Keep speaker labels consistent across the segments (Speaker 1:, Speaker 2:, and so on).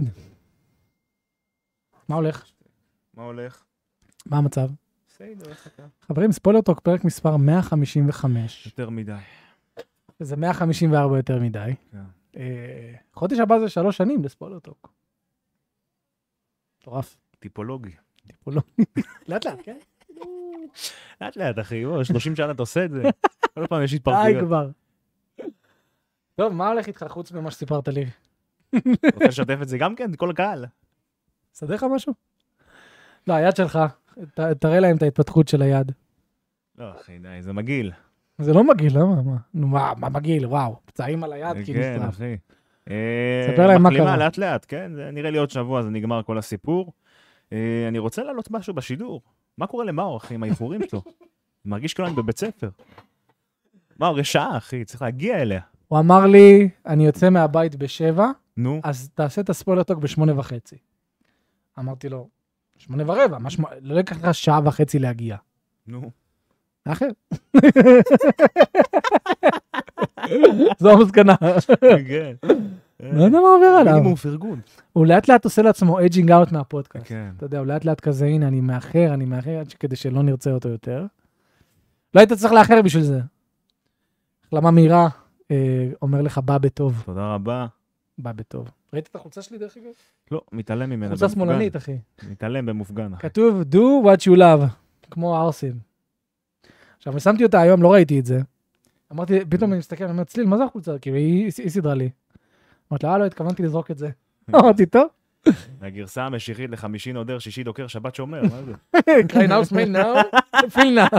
Speaker 1: תגיד. מה הולך?
Speaker 2: מה הולך?
Speaker 1: מה המצב?
Speaker 2: בסדר, איך אתה?
Speaker 1: חברים, ספוילר טוק, פרק מספר 155.
Speaker 2: יותר מדי.
Speaker 1: זה 154 יותר מדי.
Speaker 2: כן.
Speaker 1: אה, חודש הבא זה שלוש שנים לספוילר טוק. מטורף.
Speaker 2: טיפולוגי.
Speaker 1: טיפולו. לאט לאט, כן?
Speaker 2: לאט לאט, אחי, בוא, 30 שנה אתה עושה את זה. כל פעם יש
Speaker 1: די
Speaker 2: התפרקויות.
Speaker 1: כבר. טוב, מה הולך איתך חוץ ממה שסיפרת לי?
Speaker 2: רוצה לשתף את זה גם כן? כל הקהל.
Speaker 1: סדר לך משהו? לא, היד שלך, ת- תראה להם את ההתפתחות של היד.
Speaker 2: לא, אחי, די, זה מגעיל.
Speaker 1: זה לא מגעיל, למה? מה? נו, מה, מה מגעיל? וואו, פצעים על היד, כאילו,
Speaker 2: כן,
Speaker 1: סתם.
Speaker 2: אחי. אה,
Speaker 1: ספר להם מה קרה.
Speaker 2: מחלימה לאט לאט, כן? זה נראה לי עוד שבוע זה נגמר כל הסיפור. אה, אני רוצה להעלות משהו בשידור. מה קורה למאור, אחי, עם האיחורים שלו? מרגיש כאילו אני בבית ספר. מאור, יש שעה, אחי, צריך להגיע אליה.
Speaker 1: הוא אמר לי, אני יוצא מהבית בשבע,
Speaker 2: נו,
Speaker 1: אז תעשה את הספוילר טוק בשמונה וחצי. אמרתי לו, שמונה ורבע, מה שמונה, לא לקח לך שעה וחצי להגיע.
Speaker 2: נו.
Speaker 1: אחר. זו המסקנה.
Speaker 2: כן. אה,
Speaker 1: לא יודע מה עובר עליו.
Speaker 2: מינימום פרגון.
Speaker 1: הוא לאט לאט עושה לעצמו אג'ינג אאוט מהפודקאסט.
Speaker 2: כן.
Speaker 1: אתה יודע, הוא לאט לאט כזה, הנה, אני מאחר, אני מאחר, עד ש- כדי שלא נרצה אותו יותר. לא היית צריך לאחר בשביל זה. החלמה מהירה, אה, אומר לך, בא בטוב,
Speaker 2: תודה רבה.
Speaker 1: בא בטוב. ראית את החולצה שלי דרך אגב?
Speaker 2: לא, מתעלם ממנה.
Speaker 1: חולצה
Speaker 2: במופגן.
Speaker 1: שמאלנית, אחי.
Speaker 2: מתעלם במופגן. אחי.
Speaker 1: כתוב do what you love, כמו הערסים. עכשיו, שמתי אותה היום, לא ראיתי את זה. אמרתי, פתאום אני מסתכל, אני אומר, צליל, מה זה החולצה? כאילו, היא היא סידרה לי. אמרתי לה, אה, לא, התכוונתי לזרוק את לא, זה. אמרתי, טוב,
Speaker 2: הגרסה המשיחית לחמישי נודר, שישי דוקר, שבת שומר, מה זה?
Speaker 1: cry now, smile now, feel now.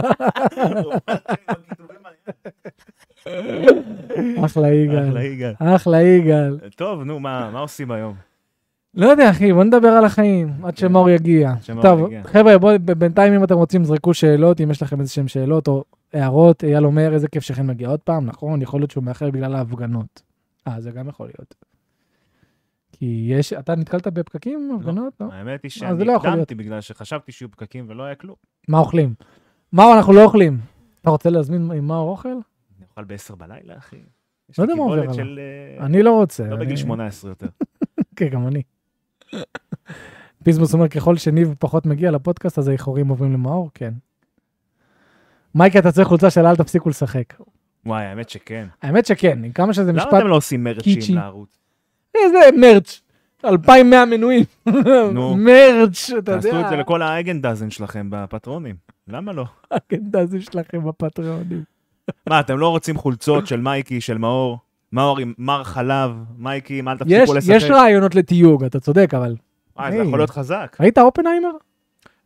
Speaker 1: אחלה
Speaker 2: אחלה
Speaker 1: יגאל,
Speaker 2: יגאל.
Speaker 1: אחלה יגאל.
Speaker 2: טוב, נו, מה מה עושים היום?
Speaker 1: לא יודע, אחי, בוא נדבר על החיים, עד שמור יגיע.
Speaker 2: שמור
Speaker 1: טוב,
Speaker 2: כן. יגיע.
Speaker 1: חבר'ה, בואו, ב- בינתיים, אם אתם רוצים, זרקו שאלות, אם יש לכם איזה שהם שאלות או הערות, אייל אומר, איזה כיף שכן מגיע עוד פעם, נכון? יכול להיות שהוא מאחר בגלל ההפגנות. אה, זה גם יכול להיות. כי יש, אתה נתקלת בפקקים, הפגנות? לא.
Speaker 2: האמת היא
Speaker 1: אה, זה
Speaker 2: שאני
Speaker 1: לא יכול
Speaker 2: הקדמתי בגלל שחשבתי שיהיו פקקים ולא היה כלום.
Speaker 1: מה אוכלים? מאור, אנחנו לא אוכלים. אתה רוצה להזמין עם מאור אוכל?
Speaker 2: אני אוכל בעשר בלילה, אחי. יש
Speaker 1: לא
Speaker 2: לי
Speaker 1: יודע מה עובר
Speaker 2: קיבולת
Speaker 1: עליו.
Speaker 2: של... אה,
Speaker 1: אני לא רוצה.
Speaker 2: לא
Speaker 1: אני-
Speaker 2: בגיל 18 יותר.
Speaker 1: כן, גם אני. פיזמוס אומר, ככל שניב פחות מגיע לפודקאסט, אז האיחורים עוברים למאור? כן. מייקי, אתה צריך חולצה של אל תפסיקו לשחק.
Speaker 2: וואי, האמת שכן.
Speaker 1: האמת שכן, עם כמה שזה
Speaker 2: למה
Speaker 1: משפט...
Speaker 2: אתם לא עושים מרצ'ים
Speaker 1: קיצ'י.
Speaker 2: לערוץ?
Speaker 1: איזה מרץ', 2,100 מנויים.
Speaker 2: נו.
Speaker 1: מרץ', אתה יודע.
Speaker 2: תעשו את זה לכל האייגנדזן שלכם בפטרונים. למה לא?
Speaker 1: הקנדזים כן, שלכם בפטריונים.
Speaker 2: מה, אתם לא רוצים חולצות של מייקי, של מאור? מאור עם מר חלב, מייקי עם אל
Speaker 1: יש,
Speaker 2: תפסיקו
Speaker 1: יש
Speaker 2: לשחק.
Speaker 1: רעיונות לתיוג, אתה צודק, אבל...
Speaker 2: אה, זה יכול להיות חזק.
Speaker 1: ראית אופנהיימר?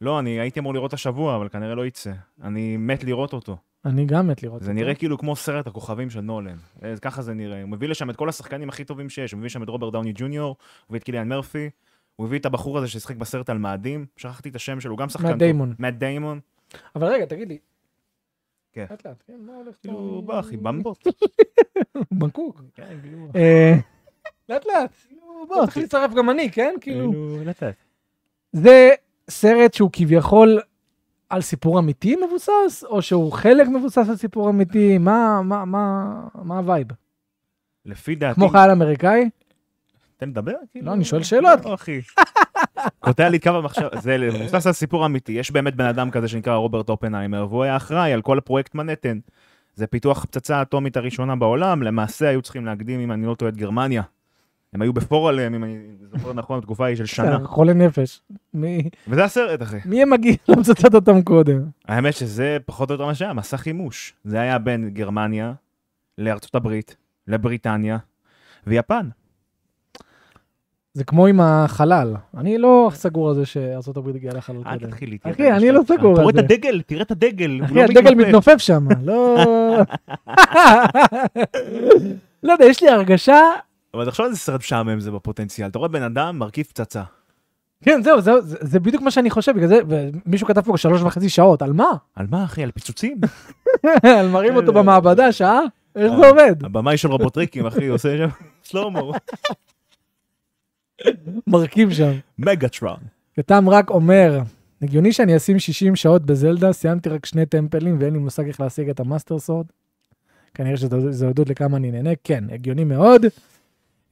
Speaker 2: לא, אני הייתי אמור לראות השבוע, אבל כנראה לא יצא. אני מת לראות אותו.
Speaker 1: אני גם מת לראות.
Speaker 2: זה
Speaker 1: אותו.
Speaker 2: נראה כאילו כמו סרט הכוכבים של נולן. אה, ככה זה נראה. הוא מביא לשם את כל השחקנים הכי טובים שיש. הוא מביא שם את רוברט דאוני ג'וניור, הוא הביא את קיליאן מרפי, הוא הביא את הבחור הזה ששיחק בסרט על מאדים, שכחתי את השם שלו, הוא גם שחקן
Speaker 1: מאט
Speaker 2: טוב.
Speaker 1: דיימון.
Speaker 2: מאט דיימון.
Speaker 1: אבל רגע, תגיד לי.
Speaker 2: כן.
Speaker 1: לאט לאט, כן, מה הולך?
Speaker 2: כאילו, הוא בא, אחי, במבות.
Speaker 1: בנקוק.
Speaker 2: כן, כאילו,
Speaker 1: אה, לאט לאט. בוא, צריך להצטרף גם אני, כן? כאילו...
Speaker 2: כאילו, לתת.
Speaker 1: זה סרט שהוא כביכול על סיפור אמיתי מבוסס, או שהוא חלק מבוסס על סיפור אמיתי? מה, מה, מה, מה הווייב?
Speaker 2: לפי דעתי,
Speaker 1: כמו חייל אמריקאי?
Speaker 2: תן לדבר? כאילו?
Speaker 1: לא, אני שואל שאלות.
Speaker 2: לא, אחי. קוטע לי את קו המחשב, זה מבוסס על סיפור אמיתי. יש באמת בן אדם כזה שנקרא רוברט אופנהיימר, והוא היה אחראי על כל הפרויקט מנהטן. זה פיתוח הפצצה האטומית הראשונה בעולם, למעשה היו צריכים להקדים, אם אני לא טועה, את גרמניה. הם היו בפור עליהם, אם אני זוכר נכון, התקופה
Speaker 1: כן.
Speaker 2: היא של שנה.
Speaker 1: אתה חולה נפש. מי
Speaker 2: וזה הסרט, אחי.
Speaker 1: מי הם מגיעים למצטט אותם קודם?
Speaker 2: האמת שזה פחות או יותר מה שהיה, מסע חימוש. זה היה בין גרמניה לארצות הברית, לבריטניה ויפן.
Speaker 1: זה כמו עם החלל. אני לא סגור על זה שארצות הברית הגיעה לחלל
Speaker 2: אל
Speaker 1: קודם.
Speaker 2: אה, תתחיל איתי.
Speaker 1: אחי,
Speaker 2: אתה
Speaker 1: אני לא
Speaker 2: משתלט.
Speaker 1: סגור על
Speaker 2: תראו את
Speaker 1: זה.
Speaker 2: הדגל, תראה את הדגל. הוא
Speaker 1: אחי,
Speaker 2: לא
Speaker 1: הדגל
Speaker 2: מתנופף.
Speaker 1: מתנופף שם, לא... לא יודע, יש לי הרגשה...
Speaker 2: אבל תחשוב איזה סרט משעמם זה בפוטנציאל. אתה רואה בן אדם מרכיב פצצה.
Speaker 1: כן, זהו, זהו, זה זה בדיוק מה שאני חושב, בגלל זה, ומישהו כתב פה שלוש וחצי שעות, על מה?
Speaker 2: על מה אחי? על פיצוצים?
Speaker 1: על מראים אותו במעבדה שעה? איך זה
Speaker 2: אה,
Speaker 1: עובד?
Speaker 2: הבמאי של רובוטריקים אחי עושה שם סלומו.
Speaker 1: מרכיב שם.
Speaker 2: מגאטרון.
Speaker 1: יותם רק אומר, הגיוני שאני אשים 60 שעות בזלדה, סיימתי רק שני טמפלים ואין לי מושג איך להשיג את המאסטר סורד. כנראה שזו זו עדות לכמה אני נהנה, כן, הגיוני מאוד.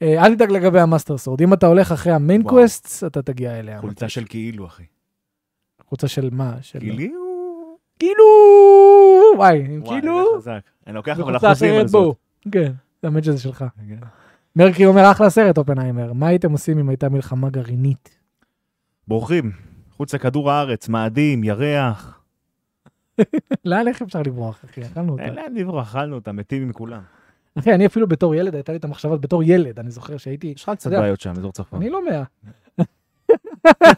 Speaker 1: אה, אל תדאג לגבי המאסטר סורד, אם אתה הולך אחרי המיין
Speaker 2: וואו.
Speaker 1: קווסטס, אתה תגיע אליה.
Speaker 2: חולצה של כאילו, אחי.
Speaker 1: חולצה של מה? של...
Speaker 2: כאילו?
Speaker 1: כאילו! וואי, עם
Speaker 2: וואי,
Speaker 1: כאילו...
Speaker 2: זה חזק. אני לוקח אבל
Speaker 1: וחולצה
Speaker 2: אחוזים על
Speaker 1: אחרת בואו.
Speaker 2: זאת.
Speaker 1: כן, האמת שזה שלך.
Speaker 2: כן.
Speaker 1: מרקי אומר אחלה סרט אופנהיימר, מה הייתם עושים אם הייתה מלחמה גרעינית?
Speaker 2: בורחים, חוץ לכדור הארץ, מאדים, ירח.
Speaker 1: לאן איך אפשר לברוח אחי, אכלנו אותה.
Speaker 2: אין להם לברוח, אכלנו אותם, מתים עם כולם.
Speaker 1: אחי, אני אפילו בתור ילד, הייתה לי את המחשבה בתור ילד, אני זוכר שהייתי,
Speaker 2: יש לך קצת
Speaker 1: אתה יודע,
Speaker 2: בעיות שם, אזור צפון.
Speaker 1: אני לא מאה.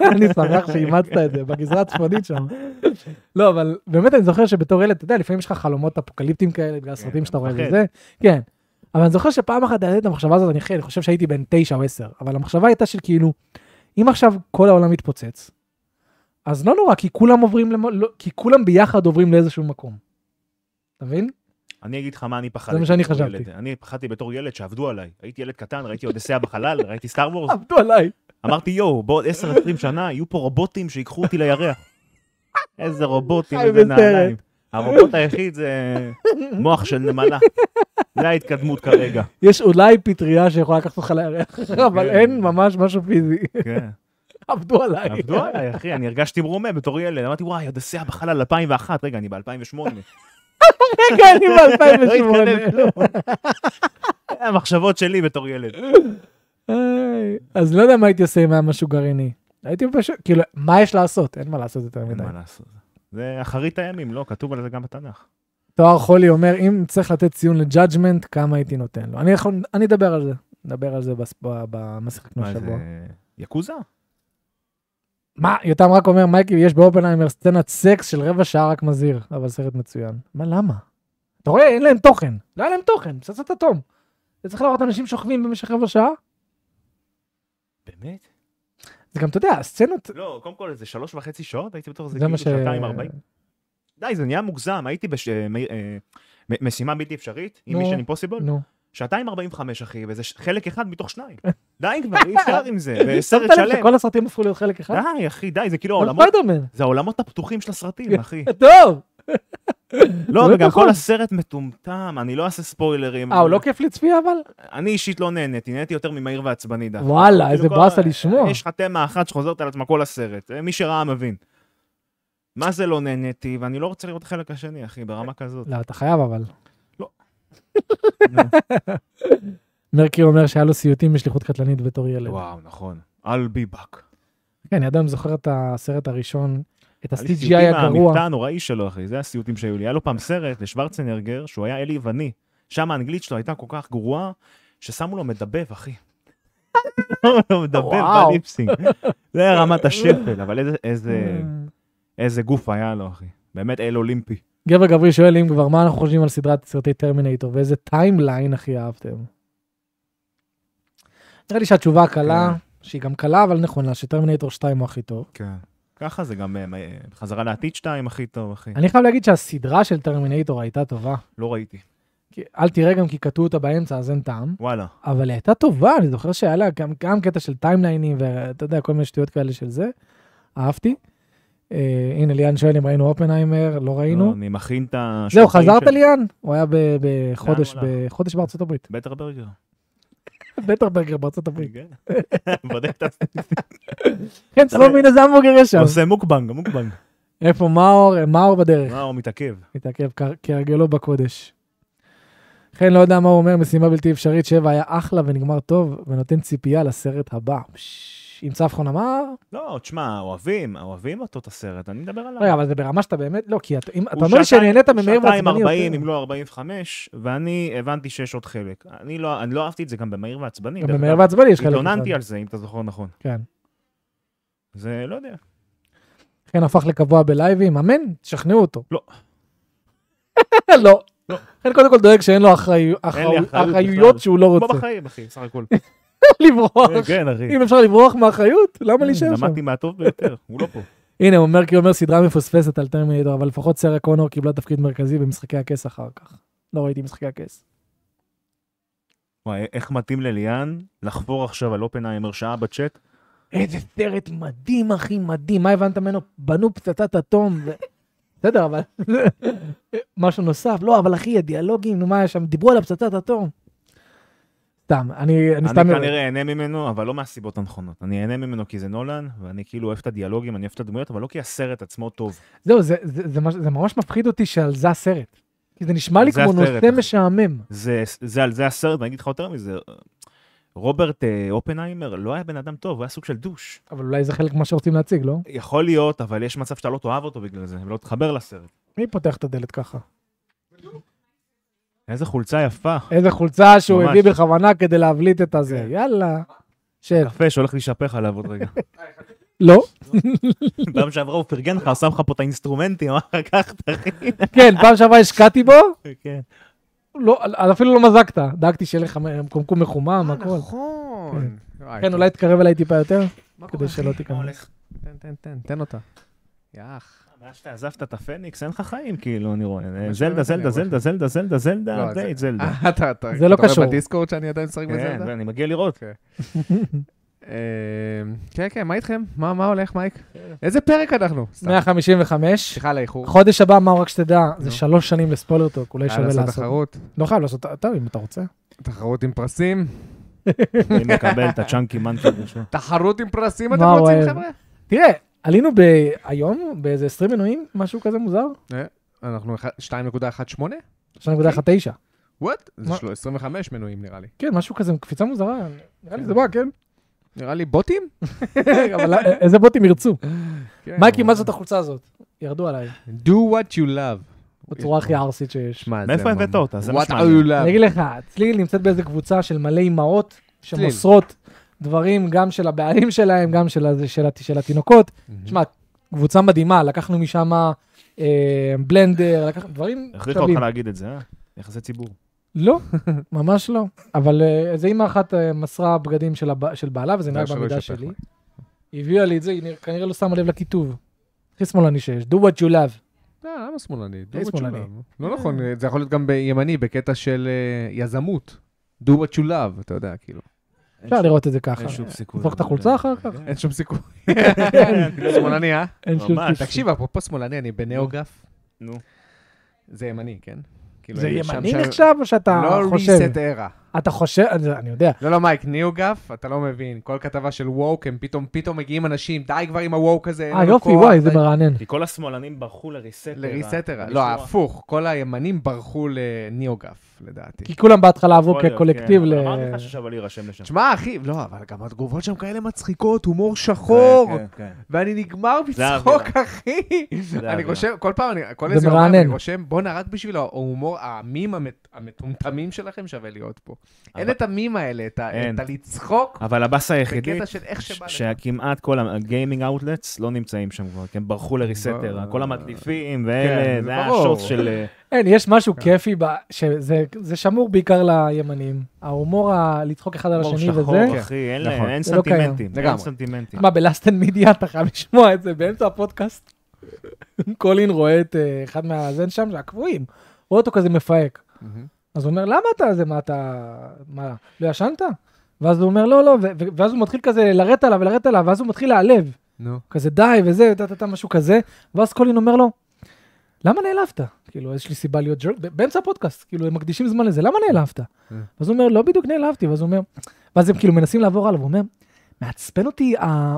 Speaker 1: אני שמח שאימצת את זה, בגזרה הצפונית שם. לא, אבל באמת אני זוכר שבתור ילד, אתה יודע, לפעמים יש לך חלומות אפוקליפטיים כאלה, בגלל
Speaker 2: כן,
Speaker 1: סרטים
Speaker 2: אתה
Speaker 1: שאתה רואה
Speaker 2: מפחד.
Speaker 1: וזה, כן. אבל אני זוכר שפעם אחת הייתה לי את המחשבה הזאת, אני אחי, אני חושב שהייתי בן תשע או עשר, אבל המחשבה הייתה של כאילו, אם עכשיו כל העולם מתפוצץ, אז לא נורא, כי כולם עוברים, למו- לא- כי כולם ביחד עוברים לאיזשהו מקום. אתה מבין?
Speaker 2: אני אגיד לך מה אני פחדתי.
Speaker 1: מה שאני
Speaker 2: בתור
Speaker 1: חשבתי.
Speaker 2: ילד. אני פחדתי בתור ילד שעבדו עליי. הייתי ילד קטן, ראיתי אודסיה בחלל, ראיתי סטאר וורס.
Speaker 1: עבדו עליי.
Speaker 2: אמרתי, יואו, בעוד 10-20 שנה יהיו פה רובוטים שיקחו אותי לירח. איזה רובוטים,
Speaker 1: חי
Speaker 2: איזה
Speaker 1: בסרט.
Speaker 2: נעליים. הרובוט היחיד זה מוח של נמלה. זה ההתקדמות כרגע.
Speaker 1: יש אולי פטריה שיכולה לקחת אותך לירח, אבל
Speaker 2: כן.
Speaker 1: אין ממש משהו פיזי.
Speaker 2: כן.
Speaker 1: עבדו עליי.
Speaker 2: עבדו עליי, אחי, אני הרגשתי מרומה בתור ילד. אמרתי, וואי, אודסיה בחלל 2001. רגע, אני ב-2008.
Speaker 1: רגע, אני
Speaker 2: לא
Speaker 1: ב-2008.
Speaker 2: המחשבות שלי בתור ילד.
Speaker 1: אז לא יודע מה הייתי עושה אם היה משהו גרעיני. הייתי פשוט, כאילו, מה יש לעשות? אין מה לעשות יותר
Speaker 2: אין
Speaker 1: מדי.
Speaker 2: מה לעשות. זה אחרית הימים, לא? כתוב על זה גם בתנ"ך.
Speaker 1: תואר חולי אומר, אם צריך לתת ציון לג'אג'מנט, כמה הייתי נותן לו? אני יכול, אני אדבר על זה. נדבר על זה בס- ב- במסכתנו
Speaker 2: מה זה?
Speaker 1: השבוע.
Speaker 2: יקוזה?
Speaker 1: מה, יותם רק אומר, מייקי, יש באופנהיימר סצנת סקס של רבע שעה רק מזהיר, אבל סרט מצוין. מה, למה? אתה רואה, אין להם תוכן. לא היה להם תוכן, פצצת אטום. אתה צריך להראות אנשים שוכבים במשך רבע שעה?
Speaker 2: באמת?
Speaker 1: זה גם, אתה יודע, הסצנות...
Speaker 2: לא, קודם כל זה שלוש וחצי שעות, הייתי בטוח שזה
Speaker 1: זה מה
Speaker 2: כאילו
Speaker 1: ש...
Speaker 2: שעתיים ארבעים. די, זה נהיה מוגזם, הייתי אה, במשימה בלתי אפשרית, עם
Speaker 1: נו.
Speaker 2: מישן אימפוסיבול,
Speaker 1: נו.
Speaker 2: שעתיים ארבעים וחמש אחי, וזה ש- חלק אחד מתוך שניים. די כבר, אי אפשר עם זה,
Speaker 1: שמת
Speaker 2: וסרט
Speaker 1: לב
Speaker 2: שלם.
Speaker 1: שכל הסרטים הפכו להיות חלק אחד?
Speaker 2: די אחי, די, זה כאילו
Speaker 1: אבל
Speaker 2: העולמות,
Speaker 1: ספיידרמן.
Speaker 2: זה העולמות הפתוחים של הסרטים, אחי.
Speaker 1: טוב.
Speaker 2: לא,
Speaker 1: באמת
Speaker 2: וגם
Speaker 1: כן. נכון.
Speaker 2: כל הסרט מטומטם, אני לא אעשה ספוילרים.
Speaker 1: אה, הוא לא כיף לצפייה אבל?
Speaker 2: אני אישית לא נהניתי, נהניתי יותר ממהיר ועצבני דווקא.
Speaker 1: וואלה,
Speaker 2: כאילו
Speaker 1: איזה
Speaker 2: כל-
Speaker 1: באסה לשמוע.
Speaker 2: יש לך תמה אחת שחוזרת על עצמה כל הסרט, מי שראה מבין. מה זה לא נהניתי, ואני לא רוצה לראות חלק השני, אחי, ברמה כזאת.
Speaker 1: לא, אתה חייב אבל.
Speaker 2: לא.
Speaker 1: מרקי אומר שהיה לו סיוטים משליחות קטלנית בתור ילד.
Speaker 2: וואו, נכון. I'll be back.
Speaker 1: כן, אני עדיין זוכר את הסרט הראשון, את
Speaker 2: היה לי
Speaker 1: ה-CGI
Speaker 2: סיוטים
Speaker 1: הגרוע.
Speaker 2: מהמבטא הנוראי שלו, אחי, זה הסיוטים שהיו לי. היה לו פעם סרט לשוורצנרגר, שהוא היה אלי ואני. שם האנגלית שלו הייתה כל כך גרועה, ששמו לו מדבב, אחי. שמו לו מדבב
Speaker 1: וואו.
Speaker 2: בליפסינג. זה היה רמת השפל, אבל איזה- איזה-
Speaker 1: אה.
Speaker 2: איזה גוף היה לו, אחי. באמת אל אולימפי.
Speaker 1: גבר גברי שואל אם כבר מה אנחנו חושבים על סדרת סרטי טרמינטור ואיזה טיימליין הכי אהבתם. נראה לי שהתשובה הקלה,
Speaker 2: כן.
Speaker 1: שהיא גם קלה אבל נכונה, שטרמינטור 2 הוא הכי טוב.
Speaker 2: כן. ככה זה גם אה, מה- אה, חזרה לעתיד 2 הכי טוב, אחי.
Speaker 1: אני חייב להגיד שהסדרה של טרמינטור הייתה טובה.
Speaker 2: לא ראיתי.
Speaker 1: כי- אל תראה גם כי קטעו אותה באמצע אז אין טעם,
Speaker 2: וואלה.
Speaker 1: אבל היא הייתה טובה, אני זוכר שהיה לה גם, גם קטע של טיימליינים ואתה יודע, כל מיני שטויות כאלה של זה. אהבתי. אה, הנה ליאן שואל אם ראינו אופנהיימר, לא
Speaker 2: לא,
Speaker 1: ראינו.
Speaker 2: אני מכין את ה...
Speaker 1: זהו, חזרת ליאן? הוא היה ב- בחודש
Speaker 2: לאן הוא הלך?
Speaker 1: בחודש בארצות הברית.
Speaker 2: בטר ברגר.
Speaker 1: בטח ברגר בארצות הברית.
Speaker 2: בודק את ה...
Speaker 1: כן, אתה לא מבין איזה המבורגר יש שם.
Speaker 2: עושה מוקבנג, מוקבנג.
Speaker 1: איפה מאור? אה, מאור בדרך.
Speaker 2: מה, הוא מתעכב.
Speaker 1: מתעכב כ- כהרגלו בקודש. חן לא יודע מה הוא אומר, משימה בלתי אפשרית, שבע היה אחלה ונגמר טוב, ונותן ציפייה לסרט הבא. פש, עם צפחון אמר,
Speaker 2: לא, תשמע, אוהבים, אוהבים אותו את הסרט, אני מדבר עליו.
Speaker 1: רגע, אבל זה ברמה שאתה באמת, לא, כי אתה- אם
Speaker 2: הוא
Speaker 1: אתה אומר לי
Speaker 2: שעתיים-
Speaker 1: שנהנית
Speaker 2: הוא
Speaker 1: ממהיר
Speaker 2: שעתיים
Speaker 1: ועצבני
Speaker 2: 40, אם
Speaker 1: יותר.
Speaker 2: לא 45, ואני הבנתי שיש עוד חלק. אני לא אני לא אהבתי את זה גם במהיר ועצבני.
Speaker 1: גם
Speaker 2: דרך
Speaker 1: במהיר
Speaker 2: אגב.
Speaker 1: ועצבני יש חלק.
Speaker 2: התלוננתי
Speaker 1: אחד.
Speaker 2: על זה, אם אתה זוכר נכון.
Speaker 1: כן.
Speaker 2: זה, לא יודע.
Speaker 1: חן הפך לקבוע בלייבים, אמן, תשכנעו אותו.
Speaker 2: לא.
Speaker 1: לא. חן קודם כל דואג שאין לו אחריו-
Speaker 2: אחריות
Speaker 1: אחריות-
Speaker 2: בכלל.
Speaker 1: אחריויות שהוא לא
Speaker 2: כמו
Speaker 1: רוצה.
Speaker 2: בחיים, אחי, סך הכל.
Speaker 1: לברוח.
Speaker 2: כן, אחי.
Speaker 1: אם אפשר לברוח מאחריות, למה להישאר שם?
Speaker 2: למדתי מהטוב ביותר, הוא לא פה.
Speaker 1: הנה, הוא אומר כי הוא אומר סדרה מפוספסת על טרמינטור, אבל לפחות סרה קונור קיבלה תפקיד מרכזי במשחקי הכס אחר כך. לא ראיתי משחקי הכס.
Speaker 2: וואי, איך מתאים לליאן לחפור עכשיו על אופנהיימר שעה בצ'אט?
Speaker 1: איזה סרט מדהים, אחי, מדהים. מה הבנת ממנו? בנו פצצת אטום. ו- בסדר, אבל... משהו נוסף. לא, אבל אחי, הדיאלוגים, נו, מה היה שם? דיברו על הפצצת אטום. סתם, אני אני
Speaker 2: אני
Speaker 1: סתם...
Speaker 2: כנראה אהנה ממנו, אבל לא מהסיבות הנכונות. אני אהנה ממנו כי זה נולן, ואני כאילו אוהב את הדיאלוגים, אני אוהב את הדמויות, אבל לא כי הסרט עצמו טוב.
Speaker 1: זהו, זה- זה זה ממש- זה ממש מפחיד אותי שעל זה הסרט. כי זה נשמע לי
Speaker 2: זה
Speaker 1: כמו
Speaker 2: הסרט,
Speaker 1: נושא
Speaker 2: אחי.
Speaker 1: משעמם.
Speaker 2: זה, זה על זה הסרט, ואני אגיד לך יותר מזה, רוברט אה, אופנהיימר לא היה בן אדם טוב, הוא היה סוג של דוש.
Speaker 1: אבל אולי זה חלק ממה שרוצים להציג, לא?
Speaker 2: יכול להיות, אבל יש מצב שאתה לא תאהב אותו בגלל זה, ולא תתחבר לסרט.
Speaker 1: מי פותח את הדלת ככה?
Speaker 2: איזה חולצה יפה.
Speaker 1: איזה חולצה שהוא
Speaker 2: ממש.
Speaker 1: הביא בכוונה כדי להבליט את הזה.
Speaker 2: כן.
Speaker 1: יאללה. שב.
Speaker 2: קפה שהולך להישפך עליו עוד רגע.
Speaker 1: לא.
Speaker 2: פעם שעברה הוא פרגן לך, הוא שם לך פה את האינסטרומנטים, מה לקחת, אחי?
Speaker 1: כן, פעם שעברה השקעתי בו,
Speaker 2: כן.
Speaker 1: לא, אז אפילו לא מזגת. דאגתי שיהיה לך קומקום מחומם,
Speaker 3: אה,
Speaker 1: הכל.
Speaker 3: נכון. וואי,
Speaker 1: כן,
Speaker 3: טוב.
Speaker 1: אולי תתקרב אליי טיפה יותר,
Speaker 3: מה קורה,
Speaker 1: כדי
Speaker 3: אחי?
Speaker 1: שלא תיכנס.
Speaker 3: תן, תן, תן, תן אותה. יאח.
Speaker 2: מאז שאתה עזבת את הפניקס, אין לך חיים, כאילו, אני רואה.
Speaker 3: מה
Speaker 2: זלדה,
Speaker 3: שקורה,
Speaker 2: זלדה,
Speaker 1: לא
Speaker 3: אני
Speaker 2: זלדה, זלדה, זלדה, זלדה,
Speaker 3: לא,
Speaker 2: די,
Speaker 3: זה-
Speaker 2: זלדה.
Speaker 3: אה, אתה, אתה,
Speaker 1: זה לא
Speaker 3: אתה
Speaker 1: קשור.
Speaker 3: רואה בדיסקורד שאני עדיין משחק
Speaker 2: כן,
Speaker 3: בזלדה?
Speaker 2: ואני מגיע לראות.
Speaker 1: אוקיי.
Speaker 3: אמ, כן, כן, מה איתכם? מה מה הולך, מייק? איזה פרק אנחנו? סתם,
Speaker 1: 155.
Speaker 3: סליחה על האיחור.
Speaker 1: חודש הבא, מאור, רק שתדע, זה
Speaker 3: נו.
Speaker 1: שלוש שנים לספוילר טוק, אולי
Speaker 3: היה
Speaker 1: שווה
Speaker 3: לעשות
Speaker 1: לעשות.
Speaker 3: תחרות,
Speaker 1: לא חייב לעשות, אתה אם אתה רוצה.
Speaker 3: תחרות עם פרסים.
Speaker 2: אני מקבל את הצ'אנקי מנקי ראשון.
Speaker 3: תחרות עם פרסים אתם
Speaker 1: מה,
Speaker 3: רוצים,
Speaker 1: וואי.
Speaker 3: חבר'ה?
Speaker 1: תראה, עלינו ב- היום באיזה 20 מנויים, משהו כזה מוזר?
Speaker 3: אנחנו אחד- 2.18?
Speaker 1: 2.19.
Speaker 3: וואט? זה
Speaker 1: מה?
Speaker 3: שלו 25 מנויים נראה לי.
Speaker 1: כן, משהו כזה, קפיצה מוזרה, נראה לי זה בא, כן?
Speaker 3: נראה לי בוטים?
Speaker 1: אבל לא- איזה בוטים ירצו.
Speaker 3: כן,
Speaker 1: מייקי, מה
Speaker 3: אבל-
Speaker 1: זאת החולצה הזאת? ירדו עליי,
Speaker 3: Do what you love.
Speaker 1: בצורה הכי ערסית שיש.
Speaker 3: שמע, זה...
Speaker 2: מאיפה הבאת
Speaker 3: ממש-
Speaker 2: אותה? זה מה
Speaker 3: What
Speaker 2: שמעניין.
Speaker 3: are you
Speaker 1: אני אגיד
Speaker 3: love?
Speaker 1: לך, צליל נמצאת באיזה קבוצה של מלא אימהות
Speaker 3: צליל.
Speaker 1: שמוסרות דברים גם של הבעלים שלהם, גם של, הזה- של, הת- של התינוקות. שמע, קבוצה מדהימה, לקחנו משם אה, בלנדר, לקחנו דברים
Speaker 2: הכריחה
Speaker 1: שווים.
Speaker 2: אותך להגיד את זה, אה? יחסי ציבור.
Speaker 1: לא, ממש לא. אבל אה, איזה אימא אחת אה, מסרה בגדים של, הבע, של בעלה, וזה נראה
Speaker 3: שלא
Speaker 1: במידה
Speaker 3: ישפך
Speaker 1: שלי.
Speaker 3: לך.
Speaker 1: היא הביאה לי את זה, היא נראה- כנראה לא שמה לב לכיתוב. הכי שמאלני שיש, do what you love.
Speaker 3: לא, למה שמאלני? Do
Speaker 1: אה,
Speaker 3: what you
Speaker 1: שמאלני.
Speaker 3: love. לא נכון, זה יכול להיות גם בימני, בקטע של אה, יזמות. Do what you love, אתה יודע, כאילו.
Speaker 1: אפשר לראות את זה ככה.
Speaker 2: אין שום סיכוי. כן,
Speaker 1: תהפוך את החולצה אחר כך?
Speaker 3: אין שום סיכוי. שמאלני, אה?
Speaker 1: אין שום
Speaker 2: ממש.
Speaker 1: סיכוי.
Speaker 3: תקשיב, אפרופו שמאלני, אני בנאוגף.
Speaker 2: נו.
Speaker 3: זה ימני, כן? כאילו,
Speaker 1: זה
Speaker 3: אני שם-
Speaker 1: ימני
Speaker 3: שם-
Speaker 1: נחשב או שאתה
Speaker 3: לא
Speaker 1: חושב?
Speaker 3: reset era.
Speaker 1: אתה חושב, אני- אני יודע.
Speaker 3: לא, לא, מייק, ניאוגף, אתה לא מבין. כל כתבה של ווק, הם פתאום, פתאום מגיעים אנשים, די כבר עם הווק הזה. אין
Speaker 1: אה,
Speaker 3: לנו
Speaker 1: יופי,
Speaker 3: כוח,
Speaker 1: וואי, זה
Speaker 3: די."
Speaker 1: מרענן.
Speaker 2: כי כל השמאלנים ברחו לריסטרה.
Speaker 3: לריסטרה. לא, הפוך, כל הימנים ברחו לניאוגף, לדעתי.
Speaker 1: כי כולם בהתחלה עברו
Speaker 3: כן.
Speaker 1: כקולקטיב ל...
Speaker 2: כן, אמרתי לך ששווה להירשם לשם.
Speaker 3: תשמע, אחי, לא, אבל גם התגובות שם כאלה מצחיקות, הומור שחור,
Speaker 2: כן, כן, כן.
Speaker 3: ואני נגמר בצחוק, אחי. אני
Speaker 2: האווירה.
Speaker 3: חושב, כל פעם, אני- כל
Speaker 1: זה
Speaker 3: איזה יומיים
Speaker 1: מרענן.
Speaker 3: אני רושם, בואנה, רק בשביל ההומור, המים המת- המטומטמים שלכם שווה להיות פה. אין
Speaker 2: אבל-
Speaker 3: את המים האלה, את ה-
Speaker 2: אין.
Speaker 3: את הלצחוק
Speaker 2: אבל הבאס היחידי,
Speaker 3: בקטע של איך שבא לך.
Speaker 2: שכמעט כל הגיימינג אאוטלטס לא נמצאים שם כבר, כי הם ברחו לריסטרה.
Speaker 3: ב-
Speaker 2: כל המדליפים
Speaker 3: כן,
Speaker 2: ואלה,
Speaker 3: זה
Speaker 2: זה היה
Speaker 3: ברור.
Speaker 2: השוס של... אה,
Speaker 1: אין, יש משהו
Speaker 3: כן.
Speaker 1: כיפי, ב- שזה זה שמור בעיקר לימנים. ההומור ה... לצחוק אחד על
Speaker 2: הומור
Speaker 1: השני וזה. כן.
Speaker 2: שחור, אחי, אין להם,
Speaker 3: נכון.
Speaker 2: אין
Speaker 1: זה לא קיים.
Speaker 2: סנטימנטים. אין
Speaker 3: לגמרי. כן.
Speaker 2: סנטימנטים.
Speaker 1: מה, בלאסטן מידיה אתה חייב לשמוע את זה באמצע הפודקאסט? קולין רואה את אה, אחד מהזן שם, הקבועים, רואה אותו כזה מפהק.
Speaker 3: מהמם.
Speaker 1: אז הוא אומר, למה אתה זה, מה אתה, מה, לא ישנת? ואז הוא אומר, לא, לא, ו- ו- ואז הוא מתחיל כזה לרדת עליו ולרדת עליו, ואז הוא מתחיל להיעלב.
Speaker 3: נו.
Speaker 1: כזה די וזה, טה-טה-טה, משהו כזה, ואז קולין אומר לו, למה נעלבת? כאילו, יש לי סיבה להיות ג'רק, ב- באמצע הפודקאסט, כאילו, הם מקדישים זמן לזה, למה נעלבת? אז הוא אומר, לא בדיוק נעלבתי, ואז הוא אומר, ואז הם כאילו מנסים לעבור הלאה, והוא אומר, מעצבן אותי ה...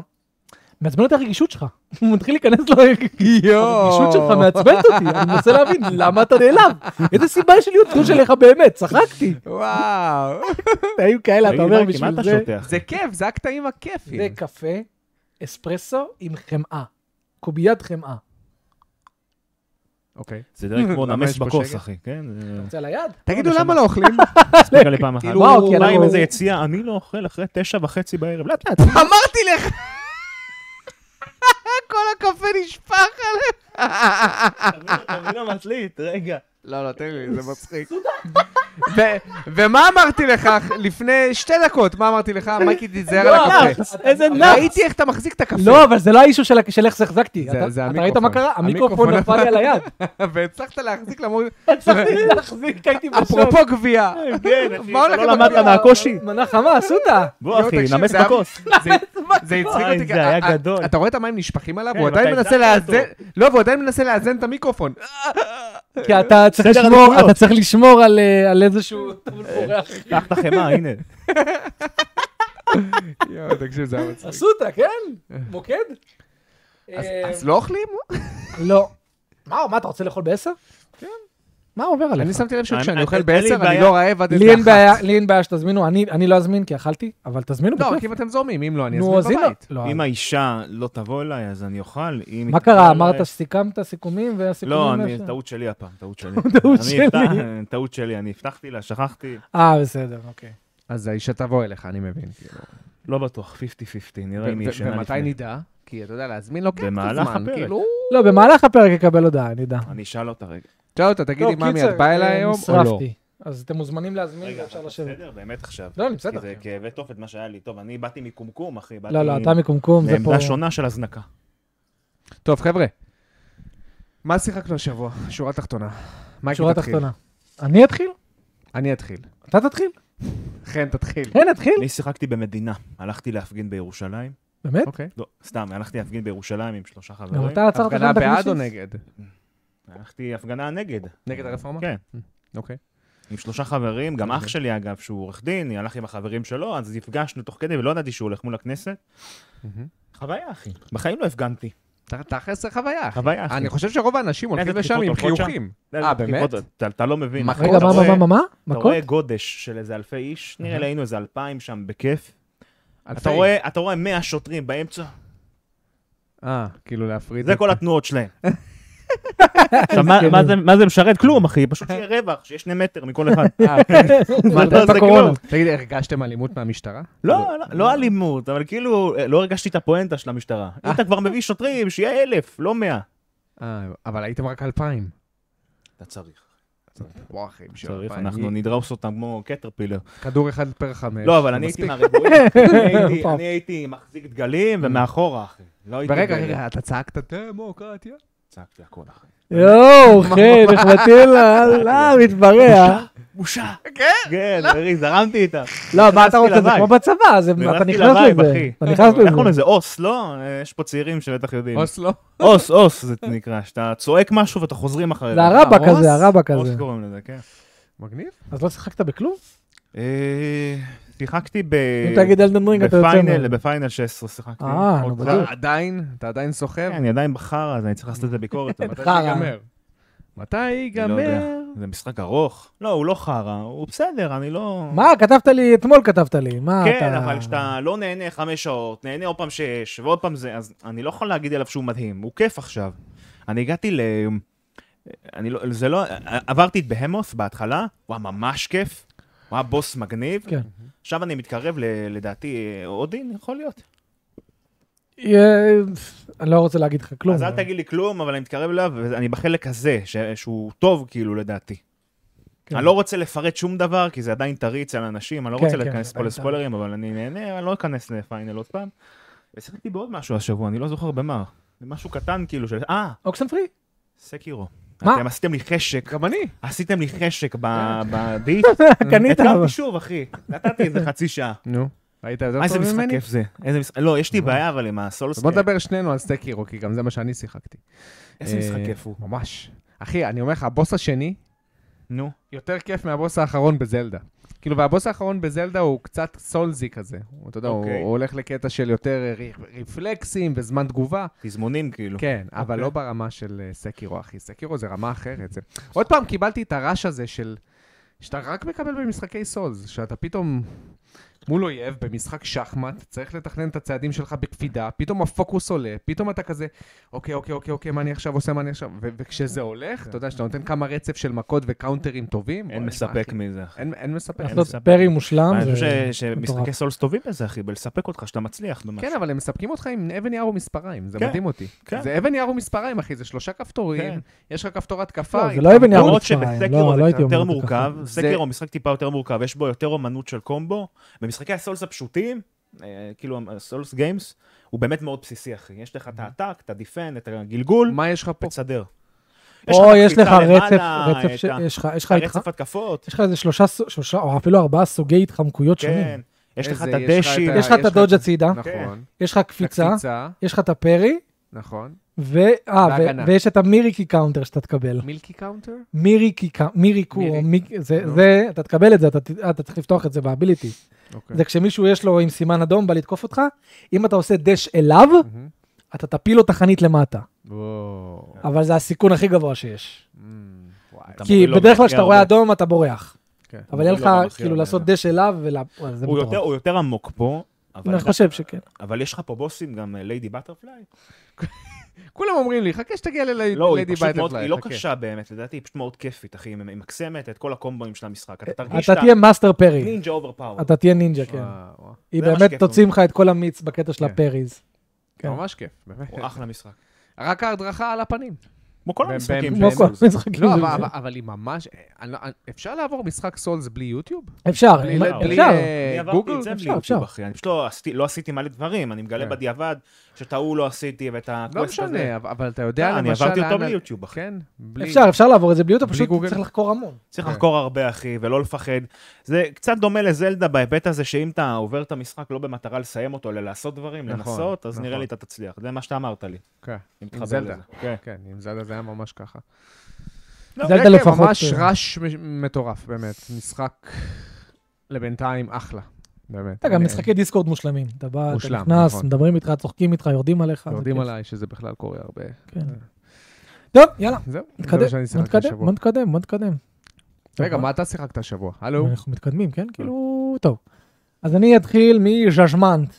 Speaker 1: מעצבן אותי הרגישות שלך. הוא מתחיל להיכנס לו, הרגישות שלך מעצבנת אותי, אני מנסה להבין, למה אתה נעלב? איזה סיבה יש לי להיות גדול שלך באמת, צחקתי.
Speaker 3: וואו.
Speaker 1: היו כאלה,
Speaker 2: תגיד,
Speaker 1: אתה אומר,
Speaker 2: מייקי, מה
Speaker 1: בשביל
Speaker 2: אתה
Speaker 1: זה,
Speaker 2: שותה, אחי?
Speaker 3: זה כיף, זה הקטעים
Speaker 1: זה
Speaker 3: הכיפים.
Speaker 1: קפה, אספרסו עם חמאה, קוביית חמאה.
Speaker 3: אוקיי.
Speaker 2: זה דרך כמו
Speaker 3: למה יש
Speaker 2: נמס
Speaker 3: פה
Speaker 2: בכוס,
Speaker 3: שקט?
Speaker 2: אחי, כן? זה-
Speaker 1: רוצה על היד?
Speaker 3: תגידו, למה לא אוכלים?
Speaker 2: הספיקה לי פעם אחת.
Speaker 3: כאילו,
Speaker 1: וואו, כי
Speaker 2: בא עם
Speaker 1: אנחנו-
Speaker 2: איזה יציאה, אני לא אוכל אחרי תשע וחצי בערב, לא, לאט
Speaker 1: כן.
Speaker 2: לאט.
Speaker 3: אמרתי לך! כל הקפה נשפך עליך.
Speaker 2: אני לא מצליט, רגע.
Speaker 3: לא, לא, תן לי, זה מצחיק. ו- ומה אמרתי לך לפני שתי דקות? מה אמרתי לך? מייקי תיזהר על הקפה.
Speaker 1: לא, איזה
Speaker 3: ראיתי איך אתה מחזיק את הקפה.
Speaker 1: לא, אבל זה לא האישו של של איך שהחזקתי.
Speaker 3: זה-
Speaker 1: אתה-
Speaker 3: זה
Speaker 1: אתה ראית
Speaker 3: המיקרופון.
Speaker 1: מה קרה? המיקרופון
Speaker 3: המיקרופון
Speaker 1: נפל לי על היד.
Speaker 3: והצלחת להחזיק למרות...
Speaker 1: הצלחתי להחזיק, הייתי בשוק.
Speaker 3: אפרופו גביע.
Speaker 2: כן, אחי,
Speaker 3: מה הולך
Speaker 2: אתה
Speaker 3: עם
Speaker 2: לא למדת
Speaker 3: הגביע?
Speaker 2: מהקושי?
Speaker 1: מנה חמה, סודה.
Speaker 2: בוא
Speaker 3: יואו,
Speaker 2: אחי,
Speaker 3: תקשיב,
Speaker 2: נמס
Speaker 3: זה היה-
Speaker 2: בכוס.
Speaker 3: זה- זה הצחיק
Speaker 2: וואי,
Speaker 3: אותי,
Speaker 2: זה
Speaker 3: כי-
Speaker 2: היה
Speaker 3: אה,
Speaker 2: גדול.
Speaker 3: אתה רואה את המים נשפכים עליו?
Speaker 2: כן,
Speaker 3: הוא
Speaker 2: אבל
Speaker 3: עדיין
Speaker 2: אתה
Speaker 3: מנסה
Speaker 2: הצלחת
Speaker 3: לאזן... לא, והוא עדיין מנסה לאזן את המיקרופון.
Speaker 1: כי אתה צריך
Speaker 2: סדר
Speaker 1: לשמור,
Speaker 2: עדיפויות.
Speaker 1: אתה צריך לשמור על, אה, על איזשהו... טבול פורח.
Speaker 2: קח את החמאה, הנה.
Speaker 3: יואו, תקשיב, זה היה מצחיק.
Speaker 1: אסותא, כן? מוקד?
Speaker 3: אז-
Speaker 1: אה,
Speaker 3: אז לא אוכלים?
Speaker 1: לא. מה, מה, אתה רוצה לאכול בעשר? כן. מה עובר עליך?
Speaker 3: אני שמתי לב שכשאני
Speaker 2: אני-
Speaker 3: אוכל
Speaker 2: אין לי
Speaker 3: בעשר, אני
Speaker 2: בעיה.
Speaker 3: לא רעב עד איזה
Speaker 1: לי אין
Speaker 3: אחת.
Speaker 1: בעיה, לי אין בעיה שתזמינו, אני אני לא אזמין כי אכלתי, אבל תזמינו
Speaker 3: לא,
Speaker 1: בכיף.
Speaker 3: רק אם אתם זורמים, אם לא, אני
Speaker 1: נו, אז
Speaker 3: אזמין
Speaker 1: הנה.
Speaker 3: בבית.
Speaker 1: לא,
Speaker 2: אם האישה לא תבוא אליי, אז אני אוכל. אם
Speaker 1: מה
Speaker 2: היא תבוא
Speaker 1: קרה?
Speaker 2: אליי-
Speaker 1: אמרת שסיכמת סיכומים והסיכומים...
Speaker 2: לא, אני-
Speaker 1: והש-
Speaker 2: טעות שלי הפעם, טעות שלי.
Speaker 1: טעות
Speaker 2: אני
Speaker 1: שלי.
Speaker 2: אפתח- טעות שלי, אני הבטחתי לה, שכחתי.
Speaker 1: אה, בסדר, אוקיי.
Speaker 3: אז האישה תבוא אליך, אני מבין. כאילו.
Speaker 2: לא בטוח, 50-50, נראה אם היא
Speaker 3: ו-
Speaker 2: ישנה לפני.
Speaker 3: ומתי נדע? כי אתה יודע, להזמין לוקח קצת
Speaker 2: במהלך
Speaker 3: זמן,
Speaker 2: הפרק.
Speaker 3: כאילו...
Speaker 1: לא, במהלך הפרק אקבל הודעה, נדע.
Speaker 2: אני אשאל אותה רגע.
Speaker 3: תשאל אותה, תגידי,
Speaker 1: טוב,
Speaker 3: ממי,
Speaker 1: קיצר,
Speaker 3: את באה
Speaker 1: אה,
Speaker 3: אליי היום או לא?
Speaker 1: נשרפתי. אז אתם מוזמנים להזמין,
Speaker 2: רגע,
Speaker 1: אפשר
Speaker 2: אתה
Speaker 1: לשבת.
Speaker 2: בסדר? באמת עכשיו.
Speaker 1: לא, אני בסדר.
Speaker 2: כי זה כאבי תופת מה שהיה לי. טוב, אני באתי מקומקום, אחי. באתי
Speaker 1: לא, לא, אתה מקומקום, זה פה...
Speaker 2: מעמדה שונה של הזנקה.
Speaker 3: לא. טוב, חבר'ה, מה שיחקנו השבוע? שורה תחתונה. מייקי,
Speaker 1: שורה
Speaker 3: תתחיל.
Speaker 1: תחתונה. אני אתחיל?
Speaker 3: אני אתחיל.
Speaker 1: אתה תתחיל?
Speaker 3: חן, תתחיל.
Speaker 1: כן, אתחיל.
Speaker 2: אני שיחקתי במדינה. הלכתי להפגין בירושלים.
Speaker 1: באמת?
Speaker 3: אוקיי.
Speaker 2: לא, סתם, הלכתי להפגין בירושלים עם שלושה
Speaker 1: גם
Speaker 2: חברים.
Speaker 1: אתה עצרת כאן
Speaker 3: הפגנה בעד או
Speaker 1: בכבישים?
Speaker 3: נגד?
Speaker 2: הלכתי הפגנה נגד.
Speaker 3: נגד הרפורמה?
Speaker 2: כן.
Speaker 3: אוקיי.
Speaker 2: עם שלושה חברים, גם
Speaker 1: אוקיי.
Speaker 2: אח שלי אגב, שהוא עורך דין, הלך עם החברים שלו, אז נפגשנו תוך כדי, ולא ידעתי שהוא הולך מול הכנסת.
Speaker 3: מהמם.
Speaker 2: חוויה, אחי. בחיים לא הפגנתי.
Speaker 3: אתה- אתה חסר חוויה.
Speaker 1: אה,
Speaker 3: אחי.
Speaker 2: חוויה, אחי.
Speaker 3: אני חושב שרוב האנשים הולכים
Speaker 2: איזה
Speaker 3: לשם עם
Speaker 2: דפיקות הולכות שם?
Speaker 3: חיוכים.
Speaker 2: אתה יודע,
Speaker 3: אה,
Speaker 2: זה
Speaker 3: באמת?
Speaker 2: בדיקות, אתה- אתה לא מבין.
Speaker 3: מכות?
Speaker 1: רגע,
Speaker 2: אתה
Speaker 1: מה,
Speaker 2: רואה-
Speaker 1: מה, מה, מה?
Speaker 2: אתה
Speaker 1: מכות?
Speaker 2: רואה גודש של איזה אלפי איש, נראה לי היינו איזה אלפיים שם בכיף.
Speaker 3: אלפי.
Speaker 2: אתה רואה- אתה רואה 100 שוטרים באמצע,
Speaker 3: אה, כאילו להפריד.
Speaker 2: זה
Speaker 3: את-
Speaker 2: כל התנועות שלהם. עכשיו, מה- מה זה- מה זה משרת? כלום, אחי, פשוט שיהיה רווח, שיהיה שני מטר מכל אחד.
Speaker 3: אה, כן.
Speaker 1: מה,
Speaker 2: לא, זה
Speaker 1: בקורונה.
Speaker 2: כלום.
Speaker 3: תגיד, הרגשתם אלימות מהמשטרה?
Speaker 2: לא, לא- לא אלימות, אבל כאילו, אה, לא הרגשתי את הפואנטה של המשטרה. אם אתה כבר מביא שוטרים, שיהיה אלף, לא מאה.
Speaker 3: אה, אבל הייתם רק אלפיים.
Speaker 2: אתה צריך.
Speaker 3: וואו, אחי, בשביל
Speaker 2: צריך,
Speaker 3: אלפיים.
Speaker 2: אנחנו נדרוס אותם כמו קטרפילר.
Speaker 3: כדור אחד פר חמש.
Speaker 2: לא, אבל
Speaker 3: זה
Speaker 2: אני הייתי
Speaker 3: אה, מספיק.
Speaker 2: מהריבועים, אני הייתי- אני הייתי מחזיק דגלים ומאחורה, אחי. לא הייתי...
Speaker 3: ורגע,
Speaker 2: ב-
Speaker 3: רגע, אתה צעקת דמוקרטיה?
Speaker 2: צעקתי הכל, אחי.
Speaker 1: יואו, אוקיי, חן, נחמתי לה, לא, מתברע.
Speaker 2: בושה.
Speaker 3: כן.
Speaker 2: כן, אחי, זרמתי איתה.
Speaker 1: לא, מה אתה רוצה? זה
Speaker 2: לווייב.
Speaker 1: כמו בצבא, זה- אתה
Speaker 2: נכנסתי
Speaker 1: נכנס
Speaker 2: לווייב,
Speaker 1: לזה.
Speaker 2: אחי. נכון,
Speaker 1: אתה נכנס
Speaker 2: איך קוראים
Speaker 1: לזה.
Speaker 2: לזה? אוס, לא? אה, יש פה צעירים שבטח יודעים.
Speaker 3: אוסלו.
Speaker 2: אוס, אוס זה נקרא, שאתה צועק משהו ואתה חוזרים אחרי
Speaker 1: זה הרבה
Speaker 3: אה,
Speaker 1: כזה,
Speaker 3: אוס?
Speaker 1: הרבה
Speaker 2: אוס
Speaker 1: כזה.
Speaker 2: קוראים לזה, כן.
Speaker 3: מגניב.
Speaker 1: אז לא שיחקת בכלום?
Speaker 2: אה, שיחקתי ב...
Speaker 1: אם תגיד אלדן רינג אתה יוצא
Speaker 2: אה, בפיינל,
Speaker 1: ממנו.
Speaker 2: בפיינל 16 שיחקתי.
Speaker 1: אה, נו,
Speaker 2: עוד
Speaker 1: בדיוק.
Speaker 2: פעם.
Speaker 3: אתה עדיין, אתה עדיין סוחב?
Speaker 2: כן, אני עדיין בחרא, אז אני צריך לעשות את הביקורת. אבל מתי-
Speaker 1: חרא.
Speaker 3: מתי
Speaker 2: לא יודע.
Speaker 3: ייגמר?
Speaker 2: זה משחק ארוך. לא, הוא לא חרא, הוא בסדר, אני לא...
Speaker 1: מה, כתבת לי, אתמול כתבת לי, מה אתה...
Speaker 2: כן, אבל כשאתה לא נהנה חמש שעות, נהנה עוד פעם שש, ועוד פעם זה, אז אני לא יכול להגיד עליו שהוא מדהים, הוא כיף עכשיו. אני הגעתי ל... אני לא, זה לא, עברתי את בהמוס בהתחלה, הוא היה ממש כיף, הוא היה בוס מגניב.
Speaker 1: כן.
Speaker 2: עכשיו אני מתקרב ל, לדעתי, אודין, יכול להיות.
Speaker 1: אה, אני לא רוצה להגיד לך כלום.
Speaker 2: אז אל תגיד לי כלום, אבל אני מתקרב אליו, ואני בחלק הזה, ש, שהוא טוב כאילו לדעתי.
Speaker 1: כן.
Speaker 2: אני לא רוצה לפרט שום דבר, כי זה עדיין טרי על אנשים, אני לא
Speaker 1: כן,
Speaker 2: רוצה
Speaker 1: כן,
Speaker 2: להיכנס פה
Speaker 1: עדיין
Speaker 2: לספוילרים, אבל אני נהנה, אני לא אכנס לפיינל עוד פעם. ושיחקתי בעוד משהו השבוע, אני לא זוכר במה. זה משהו קטן כאילו של... אה,
Speaker 1: אוקסן פרי?
Speaker 2: סקירו.
Speaker 1: מה?
Speaker 2: אתם עשיתם לי חשק,
Speaker 3: גם אני.
Speaker 2: עשיתם לי חשק ב- בביט.
Speaker 1: קנית? אבל.
Speaker 2: התקרתי שוב, אחי. נתתי איזה חצי שעה.
Speaker 3: נו. היית יותר
Speaker 2: איזה
Speaker 3: טוב
Speaker 2: משחק
Speaker 3: לא ממני?
Speaker 2: כיף זה. איזה משחק... לא, יש לי בעיה אבל עם הסולוסקייפ.
Speaker 3: בוא נדבר שנינו על סטייק הירו, כי גם זה מה שאני שיחקתי.
Speaker 2: איזה
Speaker 3: אה,
Speaker 2: משחק כיף הוא.
Speaker 3: ממש. אחי, אני אומר לך, הבוס השני
Speaker 2: נו.
Speaker 3: יותר כיף מהבוס האחרון בזלדה. כאילו, והבוס האחרון בזלדה הוא קצת סולזי כזה. הוא, אתה יודע, הוא
Speaker 2: אוקיי.
Speaker 3: הוא הולך לקטע של יותר אה, רפלקסים וזמן תגובה.
Speaker 2: תזמונים כאילו.
Speaker 3: כן, אבל
Speaker 2: אוקיי.
Speaker 3: לא ברמה של אה, סקירו, אחי. סקירו זה רמה אחרת. זה- עוד פעם קיבלתי את הרעש הזה של... שאתה רק מקבל במשחקי סולס, שאתה פתאום מול אויב במשחק שחמט, צריך לתכנן את הצעדים שלך בקפידה, פתאום הפוקוס עולה, פתאום אתה כזה, אוקיי, אוקיי, אוקיי, אוקיי, מה אני עכשיו עושה, מה אני עכשיו... ו- וכשזה הולך, אתה יודע, שאתה נותן כמה רצף של מכות וקאונטרים טובים.
Speaker 2: כן. אין
Speaker 3: בוא, יש לך,
Speaker 2: מספק נכון,
Speaker 3: אחי,
Speaker 2: מזה, אחי.
Speaker 3: אין- אין מספק.
Speaker 2: אין
Speaker 1: לעשות
Speaker 2: מספק.
Speaker 1: פרי מושלם.
Speaker 2: אני
Speaker 1: אה, זה-
Speaker 2: חושב ש-
Speaker 1: מטורף.
Speaker 2: שמשחקי סולס טובים בזה, אחי, בלספק אותך שאתה מצליח במשהו.
Speaker 3: כן, אבל הם מספקים אותך עם אבן יער ומספריים, זה
Speaker 2: כן,
Speaker 3: מדהים אותי.
Speaker 2: כן.
Speaker 3: זה אבן יער ומספריים, אחי, זה שלושה כפתורים,
Speaker 2: כן.
Speaker 3: יש לך כפתור התקפה.
Speaker 1: לא, זה לא אבן יער
Speaker 2: למרות
Speaker 1: מצרים,
Speaker 2: שבסקירו
Speaker 1: לא, לא
Speaker 2: זה קצת
Speaker 1: הייתי אומר
Speaker 2: יותר
Speaker 1: את זה ככה.
Speaker 2: מורכב,
Speaker 3: זה-
Speaker 2: סקירו משחק טיפה יותר מורכב, יש בו יותר אומנות של קומבו. במשחקי הסולס הפשוטים, אה, כאילו הסולס גיימס, הוא באמת מאוד בסיסי, אחי. יש לך את האטאק, את הדיפן, את הגלגול,
Speaker 3: מה יש לך פה?
Speaker 2: ותסדר.
Speaker 1: או יש לך
Speaker 2: קפיצה
Speaker 1: רצף,
Speaker 2: למעלה,
Speaker 1: רצף,
Speaker 2: את
Speaker 1: ש-
Speaker 2: ה-
Speaker 1: יש לך- יש לך איתך-
Speaker 2: הרצף התקפות,
Speaker 1: יש לך איזה שלושה, ס- שלושה, או אפילו ארבעה סוגי התחמקויות
Speaker 2: כן.
Speaker 1: שונים.
Speaker 3: אה,
Speaker 2: יש לך
Speaker 3: איזה-
Speaker 2: את הדשי,
Speaker 1: יש לך את הדודג' הצידה,
Speaker 3: נכון.
Speaker 1: יש לך קפיצה,
Speaker 3: הקפיצה,
Speaker 1: יש לך את הפרי,
Speaker 3: נכון.
Speaker 1: ו- אה, ו-
Speaker 3: בהגנה.
Speaker 1: ויש את המיריקי קאונטר שאתה תקבל.
Speaker 3: מילקי קאונטר?
Speaker 1: מיריקי, קא- מיריקו, או
Speaker 3: מיריקי.
Speaker 1: מיק- זה,
Speaker 3: נו.
Speaker 1: זה, אתה תקבל את זה, אתה ת- אה, אתה צריך לפתוח את זה באביליטי.
Speaker 2: כן.
Speaker 3: אוקיי.
Speaker 1: זה כשמישהו יש לו עם סימן אדום, בא לתקוף אותך, אם אתה עושה דש אליו,
Speaker 3: מהמם.
Speaker 1: אתה תפיל לו את החנית למטה.
Speaker 2: כן.
Speaker 3: וואו.
Speaker 1: אבל זה הסיכון הכי גבוה שיש.
Speaker 3: אמ, וואי.
Speaker 2: אתה
Speaker 1: כי
Speaker 2: מוריד לו
Speaker 1: בדרך כלל
Speaker 2: במחיר
Speaker 1: כשאתה רואה
Speaker 2: הרבה.
Speaker 1: אדום, אתה בורח.
Speaker 3: כן.
Speaker 1: אבל אין
Speaker 2: מוריד לו
Speaker 1: לך,
Speaker 2: במחיר
Speaker 1: כאילו,
Speaker 2: הרבה.
Speaker 1: לעשות דש אליו, ולה... וואי, זה
Speaker 2: הוא
Speaker 1: מטורף.
Speaker 2: יותר- הוא יותר עמוק פה, אבל
Speaker 1: אני
Speaker 2: אתה-
Speaker 1: חושב שכן.
Speaker 2: אבל יש לך פה בוסים, גם אה, ליידי בטרפליי.
Speaker 3: כולם אומרים לי, חכה שתגיע לליידי
Speaker 2: לא, היא
Speaker 3: בייטרפליי.
Speaker 2: פשוט מאוד, היא לא קשה באמת, לדעתי היא פשוט מאוד כיפית, אחי, היא ממקסמת את כל הקומבואים של המשחק. אתה תרגיש
Speaker 1: אה, אתה תהיה מאסטר פרי.
Speaker 2: נינג'ה אובר פאוור.
Speaker 1: אתה תהיה נינג'ה, כן. היא
Speaker 2: זה מה
Speaker 1: באמת
Speaker 2: שכיף
Speaker 1: תוציא ממך את כל המיץ בקטע של
Speaker 3: כן.
Speaker 1: הפריז. כן.
Speaker 3: ממש כיף, באמת.
Speaker 2: אחלה משחק.
Speaker 3: רק ההדרכה על הפנים.
Speaker 1: כן.
Speaker 2: כמו כל
Speaker 3: ב-
Speaker 2: המשחקים.
Speaker 3: ב-
Speaker 1: כמו
Speaker 2: של
Speaker 1: כל
Speaker 2: סולס.
Speaker 1: המשחקים.
Speaker 3: לא,
Speaker 1: של
Speaker 3: אבל-
Speaker 1: זה.
Speaker 3: אבל- אבל היא ממש... אני לא- אני- אפשר לעבור משחק סולס בלי יוטיוב?
Speaker 1: אפשר,
Speaker 3: בלי-
Speaker 1: אם-
Speaker 2: לא,
Speaker 3: בלי
Speaker 1: אפשר.
Speaker 3: אה,
Speaker 2: אני עברתי
Speaker 3: גוגל?
Speaker 2: את זה בלי
Speaker 1: אפשר,
Speaker 2: יוטיוב,
Speaker 1: אפשר.
Speaker 2: אחי. אני פשוט לא עשיתי- לא עשיתי מלא דברים, אני מגלה
Speaker 3: כן.
Speaker 2: בדיעבד שאת ההוא לא עשיתי ואת
Speaker 3: לא
Speaker 2: הקווסט הזה.
Speaker 3: משנה, אבל- אבל אתה יודע
Speaker 2: אתה, אני
Speaker 3: למשל...
Speaker 2: עברתי אותו
Speaker 3: לאן-
Speaker 2: בלי יוטיוב, אחי.
Speaker 3: כן, בלי...
Speaker 1: אפשר, אפשר לעבור את זה בלי יוטיוב,
Speaker 3: בלי
Speaker 1: פשוט
Speaker 3: גוגל.
Speaker 1: צריך לחקור המון.
Speaker 2: צריך
Speaker 3: כן.
Speaker 2: לחקור הרבה, אחי, ולא לפחד. זה קצת דומה לזלדה בהיבט הזה שאם אתה עובר את המשחק לא במטרה לסיים אותו, אלא לעשות דברים,
Speaker 3: נכון,
Speaker 2: לנסות, אז נראה
Speaker 3: נכון.
Speaker 2: לי אתה תצליח. זה מה שאתה אמרת לי.
Speaker 3: כן,
Speaker 2: אני
Speaker 3: עם
Speaker 2: מתחבר
Speaker 3: זלדה.
Speaker 2: לזה. כן.
Speaker 3: כן, עם זלדה זה היה ממש ככה.
Speaker 2: לא,
Speaker 1: זלדה
Speaker 3: כן, כן,
Speaker 1: לפחות,
Speaker 3: ממש
Speaker 1: אה,
Speaker 3: רעש מ- מטורף, באמת. משחק לבינתיים אחלה. באמת.
Speaker 1: אתה גם
Speaker 3: אני-
Speaker 1: משחקי דיסקורד מושלמים. אתה בא, אתה
Speaker 3: מושלם,
Speaker 1: נכנס,
Speaker 3: נכון.
Speaker 1: מדברים איתך, צוחקים איתך, יורדים עליך. אה, זה
Speaker 3: יורדים
Speaker 1: כיף.
Speaker 3: עליי שזה בכלל קורה הרבה.
Speaker 1: כן. טוב, יאללה,
Speaker 3: זהו, זה
Speaker 1: נתקדם,
Speaker 3: מה שאני שיחקתי
Speaker 1: נתקדם,
Speaker 3: השבוע.
Speaker 1: בוא נתקדם, בוא נתקדם.
Speaker 3: רגע,
Speaker 1: טוב,
Speaker 3: מה אתה שיחקת השבוע? הלו?
Speaker 1: אנחנו מתקדמים, כן? כאילו, טוב. אז אני אתחיל מז'ז'מנט.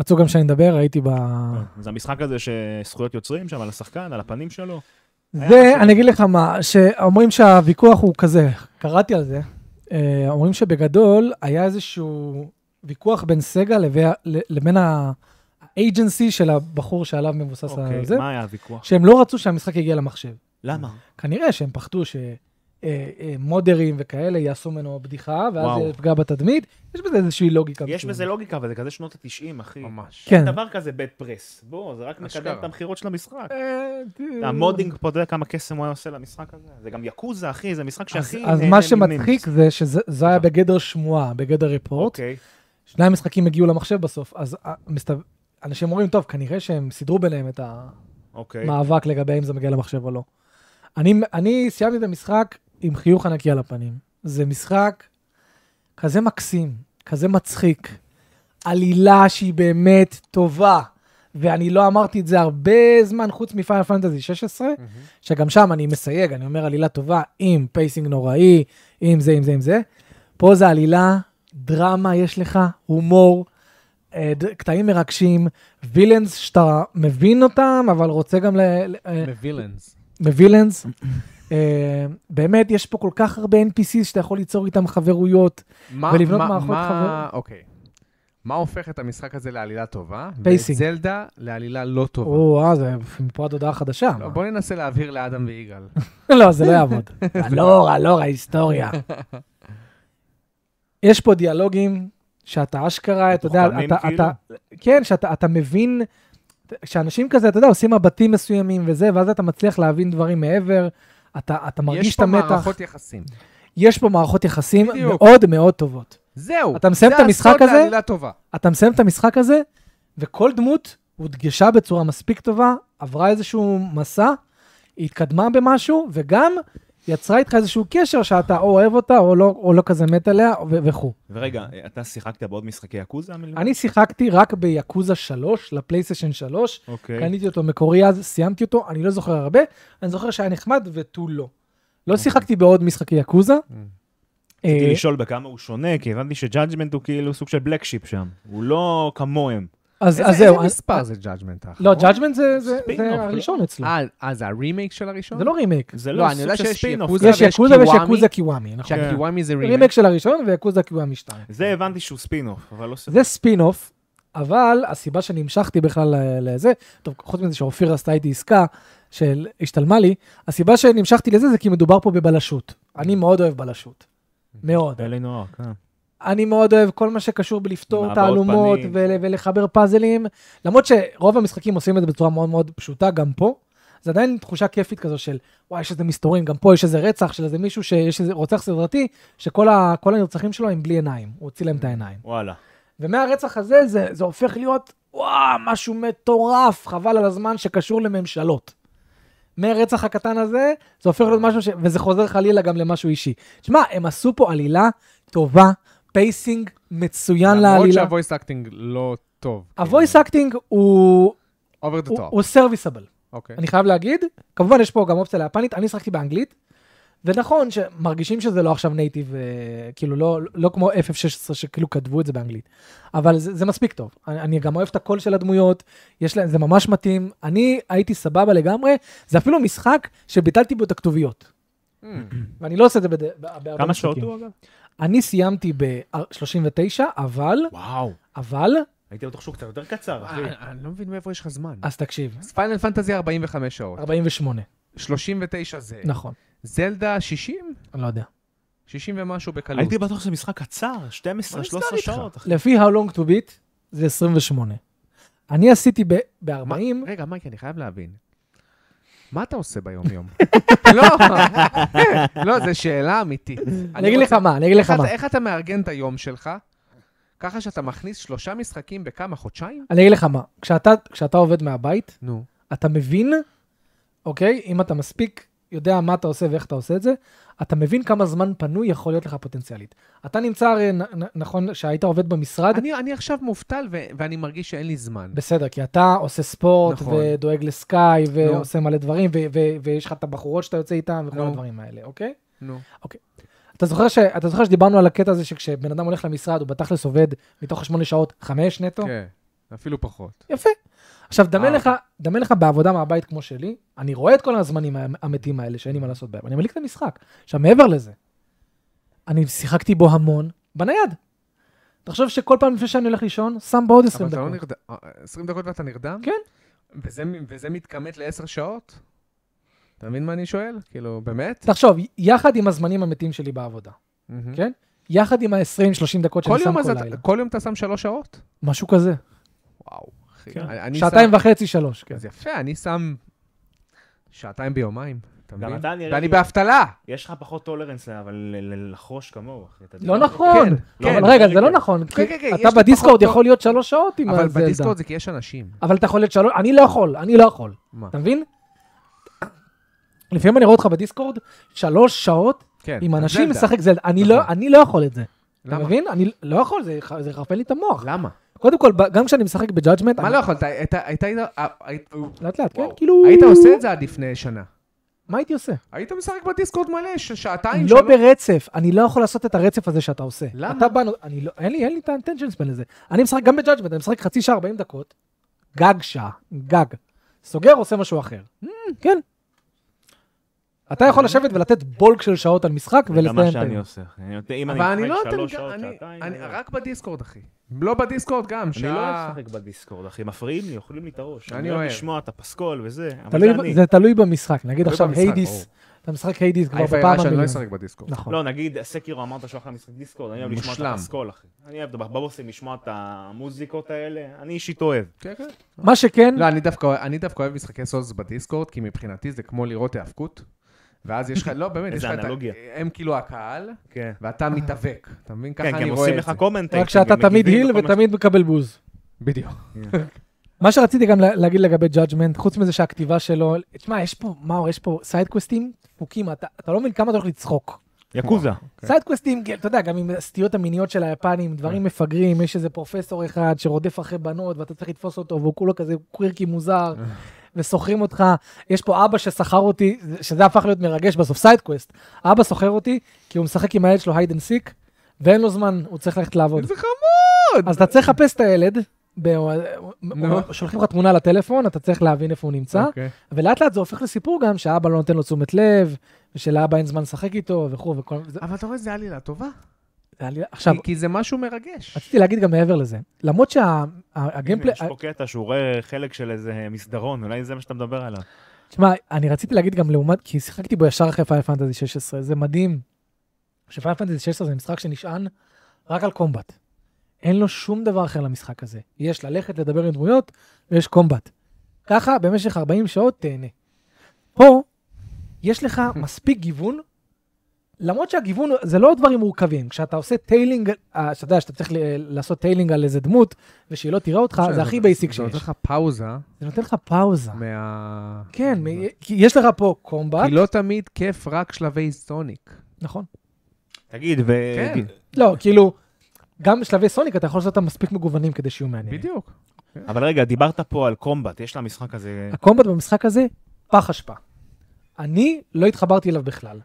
Speaker 1: רצו גם שאני אדבר, הייתי ב...
Speaker 3: אה.
Speaker 2: זה המשחק הזה שזכויות יוצרים שם על השחקן, על הפנים שלו.
Speaker 1: זה, אני אגיד לך מה, שאומרים שהוויכוח הוא כזה, קראתי על זה, אה, אומרים שבגדול היה איזשהו ויכוח בין סגה לבין- לבין האג'נסי של הבחור שעליו מבוסס
Speaker 2: אוקיי,
Speaker 1: הזה,
Speaker 2: מה היה הוויכוח?
Speaker 1: שהם לא רצו שהמשחק יגיע למחשב.
Speaker 2: למה?
Speaker 1: כנראה שהם פחדו שמודרים וכאלה יעשו ממנו בדיחה, ואז
Speaker 2: וואו.
Speaker 1: זה יפגע בתדמית, יש בזה איזושהי לוגיקה.
Speaker 2: יש
Speaker 1: מסוימת.
Speaker 2: בזה לוגיקה, אבל זה כזה שנות ה-90, אחי.
Speaker 3: ממש.
Speaker 1: כן.
Speaker 2: דבר כזה בית פרס. בוא, זה רק מקדם
Speaker 3: אשכרה.
Speaker 2: את המכירות של המשחק.
Speaker 1: אה, ת-
Speaker 2: המודינג פה, אתה יודע כמה קסם הוא היה עושה למשחק הזה? זה גם יקוזה, אחי, זה משחק
Speaker 1: אז,
Speaker 2: שהכי... אה,
Speaker 1: אז
Speaker 2: נהנה
Speaker 1: מה
Speaker 2: ממנו.
Speaker 1: שמצחיק זה שזה היה בגדר שמועה, בגדר ריפורט.
Speaker 2: אוקיי.
Speaker 1: שני המשחקים הגיעו למחשב בסוף, אז אה, מסתב... אנשים אומרים, טוב, כנראה שהם סידרו ביניהם את
Speaker 2: אוקיי.
Speaker 1: המאבק לגבי אם זה מגיע למחשב או לא. אני, אני סיימתי את המשחק עם חיוך ענקי על הפנים. זה משחק כזה מקסים, כזה מצחיק, עלילה שהיא באמת טובה, ואני לא אמרתי את זה הרבה זמן, חוץ מפייר פנטזי 16, שגם שם אני מסייג, אני אומר עלילה טובה עם פייסינג נוראי, עם זה, עם זה, עם זה. פה זה עלילה, דרמה יש לך, הומור, אה, ד- קטעים מרגשים, וילאנס שאתה מבין אותם, אבל רוצה גם ל... ל- אה,
Speaker 3: מווילאנס.
Speaker 1: מווילאנס. אה, באמת, יש פה כל כך הרבה NPCs שאתה יכול ליצור איתם חברויות.
Speaker 3: מה-
Speaker 1: ולבנות
Speaker 3: מה-
Speaker 1: מערכות
Speaker 3: מה-
Speaker 1: חבר-
Speaker 3: אוקיי. מה הופך את המשחק הזה לעלילה טובה?
Speaker 1: פייסינג.
Speaker 3: ואת זלדה לעלילה לא טובה.
Speaker 1: או, אה, זה מפה עד הודעה חדשה.
Speaker 3: לא, בוא ננסה להבהיר לאדם ויגאל.
Speaker 1: לא, זה לא יעבוד. הלור, הלור, ההיסטוריה. יש פה דיאלוגים שאתה אשכרה, אתה יודע,
Speaker 2: מתוחכמים
Speaker 1: אתה,
Speaker 2: כאילו?
Speaker 1: אתה, כן, שאתה אתה מבין, שאנשים כזה, אתה יודע, עושים מבטים מסוימים וזה, ואז אתה מצליח להבין דברים מעבר, אתה, אתה מרגיש
Speaker 3: יש
Speaker 1: את
Speaker 3: פה
Speaker 1: המתח,
Speaker 3: מערכות יחסים.
Speaker 1: יש פה מערכות יחסים
Speaker 3: בדיוק.
Speaker 1: מאוד מאוד טובות.
Speaker 3: זהו.
Speaker 1: אתה מסיים
Speaker 3: זה
Speaker 1: את המשחק
Speaker 3: הסוד
Speaker 1: הזה?
Speaker 3: לעלילה טובה.
Speaker 1: אתה מסיים את המשחק הזה, וכל דמות הודגשה בצורה מספיק טובה, עברה איזשהו מסע, היא התקדמה במשהו, וגם יצרה איתך איזשהו קשר שאתה או אוהב אותה או לא, או לא כזה מת עליה ו- וכו'.
Speaker 2: ורגע, אה, אתה שיחקת בעוד משחקי יקוזה? מלבד?
Speaker 1: אני שיחקתי רק ביקוזה 3, לפלייסשן 3,
Speaker 2: אוקיי.
Speaker 1: קניתי אותו מקורי אז, סיימתי אותו, אני לא זוכר הרבה, אני זוכר שהיה נחמד ותו לא. לא שיחקתי בעוד משחקי יקוזה.
Speaker 2: רציתי
Speaker 1: אה,
Speaker 2: לשאול בכמה הוא שונה, כי הבנתי שג'אג'מנט הוא כאילו סוג של בלק שיפ שם. הוא לא כמוהם.
Speaker 1: אז אז
Speaker 3: איזה
Speaker 1: זהו,
Speaker 3: איזה
Speaker 1: אז-
Speaker 3: מספר זה ג'אג'מנט האחרון?
Speaker 1: לא, ג'אג'מנט זה זה-
Speaker 2: ספין
Speaker 1: זה
Speaker 2: אוף, לא?
Speaker 1: הראשון אצלו,
Speaker 3: אה, אה, זה הרימייק של הראשון?
Speaker 1: זה לא רימייק.
Speaker 2: זה
Speaker 3: לא,
Speaker 2: לא,
Speaker 3: אני
Speaker 2: סוג
Speaker 3: יודע
Speaker 2: של
Speaker 3: שיש
Speaker 2: spin-off.
Speaker 3: יקוזה.
Speaker 1: יש
Speaker 3: ויש
Speaker 1: יקוזה ויש
Speaker 3: קיוואמי.
Speaker 1: יקוזה קיוואמי, נכון.
Speaker 3: שהקיוואמי זה
Speaker 1: רימק
Speaker 3: רימייק.
Speaker 1: של הראשון ויקוזה קיוואמי 2.
Speaker 2: זה הבנתי שהוא ספינוף, אבל לא ספינוף.
Speaker 1: זה ספינוף, אבל הסיבה שנמשכתי בכלל ל- לזה, טוב, חוץ מזה שאופיר עשתה איתי עסקה שהשתלמה לי, הסיבה שנמשכתי לזה זה כי מדובר פה בבלשות. אני מאוד אוהב בלשות. מאוד.
Speaker 2: אלי נוער, כן.
Speaker 1: אני מאוד אוהב כל מה שקשור בלפתור
Speaker 2: מעברות
Speaker 1: תעלומות
Speaker 2: פנים.
Speaker 1: ול- ולחבר פאזלים, למרות שרוב המשחקים עושים את זה בצורה מאוד מאוד פשוטה, גם פה. זה עדיין תחושה כיפית כזו של, וואי, יש איזה מסתורים, גם פה יש איזה רצח של איזה מישהו שיש איזה רוצח סדרתי, שכל ה, כל הנרצחים שלו הם בלי עיניים, הוא הוציא להם את העיניים.
Speaker 2: וואלה.
Speaker 1: ומהרצח הזה זה, זה הופך להיות וואו, משהו מטורף, חבל על הזמן שקשור לממשלות. מהרצח הקטן הזה, זה הופך להיות משהו ש... וזה חוזר חלילה גם למשהו אישי. שמע, הם עשו פה עלילה טובה, פייסינג מצוין
Speaker 3: למרות
Speaker 1: לעלילה.
Speaker 3: שהוויס אקטינג לא טוב.
Speaker 1: הוויס אקטינג הוא
Speaker 3: אובר דה טופ.
Speaker 1: הוא סרוויסבל.
Speaker 3: אוקיי.
Speaker 1: אני חייב להגיד, כמובן יש פה גם אופציה ליפנית, אני שחקתי באנגלית, ונכון שמרגישים שזה לא עכשיו נייטיב, אה, כאילו לא, לא כמו FF16 שכאילו כתבו את זה באנגלית, אבל זה, זה מספיק טוב. אני, אני גם אוהב את הקול של הדמויות, יש להם, זה ממש מתאים. אני הייתי סבבה לגמרי, זה אפילו משחק שביטלתי בו את הכתוביות, ואני לא עושה את זה בד... בהרבה משחקים.
Speaker 2: כמה שעות הוא אגב?
Speaker 1: אני סיימתי ב-39, אבל,
Speaker 2: וואו.
Speaker 1: אבל,
Speaker 2: הייתי בטוח שהוא קצת יותר קצר, אחי.
Speaker 3: אה, אני לא מבין מאיפה יש לך זמן.
Speaker 1: אז תקשיב,
Speaker 3: פיינל פנטזי 45 שעות.
Speaker 1: 48,
Speaker 3: 39 זה.
Speaker 1: נכון,
Speaker 3: זלדה 60?
Speaker 1: אני לא יודע.
Speaker 3: 60 ומשהו בקלות.
Speaker 2: הייתי בטוח שזה משחק קצר,
Speaker 3: מה
Speaker 2: 12,
Speaker 3: נסגר
Speaker 2: 13
Speaker 3: איתך?
Speaker 2: שעות, אחי.
Speaker 1: לפי How long to beat זה 28. אני עשיתי ב- ב-40,
Speaker 3: רגע, מייקי, אני חייב להבין. מה אתה עושה ביום-יום? לא, לא, זו שאלה אמיתית.
Speaker 1: אני אגיד לך מה, אני אגיד לך
Speaker 3: איך
Speaker 1: מה.
Speaker 3: אתה- איך אתה מארגן את היום שלך, ככה שאתה מכניס שלושה משחקים בכמה, חודשיים?
Speaker 1: אני אגיד לך מה, כשאתה, כשאתה עובד מהבית,
Speaker 3: נו.
Speaker 1: אתה מבין, אוקיי, אם אתה מספיק יודע מה אתה עושה ואיך אתה עושה את זה, אתה מבין כמה זמן פנוי יכול להיות לך פוטנציאלית. אתה נמצא, הרי נ- נ- נכון, שהיית עובד במשרד,
Speaker 3: אני אני עכשיו מובטל ו- ואני מרגיש שאין לי זמן.
Speaker 1: בסדר, כי אתה עושה ספורט,
Speaker 3: נכון.
Speaker 1: ודואג לסקאי, ועושה מלא דברים, ו- ו- ויש לך את הבחורות שאתה יוצא איתן, וכל
Speaker 3: נו.
Speaker 1: הדברים האלה, אוקיי?
Speaker 3: נו.
Speaker 1: אתה זוכר, ש... אתה זוכר שדיברנו על הקטע הזה שכשבן אדם הולך למשרד, הוא בתכלס עובד מתוך השמונה שעות, חמש נטו?
Speaker 3: כן, אפילו פחות.
Speaker 1: יפה. עכשיו, דמה
Speaker 3: אה.
Speaker 1: לך, דמה לך בעבודה מהבית כמו שלי, אני רואה את כל הזמנים המ- המתים האלה שאין לי מה לעשות בהם, אני מליק את המשחק. עכשיו, מעבר לזה, אני שיחקתי בו המון בנייד. תחשוב שכל פעם לפני שאני הולך לישון, שם בו עוד 20
Speaker 3: אבל אתה לא
Speaker 1: דקות.
Speaker 3: נרדם. אה, 20 דקות ואתה נרדם?
Speaker 1: כן.
Speaker 3: וזה- וזה מתכמת לעשר שעות? אתה מבין מה אני שואל? כאילו, באמת?
Speaker 1: תחשוב, יחד עם הזמנים המתים שלי בעבודה,
Speaker 3: מהמם.
Speaker 1: כן? יחד עם ה-20-30 דקות שאני
Speaker 3: כל
Speaker 1: שם
Speaker 3: יום
Speaker 1: כל
Speaker 3: אז אתה-
Speaker 1: לילה.
Speaker 3: כל יום אתה שם שלוש שעות?
Speaker 1: משהו כזה.
Speaker 3: וואו, אחי.
Speaker 2: כן.
Speaker 3: אני- אני
Speaker 1: שעתיים
Speaker 3: שם-
Speaker 1: וחצי, שלוש. כן.
Speaker 3: אז יפה, אני שם שעתיים ביומיים, אתה מבין?
Speaker 2: גם אתה נראה
Speaker 3: ואני
Speaker 2: לי,
Speaker 3: באבטלה.
Speaker 2: יש לך פחות טולרנס, אבל ל- ל- לחרוש כמוהו, אחי. אתה
Speaker 1: לא
Speaker 2: יודע.
Speaker 1: נכון.
Speaker 2: כן,
Speaker 1: אבל
Speaker 2: כן,
Speaker 1: רגע,
Speaker 2: כן,
Speaker 1: זה לא
Speaker 2: כן.
Speaker 1: נכון. כי
Speaker 3: כן, כן, יש
Speaker 1: אתה
Speaker 3: לי פחות
Speaker 1: בדיסקורד
Speaker 3: טוב.
Speaker 1: יכול להיות שלוש שעות עם
Speaker 3: אבל
Speaker 1: הזלדה.
Speaker 3: בדיסקורד זה כי יש אנשים.
Speaker 1: אבל אתה יכול להיות שלוש, אני לא יכול, אני לא יכול.
Speaker 3: מה?
Speaker 1: אתה מבין? לפעמים אני רואה אותך בדיסקורד, שלוש שעות
Speaker 3: כן.
Speaker 1: עם אנשים
Speaker 3: זלדה.
Speaker 1: לשחק זלדה. אני לא-
Speaker 3: נכון.
Speaker 1: אני לא יכול את זה. אתה
Speaker 3: למה?
Speaker 1: מבין? אני לא יכול, זה יח- זה יחרפן לי את המוח.
Speaker 3: למה?
Speaker 1: קודם כל, ב- גם כשאני משחק בג'אג'מנט,
Speaker 3: מה לא יכולת? היית... היית- אה, היית-
Speaker 1: לאט לאט, כן,
Speaker 3: וואו.
Speaker 1: כאילו...
Speaker 3: היית עושה את זה עד לפני שנה.
Speaker 1: מה הייתי עושה?
Speaker 3: היית משחק בדיסקורד מלא, ש- שעתיים,
Speaker 1: לא
Speaker 3: שלוש.
Speaker 1: ברצף, אני לא יכול לעשות את הרצף הזה שאתה עושה.
Speaker 3: למה?
Speaker 1: אתה בא, אני לא, אין לי, אין לי את האנטנשן ספן לזה. אני משחק גם בג'אג'מנט, אני משחק חצי שעה, 40 דקות, גג שעה, גג. סוגר, עושה משהו אחר.
Speaker 3: Mm.
Speaker 1: כן. אתה יכול לשבת ולתת בולק של שעות על משחק
Speaker 2: זה גם מה
Speaker 1: ולסיים את
Speaker 2: שאני
Speaker 1: היום.
Speaker 2: עושה. אחי. אני- אם
Speaker 3: אבל אני
Speaker 2: משחק
Speaker 3: לא נותן...
Speaker 2: שלוש
Speaker 3: גם-
Speaker 2: שעות,
Speaker 3: אני-
Speaker 2: שעתיים,
Speaker 3: אני-
Speaker 2: אני-
Speaker 3: רק בדיסקורד, אחי. לא בדיסקורד גם,
Speaker 2: אני לא
Speaker 3: שעה...
Speaker 2: אוהב לשחק בדיסקורד, אחי, מפריעים לי, אוכלים לי את הראש.
Speaker 3: אני
Speaker 2: אני אוהב
Speaker 3: אוהב.
Speaker 2: לשמוע את הפסקול וזה, אבל
Speaker 1: תלוי
Speaker 2: זה
Speaker 1: ב-
Speaker 2: אני.
Speaker 1: זה תלוי במשחק, נגיד
Speaker 3: תלוי
Speaker 1: עכשיו
Speaker 3: במשחק,
Speaker 1: היידיס, אתה משחק היידיס כבר
Speaker 3: העיפה
Speaker 1: בפעם
Speaker 3: העירה שאני לא
Speaker 1: המיליון.
Speaker 3: אשחק בדיסקורד.
Speaker 1: נכון.
Speaker 2: לא, נגיד, סקירו אמרת שהוא אחלה משחק דיסקורד, אני אוהב לשמוע את
Speaker 3: מושלם.
Speaker 2: הפסקול, אחי. אני אוהב בבוסים לשמוע את המוזיקות האלה, אני אישית אוהב.
Speaker 3: כן, כן.
Speaker 1: מה שכן,
Speaker 3: לא, אני דווקא, אני דווקא אוהב משחקי סולס בדיסקורד, כי מבחינתי זה כמו לראות האבקות. ואז יש לך, לא, באמת, יש
Speaker 2: איזה
Speaker 3: לך את ה...
Speaker 2: אנלוגיה.
Speaker 3: הם כאילו הקהל,
Speaker 2: כן.
Speaker 3: ואתה מתאבק. אתה מבין? ככה
Speaker 2: כן,
Speaker 3: אני
Speaker 2: גם
Speaker 3: רואה
Speaker 2: עושים
Speaker 3: את
Speaker 2: לך
Speaker 3: זה.
Speaker 2: קומנטייק.
Speaker 1: רק שאתה תמיד היל ותמיד מקבל בוז.
Speaker 3: בדיוק.
Speaker 1: מה שרציתי גם לה- להגיד לגבי ג'אג'מנט, חוץ מזה שהכתיבה שלו, תשמע, יש פה, מאור, יש פה סיידקווסטים דפוקים, אתה אתה לא מבין כמה אתה הולך לצחוק.
Speaker 2: יקוזה.
Speaker 1: סיידקווסטים, כן, אתה יודע, גם עם הסטיות המיניות של היפנים, דברים
Speaker 3: כן.
Speaker 1: מפגרים, יש איזה פרופסור אחד שרודף אחרי בנות, ואתה צריך לתפוס אותו, והוא כולו כזה קווירקי מוזר,
Speaker 3: אה.
Speaker 1: וסוחרים אותך. יש פה אבא שסחר אותי, שזה הפך להיות מרגש בסוף, סיידקווסט. אבא סוחר אותי, כי הוא משחק עם הילד שלו הייד אנד סיק, ואין לו זמן, הוא צריך ללכת לעבוד.
Speaker 3: זה חמוד!
Speaker 1: אז אתה צריך לחפש את הילד, ב- אה,
Speaker 3: נו.
Speaker 1: שולחים לך תמונה לטלפון, אתה צריך להבין איפה הוא נמצא,
Speaker 3: אוקיי.
Speaker 1: ולאט לאט זה הופך לסיפור גם שהאבא לא נותן לו תשומת לב, ושלאבא אין זמן לשחק איתו וכו' וכל... זה-
Speaker 3: אבל אתה רואה, זה עלילה טובה.
Speaker 1: זה היה לי- עכשיו,
Speaker 3: כי- כי זה משהו מרגש.
Speaker 1: רציתי להגיד גם מעבר לזה, למרות
Speaker 2: הנה,
Speaker 1: שהגיימפלי,
Speaker 2: יש פה קטע שהוא רואה חלק של איזה מסדרון, אולי זה מה שאתה מדבר עליו.
Speaker 1: תשמע, אני רציתי להגיד גם לעומת, כי שיחקתי בו ישר אחרי פייל פנטזי 16, זה מדהים. שפייל פנטזי 16 זה משחק שנשען רק על קומבט. אין לו שום דבר אחר למשחק הזה. יש ללכת לדבר עם דמויות, ויש קומבט. ככה, במשך 40 שעות תהנה. פה, יש לך מספיק גיוון למרות שהגיוון, הוא- זה לא דברים מורכבים. כשאתה עושה טיילינג, אה, שאתה יודע, שאתה צריך ל- לעשות טיילינג על איזה דמות, ושהיא לא תראה אותך, זה הכי בייסיק
Speaker 3: זה
Speaker 1: שיש.
Speaker 3: נותן לך פאוזה
Speaker 1: זה נותן לך פאוזה.
Speaker 3: מה...
Speaker 1: כן, מ- כי יש לך פה קומבט,
Speaker 3: כי לא תמיד כיף רק שלבי סוניק.
Speaker 1: נכון.
Speaker 2: תגיד, ו...
Speaker 3: כן.
Speaker 1: לא, כאילו, גם בשלבי סוניק אתה יכול לעשות אותם מספיק מגוונים כדי שיהיו מעניינים.
Speaker 3: בדיוק.
Speaker 2: אבל רגע, דיברת פה על קומבט, יש למשחק הזה...
Speaker 1: הקומבט במשחק הזה, פח אשפה. אני לא התחברתי אליו בכלל.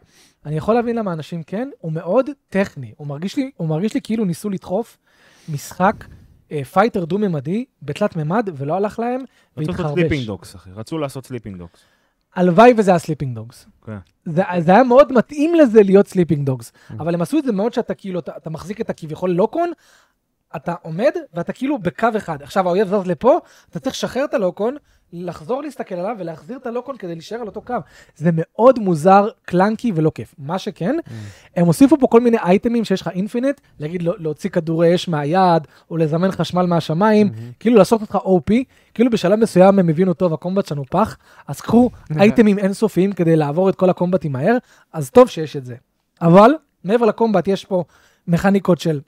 Speaker 1: אני יכול להבין למה אנשים כן, הוא מאוד טכני. הוא מרגיש לי, הוא מרגיש לי כאילו ניסו לדחוף משחק אה, פייטר דו-ממדי בתלת ממד, ולא הלך להם,
Speaker 2: רצו לעשות
Speaker 1: והתחרבש.
Speaker 2: סליפינג דוקס, אחי. רצו לעשות סליפינג דוקס.
Speaker 1: הלוואי וזה היה סליפינג דוגס.
Speaker 2: כן.
Speaker 1: זה, זה היה מאוד מתאים לזה להיות סליפינג דוגס, אבל הם עשו את זה מאוד שאתה כאילו, אתה, אתה מחזיק את הכביכול לוקון, אתה עומד ואתה כאילו בקו אחד. עכשיו האויב זז לפה, אתה צריך לשחרר את הלוקון, לחזור להסתכל עליו ולהחזיר את הלוקון כדי להישאר על אותו קו. זה מאוד מוזר, קלנקי ולא כיף. מה שכן, הם הוסיפו פה כל מיני אייטמים שיש לך אינפינט, להגיד לא- להוציא כדורי אש מהיד, או לזמן חשמל מהשמיים, כאילו לעשות אותך OP, כאילו בשלב מסוים הם הבינו טוב, הקומבט שלנו פח, אז קחו אייטמים אינסופיים כדי לעבור את כל הקומבטים מהר, אז טוב שיש את זה. אבל מעבר לקומבט יש פה מכניקות של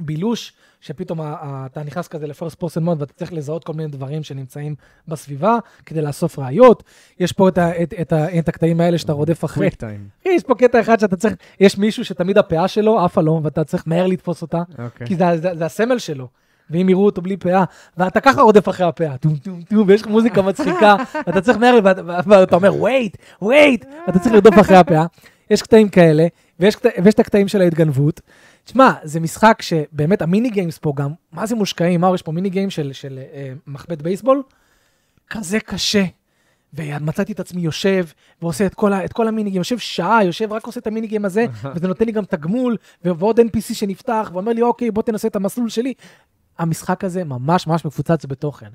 Speaker 1: בילוש, שפתאום ה- ה- אתה נכנס כזה לפרסט פורסן מוד ואתה צריך לזהות כל מיני דברים שנמצאים בסביבה כדי לאסוף ראיות. יש פה את, ה- את, את, ה- את הקטעים האלה שאתה רודף אחרי.
Speaker 3: קוויק טיים.
Speaker 1: יש פה קטע אחד שאתה צריך, יש מישהו שתמיד הפאה שלו עפה לו, ואתה צריך מהר לתפוס אותה,
Speaker 3: אוקיי.
Speaker 1: כי זה, זה, זה הסמל שלו. ואם יראו אותו בלי פאה, ואתה ככה רודף אחרי הפאה, טום טום טום, ויש לך מוזיקה מצחיקה, ואתה צריך מהר, ואת- ואת- ואתה אומר, וייט, וייט, ואתה צריך לרדוף אחרי הפאה. יש קטעים כאלה, ויש, קט- ויש את הקטעים של ההתגנבות. תשמע, זה משחק שבאמת המיני גיימס פה גם, מה זה מושקעים, מאור, יש פה מיני גיים של, של אה, מחבט בייסבול, כזה קשה. ומצאתי את עצמי יושב ועושה את כל, ה- את כל המיניגים, יושב שעה, יושב, רק עושה את המיניגים הזה, וזה נותן לי גם תגמול, ו- ועוד NPC שנפתח, ואומר לי, אוקיי, בוא תנסה את המסלול שלי. המשחק הזה ממש ממש מפוצץ בתוכן.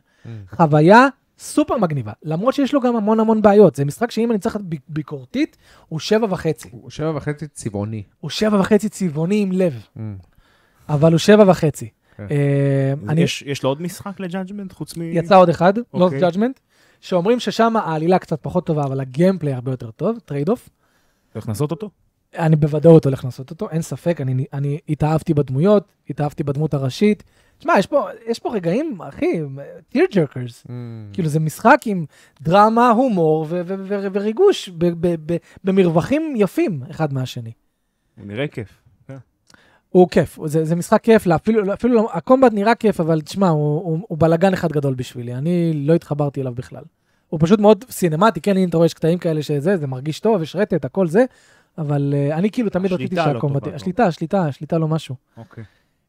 Speaker 1: חוויה סופר מגניבה, למרות שיש לו גם המון המון בעיות. זה משחק שאם אני צריך להיות ב- ביקורתית, הוא שבע וחצי.
Speaker 3: הוא שבע וחצי צבעוני.
Speaker 1: הוא שבע וחצי צבעוני עם לב, אבל הוא שבע וחצי.
Speaker 3: כן.
Speaker 1: אה, אני-
Speaker 2: יש- יש לו עוד משחק לג'אג'מנט חוץ מ...
Speaker 1: יצא עוד אחד, Lost
Speaker 2: אוקיי.
Speaker 1: Judgment, שאומרים ששם העלילה קצת פחות טובה, אבל הגיימפליי הרבה יותר טוב, טרייד אוף.
Speaker 2: צריך לנסות אותו?
Speaker 1: אני בוודאות הולך לעשות אותו, אין ספק, אני, אני התאהבתי בדמויות, התאהבתי בדמות הראשית. תשמע, יש פה, יש פה רגעים, אחי, טיר ג'רקרס. כאילו זה משחק עם דרמה, הומור ו- ו- ו- וריגוש ב- ב- ב- במרווחים יפים אחד מהשני.
Speaker 2: הוא נראה כיף.
Speaker 1: הוא כיף, הוא- זה, זה משחק כיף, לא, אפילו, אפילו לא- הקומבט נראה כיף, אבל תשמע, הוא, הוא, הוא בלאגן אחד גדול בשבילי, אני לא התחברתי אליו בכלל. הוא פשוט מאוד סינמטי, כן, הנה אתה רואה, יש קטעים כאלה שזה, זה מרגיש טוב, יש רטט, הכל זה, אבל uh, אני כאילו תמיד רציתי
Speaker 2: השליטה לא
Speaker 1: שהקומבט...
Speaker 2: טובה גם.
Speaker 1: השליטה, השליטה, השליטה לא משהו.
Speaker 2: אוקיי.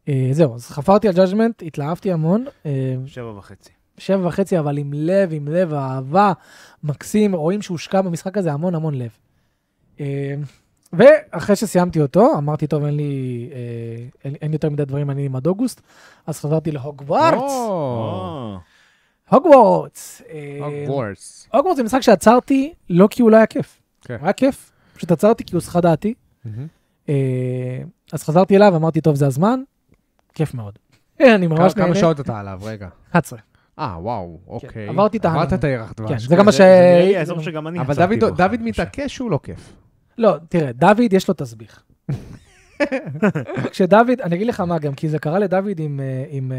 Speaker 1: Uh, זהו, אז חפרתי על ג'אג'מנט, התלהבתי המון, uh,
Speaker 2: שבע וחצי.
Speaker 1: שבע וחצי, אבל עם לב, עם לב, אהבה, מקסים, רואים שהושקע במשחק הזה המון המון לב. אה, ואחרי שסיימתי אותו, אמרתי, טוב, אין לי, אה, אין, אין יותר מדי דברים מעניינים עד אוגוסט, אז חזרתי להוגוורטס.
Speaker 2: Oh.
Speaker 3: או,
Speaker 1: הוגוורטס. אה,
Speaker 3: הוגוורטס.
Speaker 1: הוגוורטס זה משחק שעצרתי לא כי הוא לא היה כיף.
Speaker 3: כן.
Speaker 1: הוא היה כיף, פשוט עצרתי כי הוסחה דעתי.
Speaker 3: מהמם.
Speaker 1: אה, אז חזרתי אליו, אמרתי, טוב, זה הזמן, כיף מאוד. אה, אני ממש
Speaker 3: כמה-
Speaker 1: נהנה.
Speaker 3: כמה שעות אתה עליו, רגע.
Speaker 1: 11.
Speaker 3: אה, וואו, אוקיי.
Speaker 1: עברתי את ההנאה.
Speaker 3: עברת את הירח דבש.
Speaker 1: כן, זה גם מה ש...
Speaker 2: זה נראה לי האזור שגם אני
Speaker 3: אבל
Speaker 2: עצרתי
Speaker 3: דוד-
Speaker 2: בו אחד,
Speaker 3: דוד
Speaker 2: אני חושב.
Speaker 3: מתעקש שהוא לא כיף.
Speaker 1: לא, תראה, דוד יש לו תסביך. כשדוד, אני אגיד לך מה גם, כי זה קרה לדוד עם, אה, עם אה,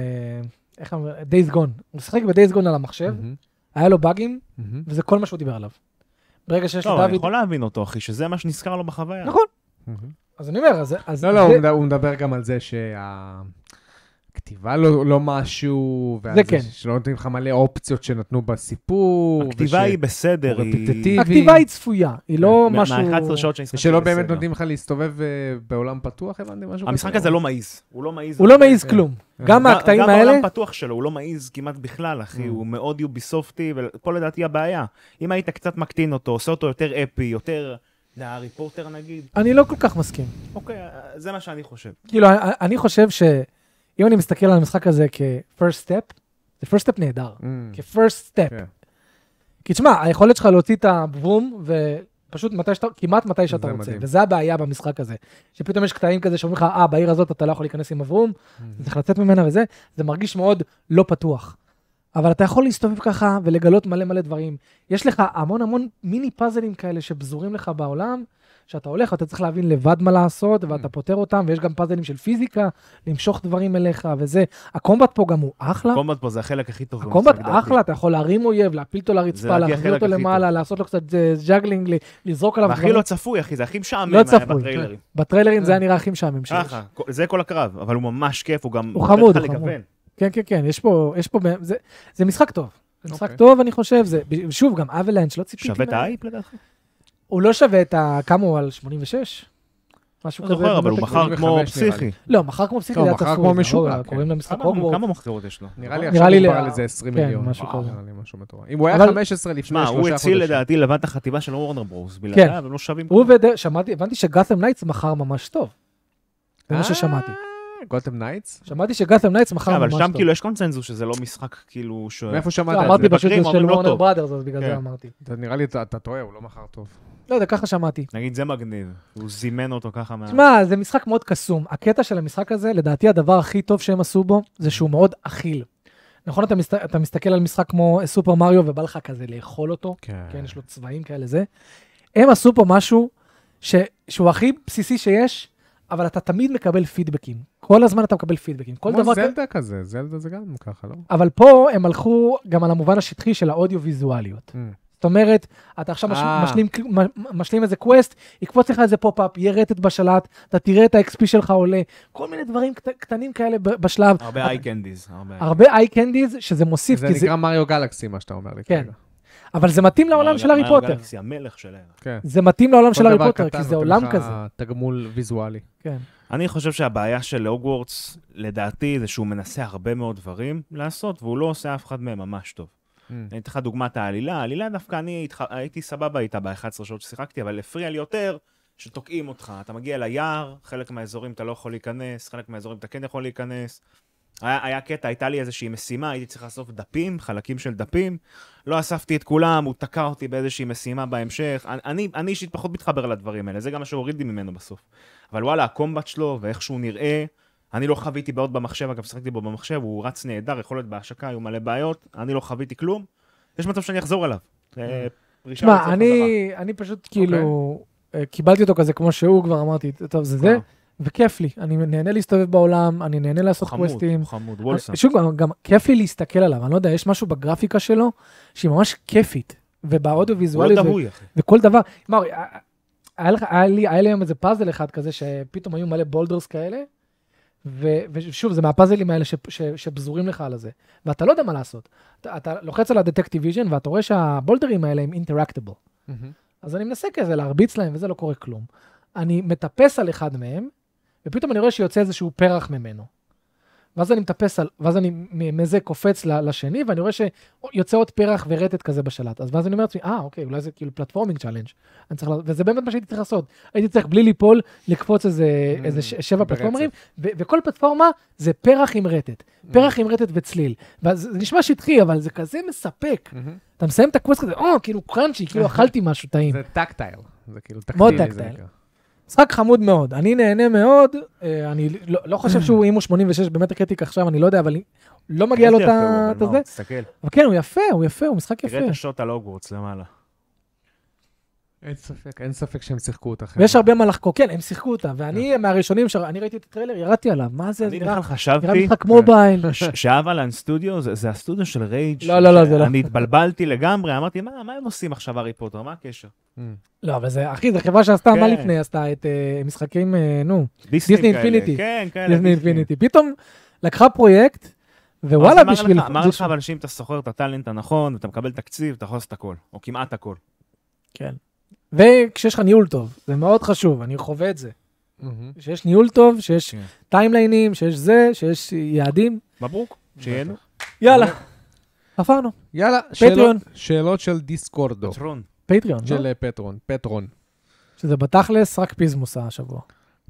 Speaker 1: איך אומר, Days Gone. הוא שיחק ב-Days Gone על המחשב,
Speaker 3: מהמם,
Speaker 1: היה לו באגים,
Speaker 3: מהמם.
Speaker 1: וזה כל מה שהוא דיבר עליו. ברגע שיש
Speaker 2: לא, אבל אני
Speaker 1: לדוד...
Speaker 2: יכול להבין אותו, אחי, שזה מה שנזכר לו בחוויה.
Speaker 1: נכון. אז אני אומר, אז... אז
Speaker 3: לא, לא, הוא
Speaker 1: זה-
Speaker 3: מדבר- הוא מדבר גם על זה שהכתיבה לא לא משהו, ועל
Speaker 1: זה
Speaker 3: זה
Speaker 1: כן.
Speaker 3: שלא נותנים לך מלא אופציות שנתנו בסיפור.
Speaker 2: הכתיבה
Speaker 3: וש-
Speaker 2: היא בסדר,
Speaker 3: הוא
Speaker 2: היא...
Speaker 3: רפטטיבי.
Speaker 1: הכתיבה היא צפויה, היא לא
Speaker 2: כן. מה-
Speaker 1: משהו...
Speaker 2: מה-11 שעות שאני משחק
Speaker 3: ושלא
Speaker 2: זה
Speaker 3: באמת
Speaker 2: בסדר.
Speaker 3: נותנים לך להסתובב אה, בעולם פתוח, הבנתי משהו
Speaker 2: המשחק
Speaker 3: כזה?
Speaker 2: הזה לא מעיז. הוא לא מעיז.
Speaker 1: הוא לא מעיז כלום. גם
Speaker 2: גם-
Speaker 1: מהקטעים
Speaker 2: גם
Speaker 1: האלה, Mm.
Speaker 2: העולם פתוח שלו, הוא לא מעיז כמעט בכלל, אחי, הוא מאוד יוביסופטי, ופה לדעתי הבעיה. אם היית קצת מקטין אותו, עושה אותו יותר אפי, יותר... להארי פורטר נגיד,
Speaker 1: אני לא כל כך מסכים.
Speaker 2: אוקיי, אה, זה מה שאני חושב.
Speaker 1: כאילו, אני- אני חושב שאם אני מסתכל על המשחק הזה כ-first step, זה first step נהדר.
Speaker 3: אה,
Speaker 1: כ-first step.
Speaker 3: כן.
Speaker 1: כי תשמע, היכולת שלך להוציא את הבום, ופשוט מתי שאתה, כמעט מתי שאתה
Speaker 3: זה
Speaker 1: רוצה.
Speaker 3: מדהים.
Speaker 1: וזה הבעיה במשחק הזה. שפתאום יש קטעים כזה שאומרים לך, אה, בעיר הזאת אתה לא יכול להיכנס עם הברום, אתה צריך לצאת ממנה וזה, זה מרגיש מאוד לא פתוח. אבל אתה יכול להסתובב ככה ולגלות מלא מלא דברים. יש לך המון המון מיני פאזלים כאלה שפזורים לך בעולם, שאתה הולך, אתה צריך להבין לבד מה לעשות, ואתה פותר אותם, ויש גם פאזלים של פיזיקה, למשוך דברים אליך וזה. הקומבט פה גם הוא אחלה.
Speaker 2: קומבט פה זה החלק הכי טוב.
Speaker 1: הקומבט
Speaker 2: במשחק, דעתי.
Speaker 1: אחלה, אתה יכול להרים אויב, להפיל אותו
Speaker 2: זה
Speaker 1: לרצפה,
Speaker 2: לדעתי
Speaker 1: להחזיר
Speaker 2: החלק
Speaker 1: אותו
Speaker 2: הכי
Speaker 1: למעלה, לעשות לו קצת אה, ז'אגלינג, ל- לזרוק עליו
Speaker 2: והכי לא צפוי, אחי, זה הכי משעמם
Speaker 1: לא
Speaker 2: היה
Speaker 1: צפוי.
Speaker 2: בטריילרים.
Speaker 1: בטריילרים
Speaker 2: אה.
Speaker 1: זה היה נראה הכי משעמם שיש.
Speaker 2: ככה, כל- זה כל הקרב, אבל הוא ממש כיף, הוא גם...
Speaker 1: הוא
Speaker 2: נותן
Speaker 1: חמוד,
Speaker 2: לך
Speaker 1: הוא חמוד.
Speaker 2: לגוון.
Speaker 1: כן, כן, כן, יש פה, יש פה, זה- זה משחק טוב. זה משחק
Speaker 3: אוקיי.
Speaker 1: טוב, אני חושב, זה, שוב, גם אבלנץ', לא ציפיתי.
Speaker 2: שווה את
Speaker 1: ממנו.
Speaker 2: האייפ לדעתך?
Speaker 1: הוא לא שווה את ה... כמה הוא על 86? משהו
Speaker 2: לא
Speaker 1: כזה.
Speaker 2: זוכר, אבל הוא
Speaker 1: לא
Speaker 2: בחר כמו
Speaker 3: 85 נראה לי.
Speaker 2: פסיכי.
Speaker 1: לא, מחר כמו פסיכי,
Speaker 3: לא,
Speaker 1: זה היה
Speaker 3: מחר
Speaker 1: צפוי.
Speaker 3: כמו
Speaker 1: זה
Speaker 3: משוגע,
Speaker 1: לא-
Speaker 3: כן.
Speaker 1: קוראים למשחק
Speaker 2: כמה-
Speaker 1: הוגוורט.
Speaker 2: כמה מחזירות יש לו?
Speaker 3: נראה לי
Speaker 1: נראה
Speaker 3: עכשיו
Speaker 1: לי
Speaker 3: הוא
Speaker 1: ל-
Speaker 3: על איזה 20
Speaker 1: כן,
Speaker 3: מיליון.
Speaker 1: משהו
Speaker 3: וואו,
Speaker 1: כזה.
Speaker 3: נראה לי משהו מטורף. אם הוא היה
Speaker 1: אבל-
Speaker 3: 15 לפני
Speaker 2: שמע,
Speaker 3: שלושה חודשים.
Speaker 2: הוא הציל לדעתי לבד את החטיבה של וורנר ברורס.
Speaker 1: כן.
Speaker 2: בלעדיו הם לא שווים.
Speaker 1: הוא וד... שמעתי, הבנתי שגאתם נייטס מכר ממש טוב. זה מה ששמעתי.
Speaker 3: גותם אה, נייטס?
Speaker 1: שמעתי שגאתם נייטס מכר
Speaker 2: אה. כן, אבל
Speaker 1: ממש טוב.
Speaker 2: שם כאילו יש קונצנזוס שזה לא משחק כאילו ש...
Speaker 3: מאיפה שמעת
Speaker 1: לא,
Speaker 3: את
Speaker 1: אמרתי
Speaker 3: זה?
Speaker 1: פשוט
Speaker 2: מבקרים
Speaker 1: זה
Speaker 2: אומרים
Speaker 1: של
Speaker 2: לא
Speaker 1: וורנר
Speaker 2: טוב.
Speaker 1: בראדרס, אז בגלל
Speaker 2: כן.
Speaker 1: זה אמרתי.
Speaker 3: אתה- נראה לי אתה אתה טועה, הוא לא מכר טוב.
Speaker 1: לא יודע, ככה שמעתי.
Speaker 2: נגיד זה מגניב. הוא זימן אותו ככה מה...
Speaker 1: תשמע, זה משחק מאוד קסום. הקטע של המשחק הזה, לדעתי הדבר הכי טוב שהם עשו בו, זה שהוא מאוד אכיל. נכון, אתה, מסת... אתה מסתכל על משחק כמו אה, סופר מריו ובא לך כזה לאכול אותו,
Speaker 2: אה.
Speaker 1: כן, יש לו צבעים כאלה זה. הם עשו פה משהו ש... שהוא הכי בסיסי שיש, אבל אתה תמיד מקבל פידבקים. כל הזמן אתה מקבל פידבקים. כל
Speaker 3: כמו
Speaker 1: דבר... כזה-
Speaker 3: זלדה כזה, זלדה זה גם ככה, לא?
Speaker 1: אבל פה הם הלכו גם על המובן השטחי של האודיו-ויזואליות. זאת אומרת, אתה עכשיו מש-
Speaker 3: Mm. אה.
Speaker 1: משלים, קל- מ- מ- משלים איזה קווסט, יקפוץ לך איזה פופ-אפ, יהיה רטט בשלט, אתה תראה את ה-XP שלך עולה, כל מיני דברים קט- קטנים כאלה ב- בשלב.
Speaker 2: הרבה איי קנדיז. הרבה eye-
Speaker 1: הרבה איי קנדיז שזה מוסיף,
Speaker 3: זה
Speaker 1: כי זה,
Speaker 3: נקרא מריו גלקסי, מה שאתה אומר לי
Speaker 1: כן.
Speaker 3: כרגע.
Speaker 1: אבל זה מתאים לעולם של
Speaker 2: מריו
Speaker 1: הארי פוטר.
Speaker 2: גלקסי, המלך שלהם.
Speaker 3: כן.
Speaker 1: זה מתאים לעולם של
Speaker 3: כל
Speaker 1: הארי
Speaker 3: דבר
Speaker 1: פוטר,
Speaker 3: קטן
Speaker 1: כי זה
Speaker 3: נותן
Speaker 1: עולם
Speaker 3: לך
Speaker 1: כזה.
Speaker 3: תגמול ויזואלי.
Speaker 1: כן.
Speaker 2: אני חושב שהבעיה של הוגוורטס, לדעתי, זה שהוא מנסה הרבה מאוד דברים לעשות, והוא לא עושה אף אחד מהם ממש טוב.
Speaker 3: Mm. כן.
Speaker 2: אני אתן לך דוגמת העלילה. העלילה דווקא אני התח... הייתי סבבה איתה ב-11 שעות ששיחקתי, אבל הפריע לי יותר שתוקעים אותך. אתה מגיע ליער, חלק מהאזורים אתה לא יכול להיכנס, חלק מהאזורים אתה כן יכול להיכנס. היה, היה קטע, הייתה לי איזושהי משימה, הייתי צריך לאסוף דפים, חלקים של דפים. לא אספתי את כולם, הוא תקע אותי באיזושהי משימה בהמשך. אני- אני אני אישית פחות מתחבר לדברים האלה, זה גם מה שהוריד לי ממנו בסוף. אבל וואלה, הקומבט שלו ואיך שהוא נראה, אני לא חוויתי בעיות במחשב, אגב, שחקתי בו במחשב, הוא רץ נהדר, יכול להיות בהשקה, היו מלא בעיות, אני לא חוויתי כלום. יש מצב שאני אחזור אליו. אה, פרישה לצאת
Speaker 1: תשמע,
Speaker 2: חזרה.
Speaker 1: אני, אני פשוט כאילו,
Speaker 3: אוקיי.
Speaker 1: אה, קיבלתי אותו כזה כמו שהוא, כבר אמרתי, טוב, זה זה,
Speaker 2: אה.
Speaker 1: וכיף לי. אני נהנה להסתובב בעולם, אני נהנה לעשות
Speaker 2: חמוד,
Speaker 1: קווסטים.
Speaker 2: חמוד, וולסם.
Speaker 1: אה, שוב, גם, גם כיף לי להסתכל עליו, אני לא יודע, יש משהו בגרפיקה שלו שהיא ממש כיפית,
Speaker 2: הוא
Speaker 1: ובאודיו-ויזואלית,
Speaker 2: לא
Speaker 1: ו-
Speaker 2: דהוי, אחי.
Speaker 1: וכל דבר. מה, אה, היה, לך- היה, לי, היה לי היום איזה פאזל אחד כזה, שפתאום היו מלא בולדרס כאלה, ו, ושוב, זה מהפאזלים האלה ש, ש, שפזורים לך על הזה, ואתה לא יודע מה לעשות. אתה, אתה לוחץ על ה-Detective Vision, ואתה רואה שהבולדרים האלה הם אינטראקטיבל.
Speaker 3: Mm-hmm.
Speaker 1: אז אני מנסה כזה להרביץ להם, וזה לא קורה כלום. אני מטפס על אחד מהם, ופתאום אני רואה שיוצא איזשהו פרח ממנו. ואז אני מטפס על, ואז אני מ- מזה קופץ ל- לשני, ואני רואה שיוצא עוד פרח ורטט כזה בשלט. אז ואז אני אומר לעצמי, אה, אוקיי, אולי זה כאילו פלטפורמינג צ'אלנג'. אני צריך, לה- וזה באמת מה שהייתי צריך לעשות. הייתי צריך בלי ליפול, לקפוץ איזה,
Speaker 3: Mm,
Speaker 1: איזה ש- שבע
Speaker 3: ברצף.
Speaker 1: פלטפורמרים, ו- וכל פלטפורמה זה פרח עם רטט.
Speaker 3: Mm.
Speaker 1: פרח עם רטט וצליל. ואז זה נשמע שטחי, אבל זה כזה מספק. אתה מסיים את הקווסט כזה, או, כאילו קראנצ'י, כאילו אכלתי משהו טעים.
Speaker 3: Mm-hmm. זה טקטייל. זה כאילו
Speaker 1: מאוד
Speaker 3: טקטילי. זה
Speaker 1: טקטייל.
Speaker 3: נקרא.
Speaker 1: משחק חמוד מאוד, אני נהנה מאוד, אה, אני לא, לא חושב שהוא, אם הוא 86 במטר קריטיק עכשיו, אני לא יודע, אבל לא מגיע לו את
Speaker 2: ראיתי
Speaker 1: ה-
Speaker 2: אחרי,
Speaker 1: את
Speaker 2: אבל מה,
Speaker 1: הזה.
Speaker 2: תסתכל,
Speaker 1: אבל כן, הוא יפה, הוא יפה, הוא משחק יפה.
Speaker 2: תראה את השוט על הוגוורטס למעלה.
Speaker 3: אין ספק, אין ספק שהם שיחקו אותה.
Speaker 1: ויש הרבה מה לחקור, כן, הם שיחקו אותה, ואני מהראשונים, ש- אני ראיתי את הטריילר, ירדתי עליו, מה זה,
Speaker 2: כן. אני כן.
Speaker 1: זה נראה
Speaker 2: בכלל חשבתי
Speaker 1: נראה משחק מובייל.
Speaker 2: שאבלן סטודיו זה זה הסטודיו של רייג'.
Speaker 1: לא, לא, לא, זה לא.
Speaker 2: אני התבלבלתי לגמרי, אמרתי, מה מה הם עושים עכשיו הארי פוטר? מה הקשר?
Speaker 3: Mm.
Speaker 1: לא, אבל זה, אחי, זו חברה שעשתה, מה
Speaker 2: כן.
Speaker 1: לפני עשתה את אה, משחקים, אה, נו, דיסני
Speaker 2: כאלה.
Speaker 1: אינפיניטי.
Speaker 2: כן, כאלה.
Speaker 1: לפני אינפיניטי. פתאום לקחה פרויקט, ווואלה,
Speaker 2: אז אמר
Speaker 1: בשביל...
Speaker 2: לך- אמר לך,
Speaker 1: בשביל-
Speaker 2: אבל שאם אתה סוחר את הטאלנט הנכון, ואתה מקבל תקציב, אתה יכול לעשות הכל, או כמעט הכל.
Speaker 1: כן. וכשיש לך ניהול טוב, זה מאוד חשוב, אני חווה את זה.
Speaker 3: Mm-hmm.
Speaker 1: שיש ניהול טוב, שיש
Speaker 2: כן.
Speaker 1: טיימליינים, שיש זה, שיש יעדים.
Speaker 2: מברוק, שיהנו.
Speaker 1: יאללה, עברנו.
Speaker 3: יאללה,
Speaker 1: פטריון.
Speaker 3: שאלות- שאלות של דיסקורדו.
Speaker 2: פטרון.
Speaker 1: פטריון, לא?
Speaker 3: של אה, פטרון, פטרון.
Speaker 1: שזה בתכלס רק פיזמוס השבוע,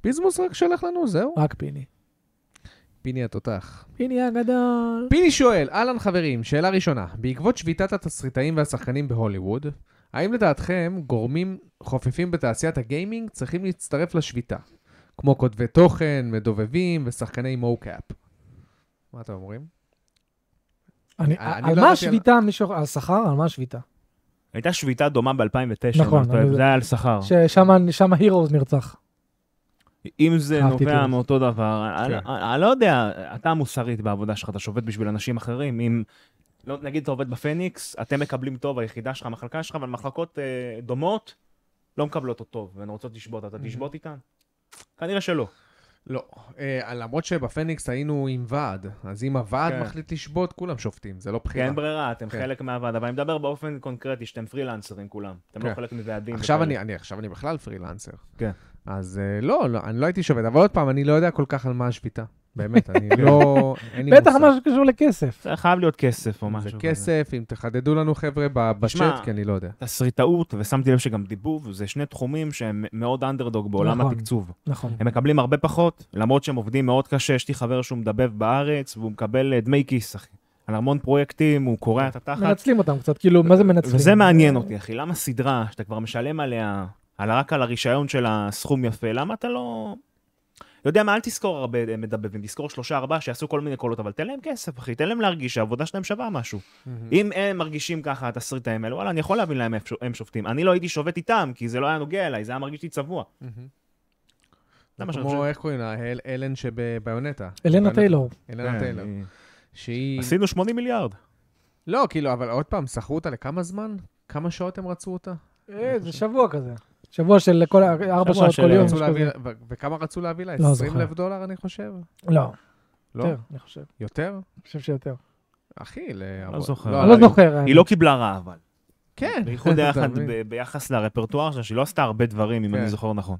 Speaker 3: פיזמוס רק שלח לנו, זהו.
Speaker 1: רק פיני. אה.
Speaker 3: פיני התותח.
Speaker 1: פיני הגדול.
Speaker 3: פיני שואל, אהלן חברים, שאלה ראשונה, בעקבות שביתת התסריטאים והשחקנים בהוליווד, האם לדעתכם גורמים חופפים בתעשיית הגיימינג צריכים להצטרף לשביתה? כמו כותבי תוכן, מדובבים ושחקני מוקאפ. מה אתם אומרים?
Speaker 1: אני-
Speaker 3: אני
Speaker 1: על
Speaker 3: לא
Speaker 1: מה
Speaker 3: ידעתי על-
Speaker 1: השביתה, מישהו, על שכר? על מה השביתה?
Speaker 2: הייתה שביתה דומה ב-2009,
Speaker 1: נכון, אני-
Speaker 2: זה היה על שכר.
Speaker 1: ששם הירוס נרצח.
Speaker 2: אם זה
Speaker 1: אהבתי את
Speaker 2: נובע
Speaker 1: זה.
Speaker 2: מאותו דבר, אני-
Speaker 3: כן.
Speaker 2: אני אני לא יודע, אתה מוסרית בעבודה שלך, אתה שעובד בשביל אנשים אחרים, אם... לא, נגיד אתה עובד בפניקס, אתם מקבלים טוב, היחידה שלך, המחלקה שלך, אבל מחלקות אה, דומות לא מקבלות אותו טוב, והן רוצות לשבות, אתה תשבות איתן? כנראה שלא.
Speaker 3: לא, אה, למרות שבפניקס היינו עם ועד, אז אם הוועד
Speaker 2: כן.
Speaker 3: מחליט לשבות, כולם שופטים, זה לא
Speaker 2: כי
Speaker 3: בחירה.
Speaker 2: אין ברירה, אתם
Speaker 3: כן.
Speaker 2: חלק מהוועד, אבל אני מדבר באופן קונקרטי, שאתם פרילנסרים כולם, אתם לא
Speaker 3: כן.
Speaker 2: חלק מוועדים.
Speaker 3: עכשיו
Speaker 2: וכאלה.
Speaker 3: אני, אני, עכשיו אני בכלל פרילנסר.
Speaker 2: כן.
Speaker 3: אז אה, לא, לא, אני לא הייתי שופט, אבל עוד פעם, אני לא יודע כל כך על מה השביתה. באמת, אני לא... אין לי
Speaker 1: בטח
Speaker 3: מושג.
Speaker 1: משהו שקשור לכסף.
Speaker 2: זה חייב להיות כסף או
Speaker 3: זה
Speaker 2: משהו. כזה.
Speaker 3: כסף, אם תחדדו לנו חבר'ה ב-
Speaker 2: תשמע,
Speaker 3: בצ'אט, כי אני לא יודע.
Speaker 2: תסריטאות, ושמתי לב שגם דיבוב, זה שני תחומים שהם מאוד אנדרדוג בעולם
Speaker 1: נכון.
Speaker 2: התקצוב.
Speaker 1: נכון.
Speaker 2: הם מקבלים הרבה פחות, למרות שהם עובדים מאוד קשה, יש לי חבר שהוא מדבב בארץ, והוא מקבל אה, דמי כיס, אחי. על המון פרויקטים, הוא קורע את התחת,
Speaker 1: מנצלים אותם קצת, כאילו, מה זה מנצלים?
Speaker 2: וזה מעניין אותי, אחי. למה סדרה שאתה כבר משלם עליה, על רק על הרישיון של הסכום יפה, למה אתה לא... יודע מה, אל תזכור הרבה אה, מדבבים, תזכור שלושה, ארבעה שיעשו כל מיני קולות, אבל תן להם כסף, אחי, תן להם להרגיש שהעבודה שלהם שווה משהו. אם הם מרגישים ככה התסריטאים האלה, וואלה, אני יכול להבין להם איפה הם שופטים. אני לא הייתי שובת איתם, כי זה לא היה נוגע אליי, זה היה מרגיש לי צבוע. זה מה שאני
Speaker 3: כמו,
Speaker 2: חושב.
Speaker 3: איך קוראים לה? אל- אלן שביונטה.
Speaker 1: אלנה טיילור.
Speaker 3: אלנה
Speaker 2: כן,
Speaker 3: טיילור.
Speaker 2: אני-
Speaker 3: שהיא...
Speaker 2: עשינו 80 מיליארד.
Speaker 3: לא, כאילו, אבל עוד פעם, שכרו אותה לכמה זמן? כמה שעות הם רצו אותה?
Speaker 1: אה, זה שבוע כזה. שבוע של כל ה- ארבע
Speaker 2: שבוע
Speaker 1: שעות
Speaker 2: של-
Speaker 1: כל יום.
Speaker 2: רצו
Speaker 1: משהו
Speaker 3: רצו להביא,
Speaker 1: כזה.
Speaker 3: ו- וכמה רצו להביא לה?
Speaker 1: לא
Speaker 3: 20
Speaker 1: זוכר.
Speaker 3: אלף דולר, אני חושב?
Speaker 1: לא,
Speaker 3: לא?
Speaker 1: יותר, אני חושב.
Speaker 3: יותר?
Speaker 1: אני חושב שיותר.
Speaker 3: אחי, ל...
Speaker 2: לא זוכר.
Speaker 1: אני לא
Speaker 3: אבל-
Speaker 1: זוכר.
Speaker 2: היא לא קיבלה רע, אבל.
Speaker 3: כן.
Speaker 2: בייחוד
Speaker 3: אתה
Speaker 2: יחד-
Speaker 3: מבין?
Speaker 2: ב- ביחס לרפרטואר שלה, שהיא לא עשתה הרבה דברים, אם
Speaker 3: כן.
Speaker 2: אני זוכר נכון.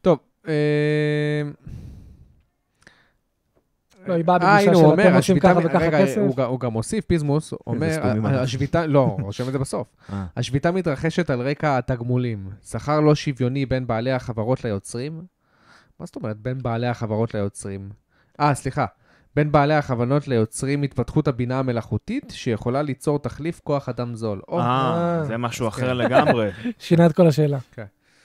Speaker 3: טוב,
Speaker 1: אה,
Speaker 3: אמ,
Speaker 1: לא, היא באה
Speaker 3: אה,
Speaker 1: בגישה
Speaker 3: הנה,
Speaker 1: של
Speaker 3: הוא
Speaker 1: אתם
Speaker 3: אומר,
Speaker 1: רוצים
Speaker 3: השביתה...
Speaker 1: ככה וככה
Speaker 3: רגע,
Speaker 1: כסף.
Speaker 3: הוא גם- הוא גם מוסיף, פיזמוס, אומר,
Speaker 2: סכומים ענק.
Speaker 3: השביתה... לא, הוא רושם את זה בסוף.
Speaker 2: אה.
Speaker 3: השביתה מתרחשת על רקע התגמולים. שכר לא שוויוני בין בעלי החברות ליוצרים? מה זאת אומרת בין בעלי החברות ליוצרים? אה, סליחה. בין בעלי הכוונות ליוצרים התפתחות הבינה המלאכותית, שיכולה ליצור תחליף כוח אדם זול. או,
Speaker 2: אה,
Speaker 1: אה.
Speaker 2: זה משהו
Speaker 3: אז
Speaker 2: אחר
Speaker 3: כן.
Speaker 2: לגמרי.
Speaker 1: שינה את כל השאלה.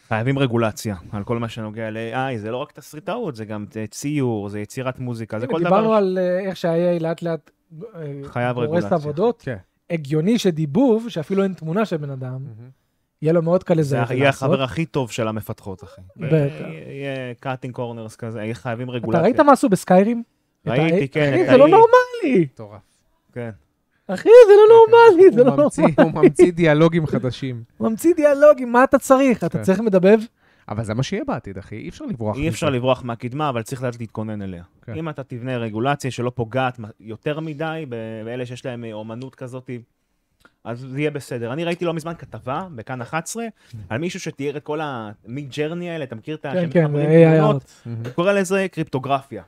Speaker 2: חייבים רגולציה על כל מה שנוגע ל-AI, זה לא רק תסריטאות, זה גם אה, ציור, זה יצירת מוזיקה, זה
Speaker 1: הנה,
Speaker 2: כל
Speaker 1: כן, דיברנו
Speaker 2: דבר.
Speaker 1: על אה, איך שה-AI לאט לאט אה,
Speaker 2: חייב
Speaker 1: הורס את
Speaker 2: רגולציה.
Speaker 1: העבודות.
Speaker 3: כן.
Speaker 1: הגיוני שדיבוב, שאפילו אין תמונה של בן אדם, יהיה לו מאוד קל
Speaker 2: זה
Speaker 1: לזהות.
Speaker 2: יהיה החבר הכי טוב של המפתחות, אחי.
Speaker 1: בטח.
Speaker 2: יהיה קאטינג קורנרס כזה, יהיה חייבים
Speaker 1: אתה
Speaker 2: רגולציה.
Speaker 1: ראית מה עשו בסקיירים? את
Speaker 2: ראיתי, כן,
Speaker 1: ה-
Speaker 2: כן,
Speaker 1: אחי,
Speaker 2: את
Speaker 1: זה לא
Speaker 2: ה-AI.
Speaker 1: נורמלי!
Speaker 3: מטורף.
Speaker 2: כן.
Speaker 1: אחי, זה לא נורמלי, זה
Speaker 3: הוא
Speaker 1: לא
Speaker 3: ממציא-
Speaker 2: נכון.
Speaker 1: נורמלי.
Speaker 3: הוא ממציא דיאלוגים חדשים.
Speaker 1: ממציא דיאלוגים, מה אתה צריך? אתה
Speaker 3: כן.
Speaker 1: צריך מדבב?
Speaker 3: אבל זה מה שיהיה בעתיד, אחי, אי אפשר לברוח.
Speaker 2: אי
Speaker 3: מזה.
Speaker 2: אפשר לברוח מהקדמה, אבל צריך לדעת להתכונן אליה.
Speaker 3: כן.
Speaker 2: אם אתה תבנה רגולציה שלא פוגעת מ- יותר מדי ב- באלה שיש להם אה, אומנות כזאת, אז זה יהיה בסדר. אני ראיתי לא מזמן כתבה בכאן 11 על מישהו שתיאר את כל המיד ג'רני האלה, אתה מכיר את ה...
Speaker 1: כן,
Speaker 2: שמחברים
Speaker 1: כן, זה AI
Speaker 2: תמונות?
Speaker 1: out.
Speaker 3: מהמם.
Speaker 2: הוא קורא לזה קריפטוגרפיה.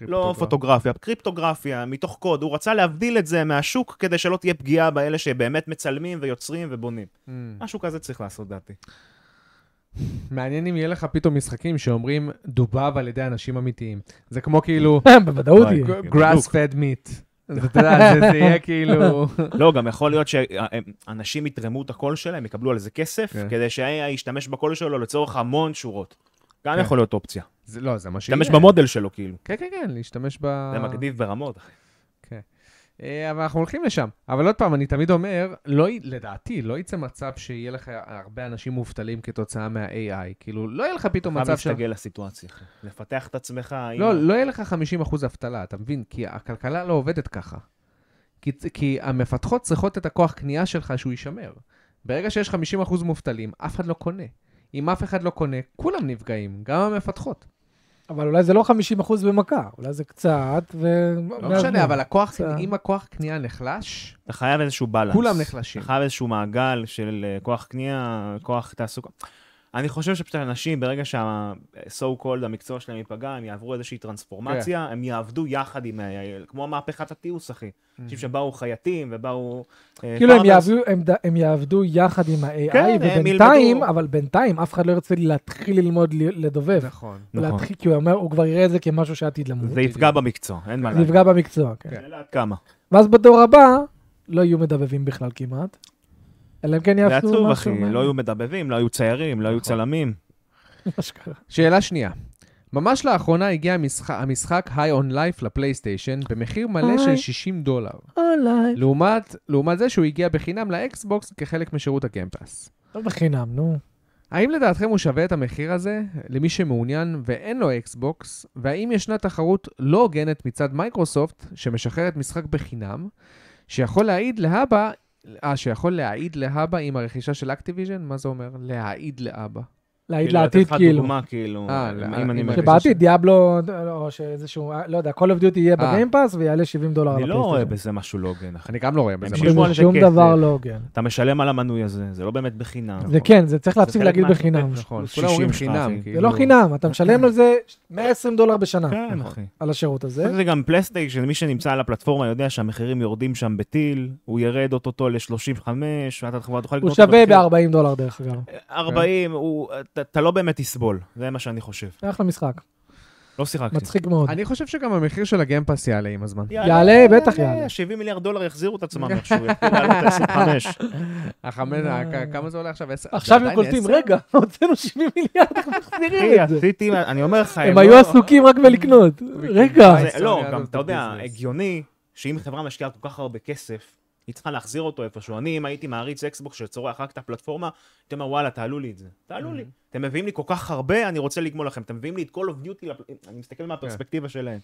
Speaker 2: לא פוטוגרפיה, קריפטוגרפיה, מתוך קוד. הוא רצה להבדיל את זה מהשוק כדי שלא תהיה פגיעה באלה שבאמת מצלמים ויוצרים ובונים.
Speaker 3: מהמם.
Speaker 2: משהו כזה צריך לעשות, דעתי.
Speaker 3: מעניין אם יהיה לך פתאום משחקים שאומרים דובב על ידי אנשים אמיתיים. זה כמו כאילו
Speaker 1: בוודאות
Speaker 2: וואי,
Speaker 1: יהיה.
Speaker 2: כן, בדיוק.
Speaker 3: grass fed meat. אז אתה יודע, זה- זה יהיה כאילו...
Speaker 2: לא, גם יכול להיות שאנשים יתרמו את הקול שלהם, יקבלו על זה כסף,
Speaker 3: כן.
Speaker 2: כדי שה-AI ישתמש בקול שלו לצורך המון שורות. גם
Speaker 3: כן.
Speaker 2: יכול להיות אופציה.
Speaker 3: זה לא, זה מה שיהיה.
Speaker 2: להשתמש במודל שלו, כאילו.
Speaker 3: כן, כן, כן, להשתמש ב...
Speaker 2: זה מגניב ברמות, אחי.
Speaker 3: אה, אבל אנחנו הולכים לשם. אבל עוד פעם, אני תמיד אומר, לא, י- לדעתי, לא יצא מצב שיהיה לך הרבה אנשים מובטלים כתוצאה מה-AI. כאילו, לא יהיה לך פתאום
Speaker 2: חייב
Speaker 3: מצב של...
Speaker 2: להסתגל לסיטואציה, אחי. לפתח את עצמך,
Speaker 3: לא,
Speaker 2: עם-
Speaker 3: לא יהיה לך 50% אבטלה, אתה מבין? כי הכלכלה לא עובדת ככה. כי, כי המפתחות צריכות את הכוח קנייה שלך שהוא יישמר. ברגע שיש 50% מובטלים, אף אחד לא קונה. אם אף אחד לא קונה, כולם נפגעים, גם המפתחות.
Speaker 1: אבל אולי זה לא 50% במכה, אולי זה קצת, ו...
Speaker 3: לא משנה, אבל הכוח,
Speaker 1: בסדר.
Speaker 3: אם הכוח קנייה נחלש,
Speaker 2: אתה חייב איזשהו בלנס.
Speaker 3: כולם נחלשים.
Speaker 2: אתה חייב איזשהו מעגל של אה, כוח קנייה, כוח תעסוקה. אני חושב שפשוט אנשים, ברגע שה-so called המקצוע שלהם ייפגע, הם יעברו איזושהי טרנספורמציה,
Speaker 3: כן.
Speaker 2: הם יעבדו יחד עם ה-AI, כמו מהפכת התיעוש, אחי.
Speaker 3: Mm.
Speaker 2: אנשים שבאו חייטים ובאו... אה,
Speaker 1: כאילו הם
Speaker 2: פארמרס.
Speaker 1: יעבדו, הם, ד- הם יעבדו יחד עם
Speaker 2: כן,
Speaker 1: ה-AI,
Speaker 2: הם
Speaker 1: ובינתיים,
Speaker 2: ילמדו.
Speaker 1: אבל בינתיים אף אחד לא ירצה להתחיל ללמוד ל- לדובב.
Speaker 3: נכון.
Speaker 2: נכון.
Speaker 1: להתחיל, כי הוא אומר, הוא כבר יראה את זה כמשהו שעתיד למות.
Speaker 2: זה יפגע במקצוע, אין מה
Speaker 1: זה
Speaker 2: להגיד.
Speaker 1: יפגע במקצוע, כן.
Speaker 3: כן.
Speaker 2: שאלה עד כמה.
Speaker 1: ואז בדור הבא, לא יהיו מדבבים בכלל כמעט, אלא אם כן
Speaker 2: זה
Speaker 1: יעשו משהו.
Speaker 2: עצוב, אחי,
Speaker 1: מה-
Speaker 2: לא היו מדבבים, לא היו ציירים, לא היו
Speaker 3: נכון.
Speaker 2: צלמים.
Speaker 1: מה שקרה.
Speaker 3: שאלה שנייה, ממש לאחרונה הגיע המשחק, המשחק High on Life לפלייסטיישן במחיר מלא של
Speaker 1: היי.
Speaker 3: 60 דולר.
Speaker 1: אולי.
Speaker 3: לעומת, לעומת זה שהוא הגיע בחינם לאקסבוקס כחלק משירות הגיימפאס.
Speaker 1: לא בחינם, נו.
Speaker 3: האם לדעתכם הוא שווה את המחיר הזה למי שמעוניין ואין לו אקסבוקס? והאם ישנה תחרות לא הוגנת מצד מייקרוסופט שמשחררת משחק בחינם, שיכול להעיד להבא, אה, שיכול להעיד להבא עם הרכישה של אקטיביז'ן? מה זה אומר? להעיד להבא.
Speaker 1: להעיד לעתיד, כאילו.
Speaker 2: דוגמה, כאילו,
Speaker 3: אה,
Speaker 2: אם
Speaker 3: לא,
Speaker 2: אני
Speaker 3: אם-
Speaker 2: מבין.
Speaker 3: שבא-
Speaker 1: שבעתיד דיאבלו, או שאיזשהו, לא יודע, Call of Duty יהיה
Speaker 3: אה.
Speaker 1: בגיימפאס ויעלה 70 דולר.
Speaker 2: אני לא רואה
Speaker 1: לפלייסטיישן.
Speaker 2: בזה משהו לא הוגן, אחי.
Speaker 3: אני גם לא רואה בזה
Speaker 2: הם
Speaker 3: משהו.
Speaker 2: שילמו על זה
Speaker 1: שום
Speaker 2: כסף.
Speaker 1: דבר לא הוגן.
Speaker 2: אתה משלם על המנוי הזה, זה לא באמת בחינם.
Speaker 1: זה כן, זה צריך להפסיק
Speaker 2: חלק
Speaker 1: להגיד
Speaker 2: מה-
Speaker 1: בחינם.
Speaker 3: נכון,
Speaker 2: פלוס
Speaker 3: כולם אומרים
Speaker 2: 60 שלך,
Speaker 3: חינם.
Speaker 2: אחי. זה
Speaker 1: זה
Speaker 3: כאילו.
Speaker 1: לא חינם, אתה משלם על זה 120 דולר בשנה,
Speaker 2: כן,
Speaker 3: נכון.
Speaker 2: אחי.
Speaker 1: על השירות הזה.
Speaker 2: זה גם פלסטיישן, מי שנמצא על הפלטפורמה יודע שהמחירים יורדים שם בטיל, הוא ירד אוטוטו ל-35, ואתה כבר תוכל
Speaker 1: הוא
Speaker 2: לקנות... אותו
Speaker 1: שווה
Speaker 2: במחיר-
Speaker 1: ב-40 דולר דרך אגב.
Speaker 2: 40, הוא- אתה- אתה לא באמת תסבול, זה מה שאני חושב.
Speaker 1: אחלה משחק,
Speaker 2: לא שיחקתי.
Speaker 1: מצחיק מאוד.
Speaker 3: אני חושב שגם המחיר של הגיימפאס יעלה עם הזמן.
Speaker 1: יעלה, בטח יעלה.
Speaker 2: 70 מיליארד דולר יחזירו את עצמם איכשהו, יחזירו לעלות ל-25.
Speaker 3: החמש, הכ- אה, כמה זה עולה עכשיו? עשר?
Speaker 1: אה, עכשיו
Speaker 3: זה
Speaker 1: הם
Speaker 3: עדיין
Speaker 1: קולטים,
Speaker 3: עשר?
Speaker 1: רגע, הוצאנו 70 מיליארד, אנחנו מחזירים
Speaker 2: אחי,
Speaker 1: את זה.
Speaker 2: עשיתי, אני אומר לך,
Speaker 1: הם
Speaker 2: לא-
Speaker 1: היו עסוקים רק בלקנות. רגע,
Speaker 2: זה- לא,
Speaker 3: היסטוריה
Speaker 2: גם
Speaker 3: הזאת
Speaker 2: אתה יודע,
Speaker 3: בביזנס.
Speaker 2: הגיוני שאם חברה משקיעה כל כך הרבה כסף, היא צריכה להחזיר אותו איפשהו. אני, אם הייתי מעריץ אקסבוקס שצורח רק את הפלטפורמה, הייתי אומר, וואלה, תעלו לי את זה. תעלו לי.
Speaker 1: Mm-hmm.
Speaker 2: אתם מביאים לי כל כך הרבה, אני רוצה לגמול לכם. אתם מביאים לי את כל of duty, לפ- אני מסתכל מהפרספקטיבה שלהם.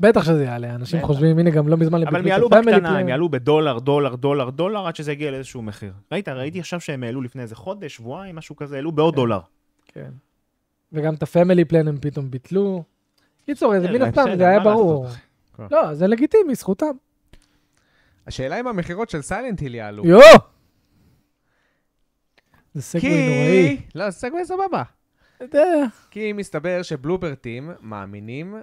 Speaker 1: בטח שזה יעלה, אנשים
Speaker 2: בטח.
Speaker 1: חושבים, הנה גם לא מזמן
Speaker 2: אבל הם
Speaker 1: לביקורת
Speaker 2: יעלו
Speaker 1: הפמילי
Speaker 2: בקטנה,
Speaker 1: פלן.
Speaker 2: הם יעלו בדולר, דולר, דולר, דולר, עד שזה יגיע לאיזשהו מחיר. ראית, ראיתי עכשיו שהם העלו לפני איזה חודש, שבועיים, משהו כזה, העלו בעוד דולר.
Speaker 1: כן. וגם את הפמילי פלן הם פתאום ביטלו. קיצור, זה
Speaker 2: כן,
Speaker 1: מן הסתם,
Speaker 2: בסדר,
Speaker 1: זה היה
Speaker 2: מה לעשות, כן.
Speaker 1: ברור.
Speaker 3: אחי.
Speaker 1: לא, זה לגיטימי, זכותם.
Speaker 3: השאלה אם המכירות של סיילנט היל
Speaker 2: לא.
Speaker 3: יעלו.
Speaker 1: יואו! זה סגווי נוראי.
Speaker 3: כי... לא, סגווי סבבה.
Speaker 1: אתה יודע.
Speaker 3: כי מסתבר שבלוברטים מאמינים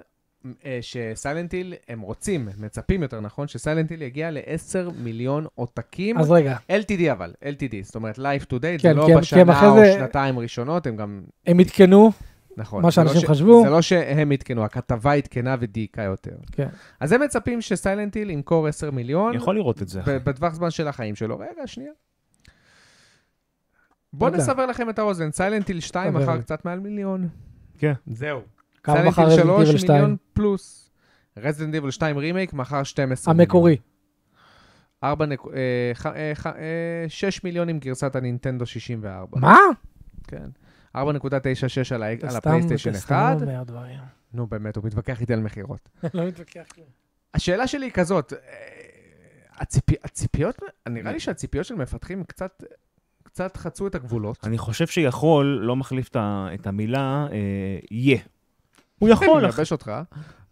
Speaker 3: אה, שסיילנטיל, הם רוצים, מצפים יותר נכון, שסיילנטיל יגיע ל-10 מיליון עותקים.
Speaker 1: אז רגע,
Speaker 3: LTD אבל, LTD, זאת אומרת Life to date, זה
Speaker 1: כן, כי הם-
Speaker 3: לא
Speaker 1: כי הם
Speaker 3: בשנה
Speaker 1: אחרי
Speaker 3: או
Speaker 1: זה-
Speaker 3: שנתיים ראשונות, הם גם,
Speaker 1: הם עדכנו,
Speaker 3: נכון.
Speaker 1: מה
Speaker 3: זה לא
Speaker 1: שאנשים
Speaker 3: ש-
Speaker 1: חשבו.
Speaker 3: זה לא שהם עדכנו, הכתבה עדכנה ודייקה יותר.
Speaker 1: כן.
Speaker 3: אז הם מצפים שסיילנטיל ימכור 10 מיליון.
Speaker 2: אני יכול לראות את זה. אחי.
Speaker 3: ב- בטווח זמן של החיים שלו. רגע, שנייה. בואו
Speaker 1: לא יודע.
Speaker 3: נסבר לכם את האוזן, סיילנטיל 2
Speaker 1: סבר
Speaker 3: אחר
Speaker 1: לי.
Speaker 3: קצת מעל מיליון.
Speaker 2: כן.
Speaker 3: זהו.
Speaker 1: כמה מחר
Speaker 3: Silent Hill
Speaker 1: רזינט איבל
Speaker 3: 3 מיליון
Speaker 1: 2?
Speaker 3: פלוס. רזדנט איבל 2 רימייק, מחר 12 מיליון. אה,
Speaker 1: המקורי.
Speaker 3: 4 נק... 6 אה, מיליון עם גרסת הנינטנדו 64.
Speaker 1: מה?
Speaker 3: כן. 4.96 על ה-
Speaker 1: אתה
Speaker 3: על
Speaker 1: סתם-
Speaker 3: הפלייסטיישן
Speaker 1: אתה סתם
Speaker 3: 1.
Speaker 1: אומר דברים.
Speaker 3: נו באמת, הוא מתווכח איתי על מכירות.
Speaker 1: לא מתווכח כלום.
Speaker 3: השאלה שלי היא כזאת, אה, הציפי, הציפיות, נראה לי שהציפיות של מפתחים קצת, קצת חצו את הגבולות.
Speaker 2: אני חושב שיכול, לא מחליף את ה- את המילה, אה, יהיה. הוא
Speaker 1: נכון,
Speaker 2: יכול,
Speaker 1: כן,
Speaker 3: אני
Speaker 2: אחי.
Speaker 3: מייבש אותך,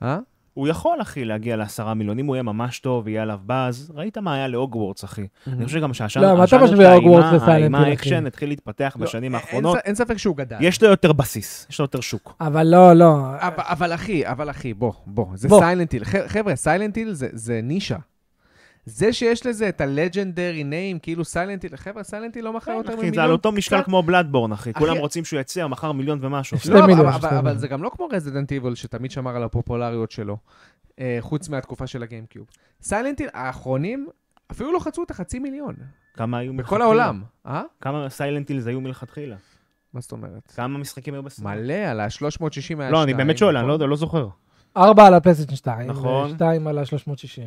Speaker 3: אה?
Speaker 2: הוא יכול, אחי, להגיע לעשרה מיליון. אם הוא יהיה ממש טוב, יהיה עליו באז. ראית מה היה להוגוורטס, אחי. אני חושב גם שהשאר...
Speaker 1: לא, מה אתה
Speaker 2: השאר
Speaker 1: משווה
Speaker 2: של
Speaker 1: הוגוורטס
Speaker 2: האימה-
Speaker 1: לסיילנט
Speaker 2: האימה
Speaker 1: היל, אחי?
Speaker 2: האקשן התחיל להתפתח
Speaker 3: לא,
Speaker 2: בשנים
Speaker 3: אין אה.
Speaker 2: האחרונות.
Speaker 3: ס- אין ספק שהוא גדל.
Speaker 2: יש לו יותר בסיס, יש לו יותר שוק.
Speaker 1: אבל לא, לא.
Speaker 3: אבל, אבל אחי, אבל אחי, בוא, בוא, זה
Speaker 1: בוא.
Speaker 3: סיילנטיל. חבר'ה, סיילנטיל זה, זה נישה. זה שיש לזה את הלג'נדרי ניים, כאילו סיילנטיל, חבר'ה, סיילנטיל לא מכר יותר
Speaker 2: כן, אחי,
Speaker 3: ממיליון.
Speaker 2: זה על אותו משקל
Speaker 3: קצת.
Speaker 2: כמו בלאדבורן, אחי.
Speaker 3: אחי- אה-
Speaker 2: כולם רוצים שהוא יצא, הוא מכר מיליון ומשהו.
Speaker 1: שתי
Speaker 3: לא, אבל,
Speaker 1: מיליון,
Speaker 3: אבל,
Speaker 1: שתי
Speaker 3: אבל, אבל
Speaker 1: מיליון.
Speaker 3: זה גם לא כמו רזידנט איבול, שתמיד שמר על הפופולריות שלו, אה, חוץ מהתקופה של הגיימקיוב. סיילנטיל האחרונים אפילו לא חצו את החצי מיליון,
Speaker 2: כמה היו
Speaker 3: בכל
Speaker 2: מלכתחילה?
Speaker 3: העולם. אה?
Speaker 2: כמה סיילנטילס היו מלכתחילה?
Speaker 3: מה זאת אומרת?
Speaker 2: כמה משחקים היו בסדר?
Speaker 3: מלא, על ה-360 היה
Speaker 2: לא, אני
Speaker 3: שניים,
Speaker 2: באמת שואל, אני
Speaker 3: נכון?
Speaker 2: לא יודע, לא זוכר.
Speaker 1: 4 על הפלייסטיישן 2.
Speaker 2: נכון.
Speaker 1: 2 על ה-360.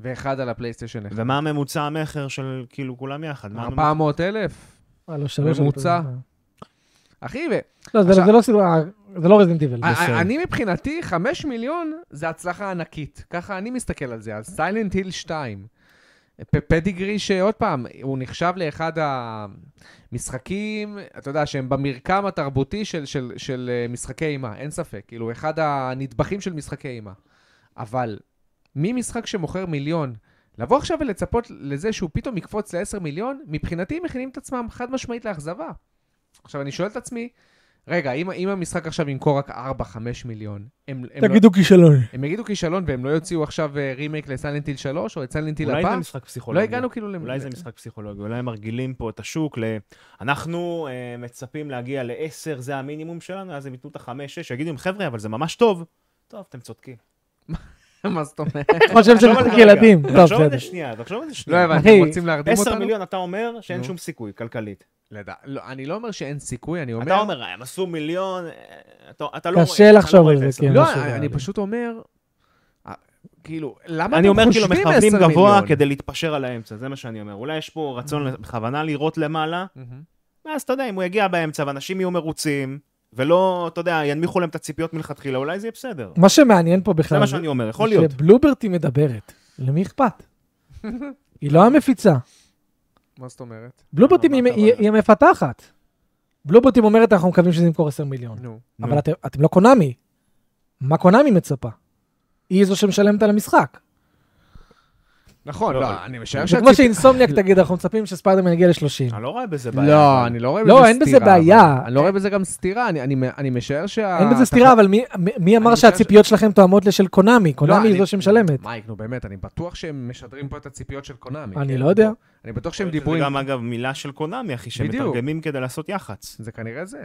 Speaker 3: ואחד על הפלייסטיישן 1.
Speaker 2: ומה הממוצע המכר של כאילו כולם יחד? מה הממוצע?
Speaker 3: 400 אלף.
Speaker 1: על ה-3.
Speaker 3: ממוצע. אחי, ו...
Speaker 1: לא, זה
Speaker 3: עכשיו- אה,
Speaker 1: זה לא סדרה, זה לא רזינט איבל.
Speaker 2: בסדר.
Speaker 3: אני מבחינתי, 5 מיליון זה הצלחה ענקית. ככה אני מסתכל על זה, על סיילנט היל 2. פ- פדיגרי שעוד פעם, הוא נחשב לאחד המשחקים, אתה יודע, שהם במרקם התרבותי של, של, של אה, משחקי אימה, אין ספק. כאילו, אחד הנדבכים של משחקי אימה. אבל ממשחק שמוכר מיליון, לבוא עכשיו ולצפות לזה שהוא פתאום יקפוץ ל-10 מיליון, מבחינתי הם מכינים את עצמם חד משמעית לאכזבה. עכשיו, אני שואל את עצמי, רגע, אם, אם המשחק עכשיו ימכור רק 4-5 מיליון, הם, הם, לא,
Speaker 1: תגידו כישלון.
Speaker 3: הם יגידו כישלון והם לא יוציאו עכשיו אה, רימייק לסלנטיל 3 או את סלנטיל
Speaker 2: אולי זה
Speaker 3: הבא?
Speaker 2: משחק
Speaker 3: לא
Speaker 2: פסיכולוגי.
Speaker 3: הגענו כאילו... למ-
Speaker 2: אולי זה משחק פסיכולוגי, אולי הם מרגילים פה את השוק ל... אנחנו אה, מצפים להגיע ל-10, זה המינימום שלנו, אז הם ייתנו את ה-5-6, יגידו להם, חבר'ה, אבל זה ממש טוב. טוב, אתם צודקים.
Speaker 3: מה זאת אומרת?
Speaker 1: חושב שזה
Speaker 2: תחשוב
Speaker 1: משחק
Speaker 2: על זה רגע.
Speaker 1: ילדים. טוב,
Speaker 2: תחשוב על
Speaker 1: בסדר.
Speaker 2: זה שנייה, תחשוב על זה
Speaker 3: לא
Speaker 2: שנייה.
Speaker 3: הבנתי,
Speaker 1: אחי,
Speaker 3: רוצים להרדים
Speaker 2: 10
Speaker 3: אותנו?
Speaker 2: מיליון אתה אומר שאין
Speaker 3: נו.
Speaker 2: שום סיכוי כלכלית.
Speaker 3: לדע- לא, אני לא אומר שאין סיכוי, אני אומר...
Speaker 2: אתה אומר, הם עשו מיליון, אה, אתה אתה לא רואה.
Speaker 1: קשה
Speaker 2: אתה לא
Speaker 1: לחשוב
Speaker 2: רואה
Speaker 1: על
Speaker 2: את
Speaker 1: זה,
Speaker 2: ה-
Speaker 1: כן.
Speaker 3: לא,
Speaker 1: משהו
Speaker 3: אני- אני
Speaker 1: ריאלי.
Speaker 3: פשוט אומר... אה, כאילו, למה
Speaker 2: אני
Speaker 3: אתם
Speaker 2: אומר כאילו
Speaker 3: חושבים 10 מיליון?
Speaker 2: מכוונים גבוה כדי להתפשר על האמצע, זה מה שאני אומר. אולי יש פה רצון בכוונה לירות למעלה,
Speaker 3: מהמם.
Speaker 2: ואז אתה יודע, אם הוא יגיע באמצע ואנשים יהיו מרוצים, ולא, אתה יודע, ינמיכו להם את הציפיות מלכתחילה, אולי זה יהיה בסדר.
Speaker 1: מה שמעניין פה
Speaker 2: זה
Speaker 3: כן,
Speaker 1: בכלל,
Speaker 2: מה שאני אומר, יכול להיות.
Speaker 1: שבלוברטי מדברת, למי אכפת? היא לא המפיצה.
Speaker 3: מה זאת אומרת?
Speaker 1: בלוברטים
Speaker 2: מה
Speaker 1: היא-
Speaker 2: הכוונה?
Speaker 1: היא היא המפתחת. בלוברטים אומרת, אנחנו מקווים שזה ימכור 10 מיליון.
Speaker 3: נו.
Speaker 2: נו.
Speaker 1: אבל אתם- אתם לא קונאמי. מה קונאמי מצפה? היא זו שמשלמת על המשחק.
Speaker 3: נכון,
Speaker 2: לא,
Speaker 3: לא,
Speaker 2: אבל-
Speaker 3: אני משער
Speaker 1: זה כמו שאינסומניאק תגיד, אנחנו מצפים שספיידרמן יגיע ל-30.
Speaker 3: אה,
Speaker 2: אני לא רואה בזה בעיה.
Speaker 3: לא, אני לא רואה בזה
Speaker 1: לא,
Speaker 3: סתירה.
Speaker 1: אין בזה בעיה.
Speaker 3: אבל- אני לא רואה בזה גם סתירה, אני- אני אני משער שה...
Speaker 1: אין בזה סתירה, אבל מי- מי- מי אמר
Speaker 3: חושב ש-
Speaker 1: שהציפיות שלכם תואמות לשל קונאמי? קונאמי
Speaker 3: לא,
Speaker 1: היא
Speaker 3: אני-
Speaker 1: זו שמשלמת.
Speaker 3: מייק, נו באמת, אני בטוח שהם משדרים פה את הציפיות של קונאמי.
Speaker 1: אני
Speaker 3: כן,
Speaker 1: לא יודע.
Speaker 3: אני בטוח שהם
Speaker 2: שהם
Speaker 3: דיברו עם...
Speaker 2: גם, אגב, מילה של קונאמי, אחי,
Speaker 3: בדיוק.
Speaker 2: שמתרגמים כדי לעשות יח"צ.
Speaker 3: זה כנראה זה.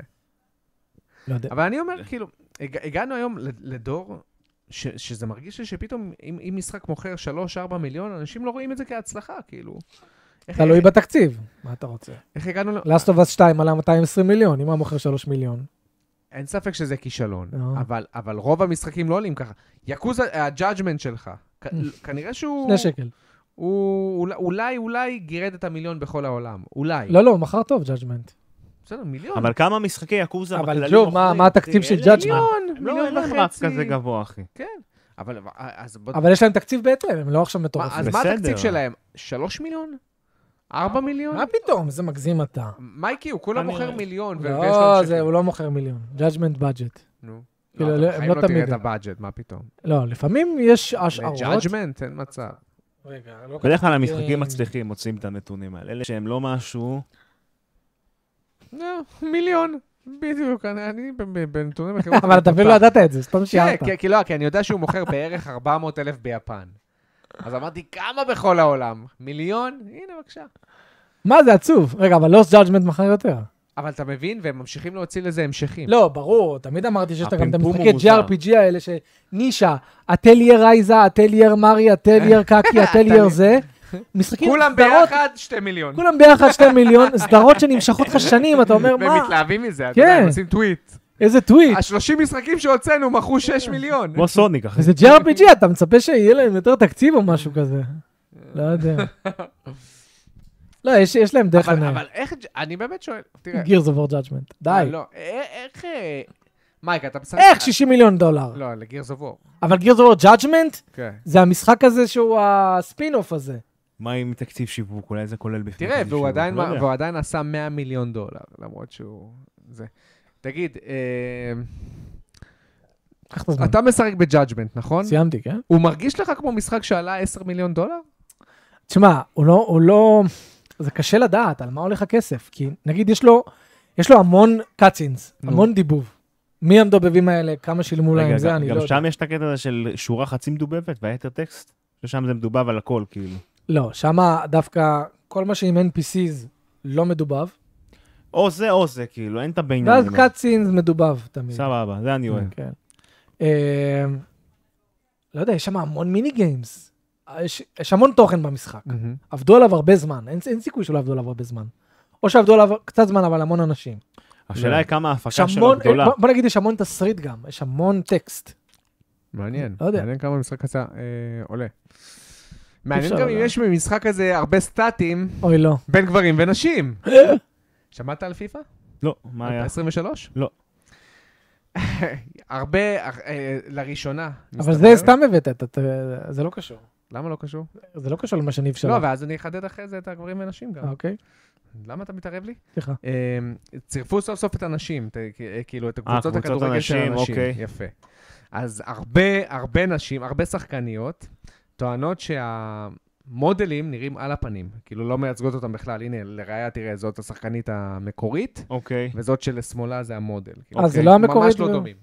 Speaker 1: לא יודע.
Speaker 3: אבל אני אומר, כאילו, הג- הגענו היום לד- לדור ש- שזה מרגיש לי שפתאום, אם אם משחק מוכר 3-4 מיליון, אנשים לא רואים את זה כהצלחה, כאילו. איך-
Speaker 1: תלוי
Speaker 3: איך-
Speaker 1: בתקציב, מה אתה רוצה?
Speaker 3: איך הגענו ל...
Speaker 1: Last of Us 2 עלה 220 מיליון, אם היה מוכר 3 מיליון.
Speaker 3: אין ספק שזה כישלון,
Speaker 1: לא.
Speaker 3: אבל- אבל רוב המשחקים לא עולים ככה. יקוזה, הג'אג'מנט שלך, כ-
Speaker 1: אה.
Speaker 3: כנראה שהוא...
Speaker 1: 2 שקל.
Speaker 3: הוא אולי- אולי, אולי גירד את המיליון בכל העולם. אולי.
Speaker 1: לא, לא, מכר טוב, ג'אג'מנט.
Speaker 3: בסדר, מיליון.
Speaker 2: אבל כמה משחקי יקוזה
Speaker 1: אבל
Speaker 2: בכללי
Speaker 1: ג'ו, מה-
Speaker 2: מוכרים,
Speaker 1: מה
Speaker 2: אחי?
Speaker 1: התקציב של
Speaker 2: אלה-
Speaker 1: Judgment?
Speaker 3: מיליון,
Speaker 2: הם לא אין
Speaker 3: מיליון
Speaker 2: להם רף
Speaker 3: וחצי.
Speaker 2: כזה גבוה, אחי.
Speaker 3: כן, אבל אז בוא...
Speaker 1: אבל יש להם תקציב בהתאם, הם לא עכשיו
Speaker 3: מה-
Speaker 1: מטורפים.
Speaker 3: אז מה
Speaker 2: בסדר.
Speaker 3: התקציב שלהם? שלוש מיליון? ארבע מיליון?
Speaker 1: אה, מה פתאום, זה מגזים אתה.
Speaker 3: מייקי, הוא כולה
Speaker 2: אני-
Speaker 3: מוכר מיליון. ו- ויש לו
Speaker 1: לא,
Speaker 3: המשכים.
Speaker 1: זה- הוא לא מוכר מיליון. judgment budget.
Speaker 3: נו.
Speaker 1: כאילו,
Speaker 3: לא,
Speaker 1: לא- הם
Speaker 3: אתה בחיים
Speaker 1: לא
Speaker 3: לא תראה
Speaker 1: תמיד.
Speaker 3: את הבאג'ט, מה פתאום?
Speaker 1: לא, לפעמים יש השערות.
Speaker 3: ג'אג'מנט, אין מצב.
Speaker 1: רגע, לא
Speaker 2: בדרך כלל
Speaker 1: אה,
Speaker 2: המשחקים מצליחים מוצאים את הנתונים האלה. אלה שהם לא משהו...
Speaker 3: לא, מיליון. בדיוק, אני- אני ב- ב- בנתונים אחרים.
Speaker 1: אבל אתה אפילו לא ידעת את זה, סתם שיערת.
Speaker 3: כן, כי- כי לא, כי אני יודע שהוא מוכר בערך 400 אלף ביפן. אז אמרתי, כמה בכל העולם? מיליון? הנה, בבקשה.
Speaker 1: מה זה עצוב? רגע, אבל לוס ג'אג'מנט מכר יותר.
Speaker 3: אבל אתה מבין, והם ממשיכים להוציא לזה המשכים.
Speaker 1: לא, ברור, תמיד אמרתי שיש גם את
Speaker 2: הפמפום
Speaker 1: המשחקי
Speaker 2: הוא מוזר.
Speaker 1: JRPG האלה, שנישה, הטלייר רייזה, הטלייר מרי, הטלייר קקי, הטלייר זה. משחקים,
Speaker 3: כולם
Speaker 1: סדרות,
Speaker 3: ביחד, שתי מיליון.
Speaker 1: כולם ביחד שתי מיליון, סדרות שנמשכות לך שנים, אתה אומר,
Speaker 3: והם
Speaker 1: מה,
Speaker 3: מתלהבים מזה, אתה יודע,
Speaker 1: כן.
Speaker 3: הם עושים טוויט.
Speaker 1: איזה טוויט.
Speaker 3: השלושים משחקים שהוצאנו מכרו שש מיליון.
Speaker 2: כמו סוניק, אחי.
Speaker 1: וזה JRPG, אתה מצפה שיהיה להם יותר תקציב או משהו כזה. לא יודע. לא, יש- יש להם דרך
Speaker 3: אבל-
Speaker 1: לנהל.
Speaker 3: אבל איך, ג'- אני באמת שואל, תראה.
Speaker 1: Gears of War Judgment. די.
Speaker 3: לא, א- איך... אה, מייק, אתה בסדר?
Speaker 1: איך 60 מיליון דולר?
Speaker 3: לא, לגירס אוף וור.
Speaker 1: אבל Gears of War Judgment
Speaker 3: כן.
Speaker 1: זה המשחק הזה שהוא הספין-אוף הזה.
Speaker 2: מה עם תקציב שיווק? אולי זה כולל בפנים.
Speaker 3: תראה,
Speaker 2: תקציב
Speaker 3: והוא
Speaker 2: שיווק,
Speaker 3: עדיין
Speaker 2: לא
Speaker 3: מה-
Speaker 2: יודע.
Speaker 3: והוא עדיין עשה 100 מיליון דולר, למרות שהוא... זה. תגיד, אה,
Speaker 1: קח את הזמן.
Speaker 3: אתה משחק בג'אג'מנט, נכון?
Speaker 1: סיימתי, כן?
Speaker 3: הוא מרגיש לך כמו משחק שעלה 10 מיליון דולר?
Speaker 1: תשמע, הוא לא, הוא לא... זה קשה לדעת על מה הולך הכסף, כי נגיד יש לו, יש לו המון קאצינס,
Speaker 3: נו.
Speaker 1: המון דיבוב. מי המדובבים האלה, כמה שילמו
Speaker 2: רגע,
Speaker 1: להם, זה
Speaker 2: גם-
Speaker 1: אני לא
Speaker 2: גם
Speaker 1: יודע.
Speaker 2: שם יש את הקטע הזה של שורה חצי מדובבת והיתר טקסט, ששם זה מדובב על הכל, כאילו.
Speaker 1: לא, שמה דווקא כל מה שעם NPCs לא מדובב,
Speaker 2: או זה או זה, כאילו, אין את הביניים.
Speaker 1: ואז קאצינס מדובב תמיד.
Speaker 2: סבבה, זה אני אוהב.
Speaker 1: כן. אה, לא יודע, יש שם המון מיני גיימס. יש יש המון תוכן במשחק. עבדו עליו הרבה זמן, אין, אין סיכוי שלא עבדו עליו הרבה זמן. או שעבדו עליו קצת זמן, אבל המון אנשים.
Speaker 2: השאלה היא כמה
Speaker 1: יש
Speaker 2: ההפקה שלו
Speaker 1: המון,
Speaker 2: גדולה.
Speaker 1: בוא, בוא נגיד, יש המון תסריט גם, יש המון טקסט.
Speaker 3: מעניין.
Speaker 1: לא יודע.
Speaker 3: מעניין כמה המשחק הזה אה, עולה. מעניין
Speaker 1: אפשר
Speaker 3: גם אם
Speaker 1: לדעת.
Speaker 3: יש במשחק הזה הרבה סטטים
Speaker 1: אוי, לא.
Speaker 3: בין גברים ונשים. שמעת על פיפא?
Speaker 2: לא, מה
Speaker 1: אוקיי.
Speaker 2: היה?
Speaker 3: 23?
Speaker 2: לא.
Speaker 3: הרבה, אה, אה, לראשונה.
Speaker 1: אבל
Speaker 3: מסתבר.
Speaker 1: זה סתם הבאת, אתה- אתה- זה לא קשור.
Speaker 3: למה לא קשור?
Speaker 1: זה לא קשור למה שניב שלח.
Speaker 3: לא, ואז אני אחדד אחרי זה את הגברים ונשים גם.
Speaker 1: אה, אוקיי,
Speaker 3: למה אתה מתערב לי?
Speaker 1: סליחה.
Speaker 3: אה, צירפו סוף סוף את הנשים, ת- כ- אה, כאילו את הקבוצות
Speaker 2: קבוצות
Speaker 3: הכדורגל של
Speaker 2: הנשים,
Speaker 3: הנשים.
Speaker 2: אוקיי.
Speaker 3: יפה. אז הרבה, הרבה נשים, הרבה שחקניות, טוענות שהמודלים נראים על הפנים. כאילו לא מייצגות אותם בכלל. הנה, לראיה, תראה, זאת השחקנית המקורית,
Speaker 2: אוקיי.
Speaker 3: וזאת שלשמאלה זה המודל. כאילו,
Speaker 1: אה, זה
Speaker 2: אוקיי.
Speaker 1: לא המקורית?
Speaker 3: ממש לא
Speaker 1: זה-
Speaker 3: דומים.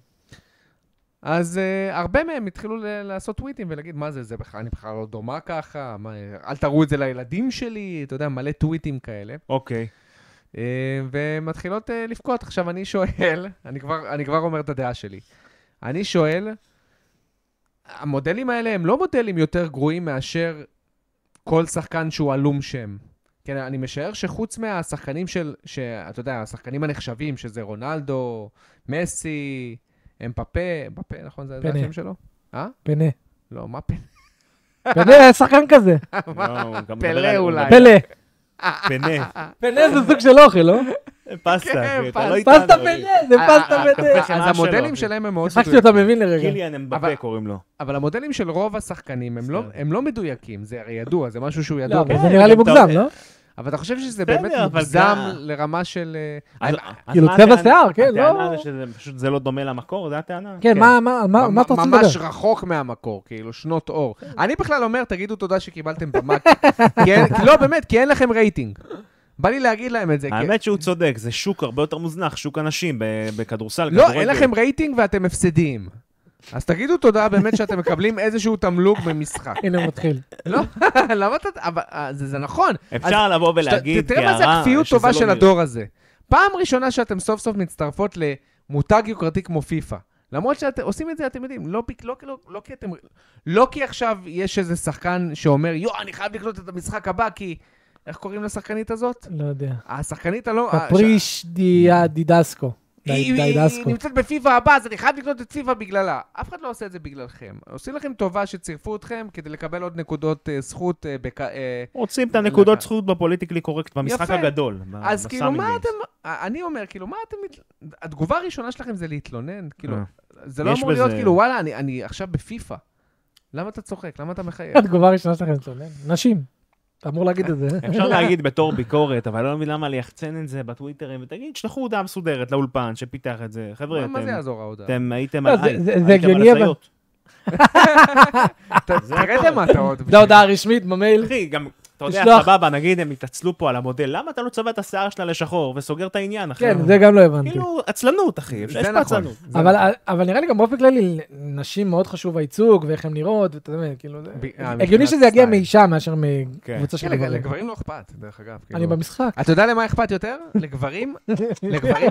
Speaker 3: אז uh, הרבה מהם התחילו ל- לעשות טוויטים ולהגיד, מה זה, זה בכלל, אני בכלל לא דומה ככה, מה, אל תראו את זה לילדים שלי, אתה יודע, מלא טוויטים כאלה.
Speaker 2: אוקיי.
Speaker 3: Uh, ומתחילות uh, לבכות. עכשיו, אני שואל, אני כבר, אני כבר אומר את הדעה שלי, אני שואל, המודלים האלה הם לא מודלים יותר גרועים מאשר כל שחקן שהוא עלום שם. כן, אני משער שחוץ מהשחקנים של, שאתה יודע, השחקנים הנחשבים, שזה רונלדו, מסי, אמפפה, אמפפה, נכון? זה זה
Speaker 1: פנה.
Speaker 3: השם שלו? אה?
Speaker 1: פנה.
Speaker 3: לא, מה פנה?
Speaker 1: פנה היה שחקן כזה.
Speaker 2: לא, הוא גם
Speaker 3: פלא
Speaker 2: מדבר על-
Speaker 3: אולי.
Speaker 1: פלא.
Speaker 2: פנה,
Speaker 1: פנה זה סוג של אוכל, לא?
Speaker 2: אה, פסטה,
Speaker 3: כן,
Speaker 2: אחי, אתה לא איתנו.
Speaker 1: פסטה
Speaker 2: אחי.
Speaker 1: פנה,
Speaker 3: אה,
Speaker 1: זה פסטה פנה.
Speaker 2: שלו,
Speaker 3: אז המודלים
Speaker 2: אחי.
Speaker 3: שלהם הם מאוד
Speaker 1: שיחקתי אותה מבין לרגע.
Speaker 2: קיליאן אמבפה
Speaker 3: אבל-
Speaker 2: קוראים לו.
Speaker 1: אה,
Speaker 3: אבל המודלים של רוב השחקנים הם לא- הם לא מדויקים, זה הרי ידוע, זה משהו שהוא
Speaker 1: לא,
Speaker 3: ידוע.
Speaker 1: אבל
Speaker 2: כן,
Speaker 1: זה נראה לי
Speaker 2: גם אתה-
Speaker 1: מוגזם, לא?
Speaker 3: אבל אתה חושב שזה
Speaker 2: בסדר,
Speaker 3: באמת
Speaker 2: אבל
Speaker 3: מוגזם
Speaker 2: גם-
Speaker 3: לרמה של... אה,
Speaker 2: אז-
Speaker 3: אני-
Speaker 2: אז
Speaker 1: כאילו,
Speaker 2: מה
Speaker 1: צבע
Speaker 2: הטענה?
Speaker 1: שיער, כן, לא-
Speaker 2: הטענה זה שזה פשוט זה לא דומה למקור, זה הטענה.
Speaker 1: כן,
Speaker 3: כן.
Speaker 1: מה- מה- מה מה אתה רוצה לדבר?
Speaker 3: ממש רחוק מהמקור, כאילו, שנות אור.
Speaker 2: כן.
Speaker 3: אני בכלל אומר, תגידו תודה שקיבלתם במה. כי אין- לא, באמת, כי אין לכם רייטינג. בא לי להגיד להם את זה. כי-
Speaker 2: האמת שהוא צודק, זה שוק הרבה יותר מוזנח, שוק הנשים ב- בכדורסל.
Speaker 3: לא,
Speaker 2: כדורגל.
Speaker 3: אין לכם רייטינג ואתם הפסדיים. אז תגידו תודה באמת שאתם מקבלים איזשהו תמלוג במשחק.
Speaker 1: הנה הוא מתחיל.
Speaker 3: לא, למה אתה... אבל אה, זה זה נכון.
Speaker 2: אפשר לבוא
Speaker 3: שאתה-
Speaker 2: ולהגיד,
Speaker 3: תראה מה זה
Speaker 2: כהערה,
Speaker 3: הכפיות
Speaker 2: שזה
Speaker 3: טובה
Speaker 2: לא
Speaker 3: של
Speaker 2: נראה.
Speaker 3: הדור הזה. פעם ראשונה שאתם סוף סוף מצטרפות למותג יוקרתי כמו פיפא. למרות שאתם עושים את זה, אתם יודעים, לא, ב- לא, לא, לא כי אתם... לא כי עכשיו יש איזה שחקן שאומר, יואו, אני חייב לקנות את המשחק הבא, כי... איך קוראים לשחקנית הזאת?
Speaker 1: לא יודע.
Speaker 3: השחקנית הלא... אה, ש- אה,
Speaker 1: קפריש דיה- דידסקו. די-
Speaker 3: היא, היא, היא
Speaker 1: דיידסקו.
Speaker 3: נמצאת בפיפא הבא, אז אני חייב לקנות את פיפא בגללה. אף אחד לא עושה את זה בגללכם. עושים לכם טובה שצירפו אתכם כדי לקבל עוד נקודות אה, זכות. אה, בכ... אה,
Speaker 2: רוצים את הנקודות
Speaker 3: לא.
Speaker 2: זכות בפוליטיקלי קורקט, במשחק
Speaker 3: יפה.
Speaker 2: הגדול. ב-
Speaker 3: אז כאילו,
Speaker 2: בסאמי
Speaker 3: מה
Speaker 2: גיימס.
Speaker 3: אתם... אני אומר, כאילו, מה אתם... מת- התגובה הראשונה שלכם זה להתלונן. כאילו,
Speaker 2: אה.
Speaker 3: זה לא
Speaker 2: יש
Speaker 3: אמור להיות
Speaker 2: בזה-
Speaker 3: כאילו, וואלה, אני- אני עכשיו בפיפא. למה אתה צוחק? למה אתה מחייך?
Speaker 1: התגובה הראשונה שלכם זה צונן. נשים. אתה אמור להגיד את זה.
Speaker 2: אפשר להגיד בתור ביקורת, אבל אני לא מבין למה ליחצן את זה בטוויטרים, ותגיד, שלחו הודעה מסודרת לאולפן שפיתח את זה. חבר'ה,
Speaker 3: מה- מה זה
Speaker 2: אתם-
Speaker 3: יעזור ההודעה?
Speaker 2: אתם הייתם
Speaker 1: לא,
Speaker 2: על
Speaker 1: זה-
Speaker 2: היי,
Speaker 1: זה- זה
Speaker 2: הייתם על
Speaker 1: הגיוני, אבל-
Speaker 2: הזיות.
Speaker 3: ת-
Speaker 2: זה
Speaker 3: תראה
Speaker 2: הכל.
Speaker 3: למטרות.
Speaker 1: זו ההודעה הרשמית במייל.
Speaker 2: אחי, גם, אתה יודע,
Speaker 1: לשלוח-
Speaker 2: סבבה, נגיד הם התעצלו פה על המודל, למה אתה לא צובע את השיער שלה לשחור וסוגר את העניין, אחי?
Speaker 1: כן, זה גם לא הבנתי.
Speaker 2: כאילו, עצלנות, אחי, אפשר- יש
Speaker 3: נכון.
Speaker 2: פה עצלנות.
Speaker 1: אבל, אבל נראה לי גם באופן כללי, נשים מאוד חשוב הייצוג ואיך הן נראות, ואתה יודע, כאילו זה... הגיוני שזה יגיע מאישה מאשר מקבוצה של
Speaker 3: אה, כן,
Speaker 1: גברים.
Speaker 3: לגברים לא אכפת, דרך אגב.
Speaker 1: אני
Speaker 3: כאילו.
Speaker 1: במשחק.
Speaker 3: אתה יודע למה אכפת יותר? לגברים? לגברים...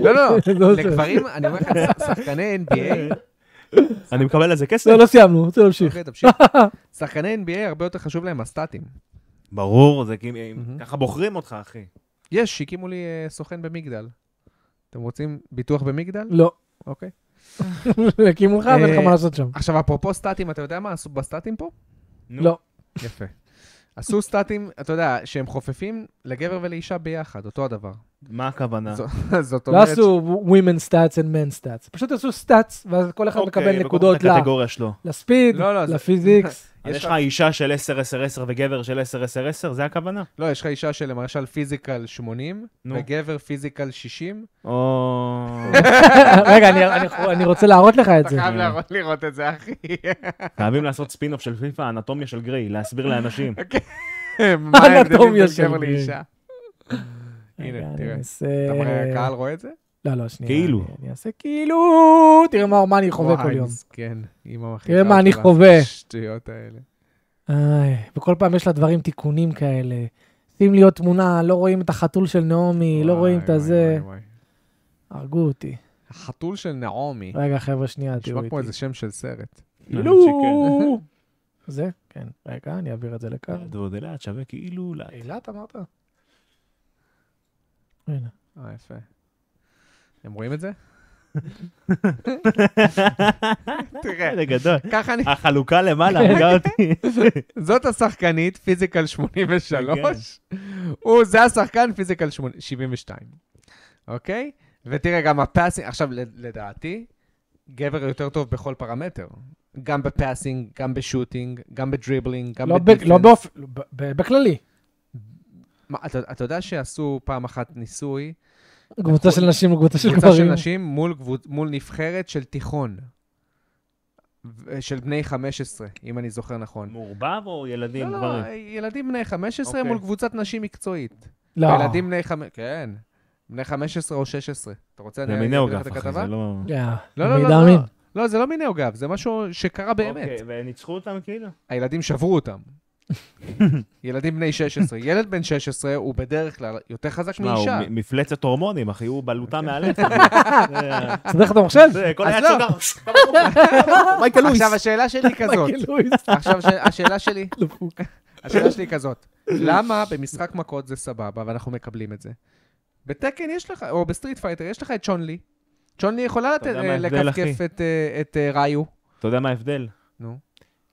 Speaker 3: לא, לא,
Speaker 1: זה
Speaker 3: לא.
Speaker 1: עוזר.
Speaker 3: לגברים, אני אומר לך, שחקני NBA,
Speaker 2: אני מקבל על זה כסף?
Speaker 1: לא, לא סיימנו, רוצה להמשיך.
Speaker 3: אוקיי, תמשיך. שחקני NBA הרבה יותר חשוב להם הסטטים.
Speaker 2: ברור, זה כאילו,
Speaker 3: מהמם.
Speaker 2: ככה בוחרים אותך, אחי.
Speaker 3: יש, שהקימו לי אה, סוכן במגדל. אתם רוצים ביטוח במגדל?
Speaker 1: לא.
Speaker 3: אוקיי.
Speaker 1: הקימו לך ואין לך
Speaker 3: אה,
Speaker 1: מה לעשות שם.
Speaker 3: עכשיו, אפרופו סטטים, אתה יודע מה עשו בסטטים פה?
Speaker 2: נו.
Speaker 1: לא.
Speaker 3: יפה. עשו סטטים, אתה יודע, שהם חופפים לגבר ולאישה ביחד, אותו הדבר.
Speaker 2: מה הכוונה?
Speaker 3: זו- זאת
Speaker 1: לא
Speaker 3: אומרת...
Speaker 1: עשו women stats and men stats. פשוט עשו stats, ואז כל אחד
Speaker 2: אוקיי,
Speaker 1: מקבל נקודות
Speaker 2: בכל הקטגוריה שלו.
Speaker 1: לספיד,
Speaker 3: לא, לא, זה-
Speaker 1: לפיזיקס.
Speaker 2: אז
Speaker 3: יש
Speaker 2: יש לך אישה של 10, 10, 10 וגבר של 10, 10, 10, זה הכוונה?
Speaker 3: לא, יש לך אישה שלמשל פיזיקל 80,
Speaker 2: נו.
Speaker 3: וגבר פיזיקל 60.
Speaker 2: או...
Speaker 1: רגע, אני- אני- אני רוצה להראות לך את
Speaker 3: אתה
Speaker 1: זה.
Speaker 3: חייב להראות- לראות את זה, אחי.
Speaker 2: חייבים לעשות ספינוף של פיפא, אנטומיה של גריי, להסביר לאנשים.
Speaker 3: מה ההבדלים
Speaker 1: אנטומיה
Speaker 3: בין
Speaker 1: של
Speaker 3: גבר
Speaker 1: גברים.
Speaker 3: לאישה?
Speaker 1: רגע,
Speaker 3: הנה,
Speaker 1: אני
Speaker 3: תראה.
Speaker 1: אעשה-
Speaker 3: אתה מראה, הקהל רואה את זה?
Speaker 1: לא, לא, שנייה.
Speaker 2: כאילו.
Speaker 1: אני- אני אעשה כאילו, תראה מה מה אני חווה כל
Speaker 3: וואי,
Speaker 1: יום.
Speaker 3: מסכן, אימא מכריחה
Speaker 1: תראה מה אני
Speaker 3: אותי
Speaker 1: חווה.
Speaker 3: לשטויות האלה.
Speaker 1: איי, וכל פעם יש לה דברים, תיקונים כאלה. שים לי עוד תמונה, לא רואים את החתול של נעמי, לא
Speaker 3: וואי,
Speaker 1: רואים את
Speaker 3: וואי,
Speaker 1: הזה.
Speaker 3: וואי, וואי.
Speaker 1: הרגו אותי.
Speaker 3: החתול של נעמי.
Speaker 1: רגע, חבר'ה, שנייה, תראו
Speaker 3: נשמע
Speaker 1: איתי.
Speaker 3: כמו איזה אה, שם של סרט.
Speaker 1: כאילו...
Speaker 2: האמת שכן.
Speaker 1: זה? כן. רגע, אני אעביר את זה לכאן.
Speaker 2: דוד אילת שווה כאילו... ל-
Speaker 1: אילת אמרת? הנה.
Speaker 3: אה, יפה. הם רואים את זה? תראה,
Speaker 2: זה גדול.
Speaker 3: ככה אני...
Speaker 2: החלוקה
Speaker 3: כן.
Speaker 2: למעלה, הרגה אותי.
Speaker 3: זאת השחקנית, פיזיקל 83.
Speaker 2: כן.
Speaker 3: הוא, זה השחקן, פיזיקל 8- 72. אוקיי? ותראה, גם הפאסינג, עכשיו, ל- לדעתי, גבר יותר טוב בכל פרמטר. גם בפאסינג, גם בשוטינג, גם בדריבלינג, גם
Speaker 1: לא ב-
Speaker 3: בדיפנס.
Speaker 1: לא באופן, ב- בכללי.
Speaker 3: מה, אתה, אתה יודע שעשו פעם אחת ניסוי,
Speaker 1: קבוצה של נשים וקבוצה של
Speaker 3: נכון. קבוצה של
Speaker 1: גברים.
Speaker 3: נשים מול, קבוצ- מול נבחרת של תיכון, ו- של בני 15, אם אני זוכר נכון.
Speaker 2: מעורבב או ילדים,
Speaker 3: לא,
Speaker 2: גברים?
Speaker 3: לא, ילדים בני 15
Speaker 2: אוקיי.
Speaker 3: מול קבוצת נשים מקצועית.
Speaker 1: לא.
Speaker 3: ילדים בני 15, כן. בני 15 או 16. אתה רוצה,
Speaker 2: זה
Speaker 3: אני
Speaker 2: מינהו
Speaker 3: אגיד
Speaker 2: גם,
Speaker 3: לך את
Speaker 2: אחי,
Speaker 3: הכתבה?
Speaker 2: זה לא...
Speaker 1: לא,
Speaker 3: לא, לא,
Speaker 1: מידע
Speaker 3: לא, לא.
Speaker 1: אמין.
Speaker 3: לא, זה לא מינהו גב, זה משהו שקרה באמת.
Speaker 2: אוקיי, וניצחו אותם כאילו?
Speaker 3: הילדים שברו אותם. ילדים בני 16. ילד בן 16 הוא בדרך כלל יותר חזק
Speaker 2: שמע, הוא
Speaker 3: מאישה.
Speaker 2: מ- מפלצת הורמונים, אחי, הוא
Speaker 3: כן.
Speaker 2: בלוטה מהלב.
Speaker 1: סדר את המחשב?
Speaker 2: זה, כל
Speaker 3: אז
Speaker 2: היד
Speaker 3: לא.
Speaker 2: סוגר. מייקל לואיס.
Speaker 3: עכשיו, השאלה שלי היא כזאת.
Speaker 1: מייקל לואיס,
Speaker 3: עכשיו, ש- השאלה שלי,
Speaker 1: דפוק.
Speaker 3: השאלה שלי היא כזאת. למה במשחק מכות זה סבבה ואנחנו מקבלים את זה? בתקן יש לך, או בסטריט פייטר, יש לך את צ'ונלי. צ'ונלי יכולה
Speaker 2: אתה יודע
Speaker 3: לתת-
Speaker 2: מה ההבדל,
Speaker 3: לקפקף
Speaker 2: אחי?
Speaker 3: את, אה, את אה, ראיו.
Speaker 2: אתה יודע מה ההבדל?
Speaker 3: נו.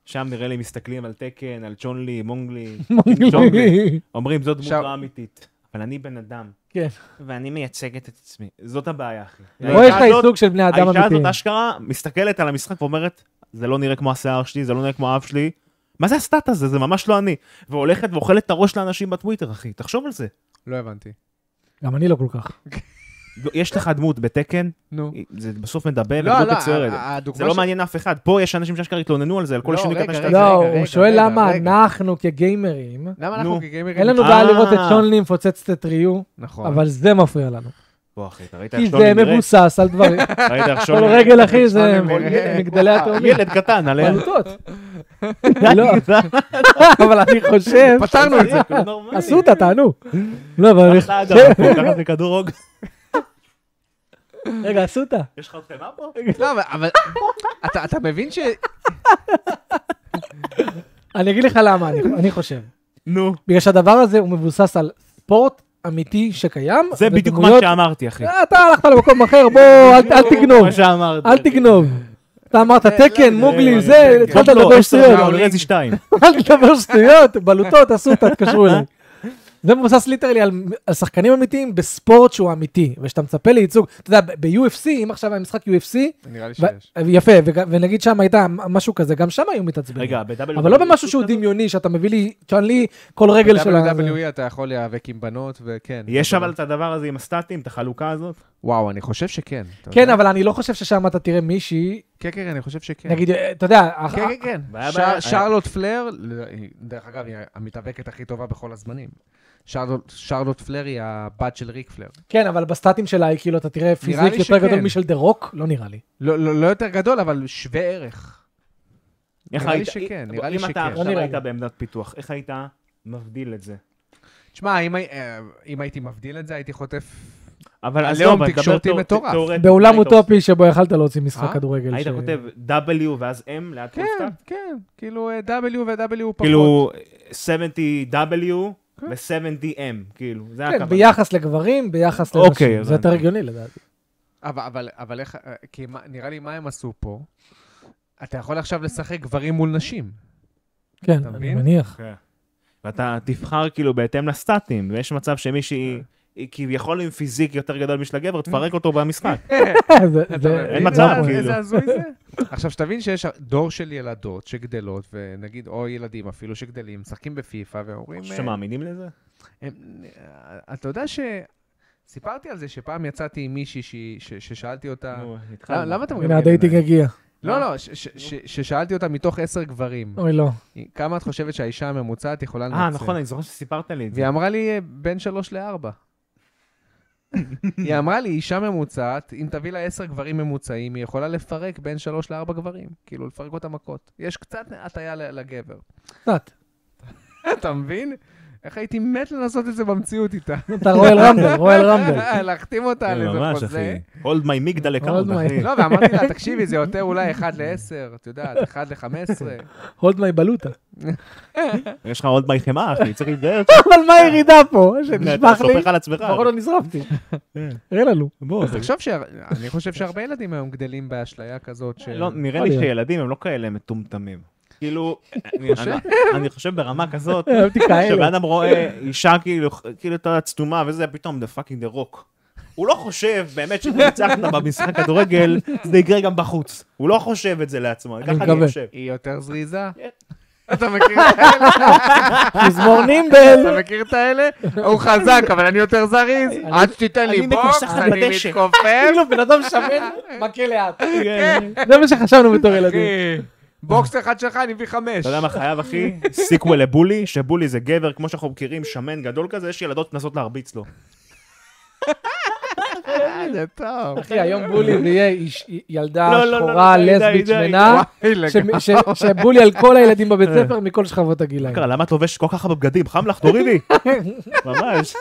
Speaker 2: שם נראה לי מסתכלים על תקן, על צ'ון לי, מונג לי,
Speaker 1: מונגלי.
Speaker 2: אומרים זאת דמות
Speaker 3: עכשיו-
Speaker 2: לא אמיתית. אבל אני בן אדם,
Speaker 1: כן.
Speaker 2: ואני מייצגת את עצמי. זאת הבעיה, אחי.
Speaker 1: פה יש
Speaker 2: האישה
Speaker 1: לך
Speaker 2: הזאת-
Speaker 1: עיסוק של בני אדם
Speaker 2: האישה הזאת
Speaker 1: אמיתיים.
Speaker 2: אשכרה מסתכלת על המשחק ואומרת, זה לא נראה כמו השיער שלי, זה לא נראה כמו האף שלי. מה זה הסטאט הזה? זה ממש לא אני. והולכת ואוכלת את הראש לאנשים בטוויטר, אחי. תחשוב על זה.
Speaker 3: לא הבנתי.
Speaker 1: גם אני לא כל כך.
Speaker 2: יש לך דמות בתקן,
Speaker 3: נו.
Speaker 2: זה בסוף מדבר,
Speaker 3: לא,
Speaker 2: ודמות
Speaker 3: לא,
Speaker 2: מצוירת.
Speaker 3: ה- הדוגמה
Speaker 2: זה לא
Speaker 3: ש-
Speaker 2: מעניין אף אחד. פה יש אנשים שאשכרה התלוננו על זה, על כל
Speaker 3: לא,
Speaker 2: שינוי
Speaker 3: רגע,
Speaker 2: קטן
Speaker 3: רגע,
Speaker 2: שאתה...
Speaker 1: לא,
Speaker 3: רגע,
Speaker 1: הוא שואל
Speaker 3: רגע,
Speaker 1: למה
Speaker 3: רגע.
Speaker 1: אנחנו כגיימרים,
Speaker 3: למה
Speaker 2: נו.
Speaker 3: אנחנו כגיימרים...
Speaker 1: אין לנו בעיה
Speaker 2: אה.
Speaker 1: לראות את שון לי מפוצצת את ריו,
Speaker 3: נכון.
Speaker 1: אבל זה מפריע לנו.
Speaker 2: בוא, אחי, אתה ראית איך
Speaker 1: כי
Speaker 2: שוני
Speaker 1: זה
Speaker 2: נראה?
Speaker 1: מבוסס על דברים.
Speaker 2: ראית איך
Speaker 1: כל
Speaker 2: שוני
Speaker 1: רגל, אחי, זה
Speaker 3: שון נראה.
Speaker 1: מגדלי התאומים.
Speaker 2: ילד קטן, עליה.
Speaker 1: בלוטות. לא, אבל אני חושב,
Speaker 3: פתרנו את זה.
Speaker 1: עשו אותה, תענו. לא, אבל אני
Speaker 2: אחלה אדם,
Speaker 1: חושב...
Speaker 2: פה, ככה זה כדור עוג.
Speaker 1: רגע, עשו אותה.
Speaker 2: יש לך עוד חמאה פה?
Speaker 3: לא, אבל- אבל... אתה- אתה מבין ש...
Speaker 1: אני אגיד לך למה, אני- אני חושב.
Speaker 2: נו.
Speaker 1: בגלל שהדבר הזה הוא מבוסס על ספורט אמיתי שקיים.
Speaker 2: זה בדיוק מה
Speaker 1: ודמויות-
Speaker 2: שאמרתי, אחי.
Speaker 1: אה, אתה הלכת למקום אחר, בוא, אל- אל תגנוב,
Speaker 2: מה שאמרתי.
Speaker 1: אל תגנוב. אתה אמרת
Speaker 3: זה-
Speaker 1: תקן,
Speaker 3: זה-
Speaker 1: מוגלי,
Speaker 3: זה-
Speaker 1: זה,
Speaker 3: זה-
Speaker 1: התחלת
Speaker 2: לא,
Speaker 1: לדבר
Speaker 2: עשר
Speaker 1: שטויות,
Speaker 2: דולר, רזי שתיים.
Speaker 1: אל תדבר שטויות, בלוטות, עשו אותה, תתקשרו אליי. זה מבוסס ליטרלי על על שחקנים אמיתיים בספורט שהוא אמיתי, וכשאתה מצפה לייצוג, אתה יודע, ב-UFC, אם עכשיו היה משחק UFC,
Speaker 3: נראה לי
Speaker 1: ו- יפה, וג- ונגיד שם הייתה משהו כזה, גם שם היו מתעצבנים.
Speaker 2: רגע, ב-WWE...
Speaker 1: אבל לא במשהו שהוא דמיוני, שאתה מביא לי, תשאל לי כל רגל של ה...
Speaker 3: ב-WWE E אתה יכול להיאבק עם בנות, וכן.
Speaker 2: יש אבל את הדבר הזה עם הסטטים, את החלוקה הזאת?
Speaker 3: וואו, אני חושב שכן. אתה
Speaker 1: כן,
Speaker 3: יודע.
Speaker 1: אבל אני לא חושב ששם אתה תראה מישהי,
Speaker 3: כן, כן, אני חושב שכן.
Speaker 1: נגיד, אה, אתה יודע, אח-
Speaker 3: כן, כן, כן.
Speaker 2: בעיה,
Speaker 3: שר-
Speaker 2: בעיה.
Speaker 3: שרלוט פלר, ל- היא- דרך אגב, היא המתאבקת הכי טובה בכל הזמנים. שרלוט- שרלוט פלר היא הבת של ריק פלר.
Speaker 1: כן, אבל בסטטים שלה היא כאילו, אתה תראה פיזיק
Speaker 3: לי
Speaker 1: יותר
Speaker 3: שכן.
Speaker 1: גדול משל דה רוק? לא נראה לי.
Speaker 3: לא לא- לא יותר גדול, אבל שווה ערך.
Speaker 2: איך
Speaker 3: נראה לי
Speaker 2: היית-
Speaker 3: שכן,
Speaker 2: אם
Speaker 3: נראה לי
Speaker 2: אתה
Speaker 3: שכן.
Speaker 1: לא
Speaker 2: עכשיו
Speaker 1: נראה
Speaker 2: היית
Speaker 1: לי.
Speaker 2: בעמדת פיתוח, איך היית מבדיל את זה?
Speaker 3: תשמע, אם הי- אה, אם הייתי מבדיל את זה, הייתי חוטף...
Speaker 2: אבל אז
Speaker 3: עליהום
Speaker 2: לא, אבל דבר
Speaker 3: תקשורתי
Speaker 2: תיאור-
Speaker 3: מטורף.
Speaker 2: תיאורטית,
Speaker 1: באולם
Speaker 2: היית
Speaker 1: אוטופי שבו יכלת להוציא משחק
Speaker 3: אה?
Speaker 1: כדורגל.
Speaker 2: היית
Speaker 1: ש-
Speaker 2: כותב W ואז M ליד כל
Speaker 3: כן,
Speaker 2: סטאט?
Speaker 3: כן. כאילו, אה, W ו-W הוא פחות. כן.
Speaker 2: כאילו 70W ו-70M, כאילו, זה
Speaker 1: כן,
Speaker 2: הכוונה.
Speaker 1: ביחס לגברים, ביחס
Speaker 2: אוקיי,
Speaker 1: לנשים. זה יותר
Speaker 2: הבנתי.
Speaker 1: הגיוני לדעתי.
Speaker 3: אבל, אבל, אבל איך, אה, כי מה, נראה לי מה הם עשו פה? אתה יכול עכשיו לשחק גברים מול נשים.
Speaker 1: כן, אני
Speaker 3: מבין?
Speaker 1: מניח.
Speaker 2: כן. ואתה תבחר כאילו בהתאם לסטטים, ויש מצב שמישהי...
Speaker 3: כן.
Speaker 2: היא כביכול עם פיזיק יותר גדול משל הגבר, תפרק אותו במשחק.
Speaker 1: זה- זה-
Speaker 3: אתה מבין?
Speaker 2: אין מצב,
Speaker 3: איזה-
Speaker 2: כאילו.
Speaker 3: איזה הזוי זה? עכשיו, שתבין שיש דור של ילדות שגדלות, ונגיד, או ילדים אפילו שגדלים, משחקים בפיפא,
Speaker 1: כן,
Speaker 3: ואומרים... אה,
Speaker 2: שמאמינים לזה?
Speaker 3: הם- אה, אתה יודע ש... סיפרתי על זה שפעם יצאתי עם מישהי שהיא- ש- ששאלתי
Speaker 1: אה,
Speaker 3: אותה... לא,
Speaker 2: נו, התחלנו.
Speaker 3: למה למה אתה
Speaker 1: הנה,
Speaker 3: מגלגל
Speaker 1: הדייטינג
Speaker 3: עיניים?
Speaker 1: הגיע.
Speaker 3: לא, לא, ש- ש- ש- ששאלתי אותה מתוך עשר גברים,
Speaker 1: אוי, לא.
Speaker 3: כמה את חושבת שהאישה הממוצעת יכולה לנצח?
Speaker 2: אה, נכון, אני זוכר שסיפרת לי את זה.
Speaker 3: והיא אמרה לי, אה, בין שלוש לארבע. היא אמרה לי, אישה ממוצעת, אם תביא לה עשר גברים ממוצעים, היא יכולה לפרק בין שלוש לארבע גברים. כאילו, לפרק אותה מכות. יש קצת הטיה ל- לגבר.
Speaker 1: קצת.
Speaker 3: אתה מבין? איך הייתי מת לנסות את זה במציאות איתה.
Speaker 1: אתה רואל רמבל, רואל רמבל.
Speaker 3: להחתים אותה על איזה
Speaker 2: כן, ממש,
Speaker 3: חוזה.
Speaker 2: אחי. hold my מגדל
Speaker 1: Hold
Speaker 2: account,
Speaker 1: my-
Speaker 2: אחי.
Speaker 3: לא, ואמרתי לה, תקשיבי, זה יותר אולי 1 ל-10, את יודעת, 1 ל-15.
Speaker 1: הולד מי בלוטה.
Speaker 2: יש לך hold my חמאה, אחי, צריך להתגייר.
Speaker 1: אבל מה הירידה פה?
Speaker 2: אתה
Speaker 1: שנשפך לי?
Speaker 2: סופך על עצמך.
Speaker 1: לפחות לא נזרפתי. נראה לנו.
Speaker 2: בוא, זה-
Speaker 3: תחשוב ש... אני חושב שהרבה ילדים היום גדלים באשליה כזאת ש...
Speaker 2: לא, נראה
Speaker 1: יכול
Speaker 2: לי
Speaker 1: להיות.
Speaker 2: שילדים הם לא כאלה מטומטמים. כאילו, אני- אני חושב ברמה כזאת,
Speaker 1: אהבתי
Speaker 2: כשבן
Speaker 1: כאלה.
Speaker 2: אדם רואה אישה כאילו, כאילו אתה צטומה וזה, פתאום דה פאקינג דה רוק. הוא לא חושב באמת שניצחת במשחק כדורגל, זה יקרה גם בחוץ. הוא לא חושב את זה לעצמו, ככה אני
Speaker 1: מקווה.
Speaker 2: חושב.
Speaker 3: היא יותר זריזה?
Speaker 2: כן.
Speaker 3: אתה מכיר את האלה?
Speaker 1: מזמור נימבל.
Speaker 3: אתה מכיר את האלה? הוא חזק, אבל אני יותר זריז. עד שתיתן לי
Speaker 2: אני
Speaker 3: בוקס,
Speaker 2: מכוסחת
Speaker 3: אני
Speaker 2: בדשא.
Speaker 3: מתכופף.
Speaker 1: כאילו בן אדם שמן, מכה לאט. זה מה שחשבנו בתור לא ילדים.
Speaker 3: אחי, בוקס אחד שלך, אני מביא חמש.
Speaker 2: אתה יודע מה חייב, אחי? סיקוול לבולי, שבולי זה גבר, כמו
Speaker 1: כן.
Speaker 2: שאנחנו מכירים, שמן גדול כזה, יש ילדות מנסות להרביץ לו.
Speaker 3: בסדר, טוב.
Speaker 1: אחי, היום בולי זה יהיה איש- ילדה
Speaker 2: לא, לא, לא,
Speaker 1: שחורה,
Speaker 2: לא, די,
Speaker 1: לסבית,
Speaker 2: די,
Speaker 1: שמנה,
Speaker 3: וואי,
Speaker 1: ש-
Speaker 3: לגמרי.
Speaker 1: ש- שבולי על כל הילדים בבית ספר מכל שכבות הגילאים.
Speaker 2: קרה, למה את לובשת כל כך הרבה בגדים? חם לך, תורידי. ממש.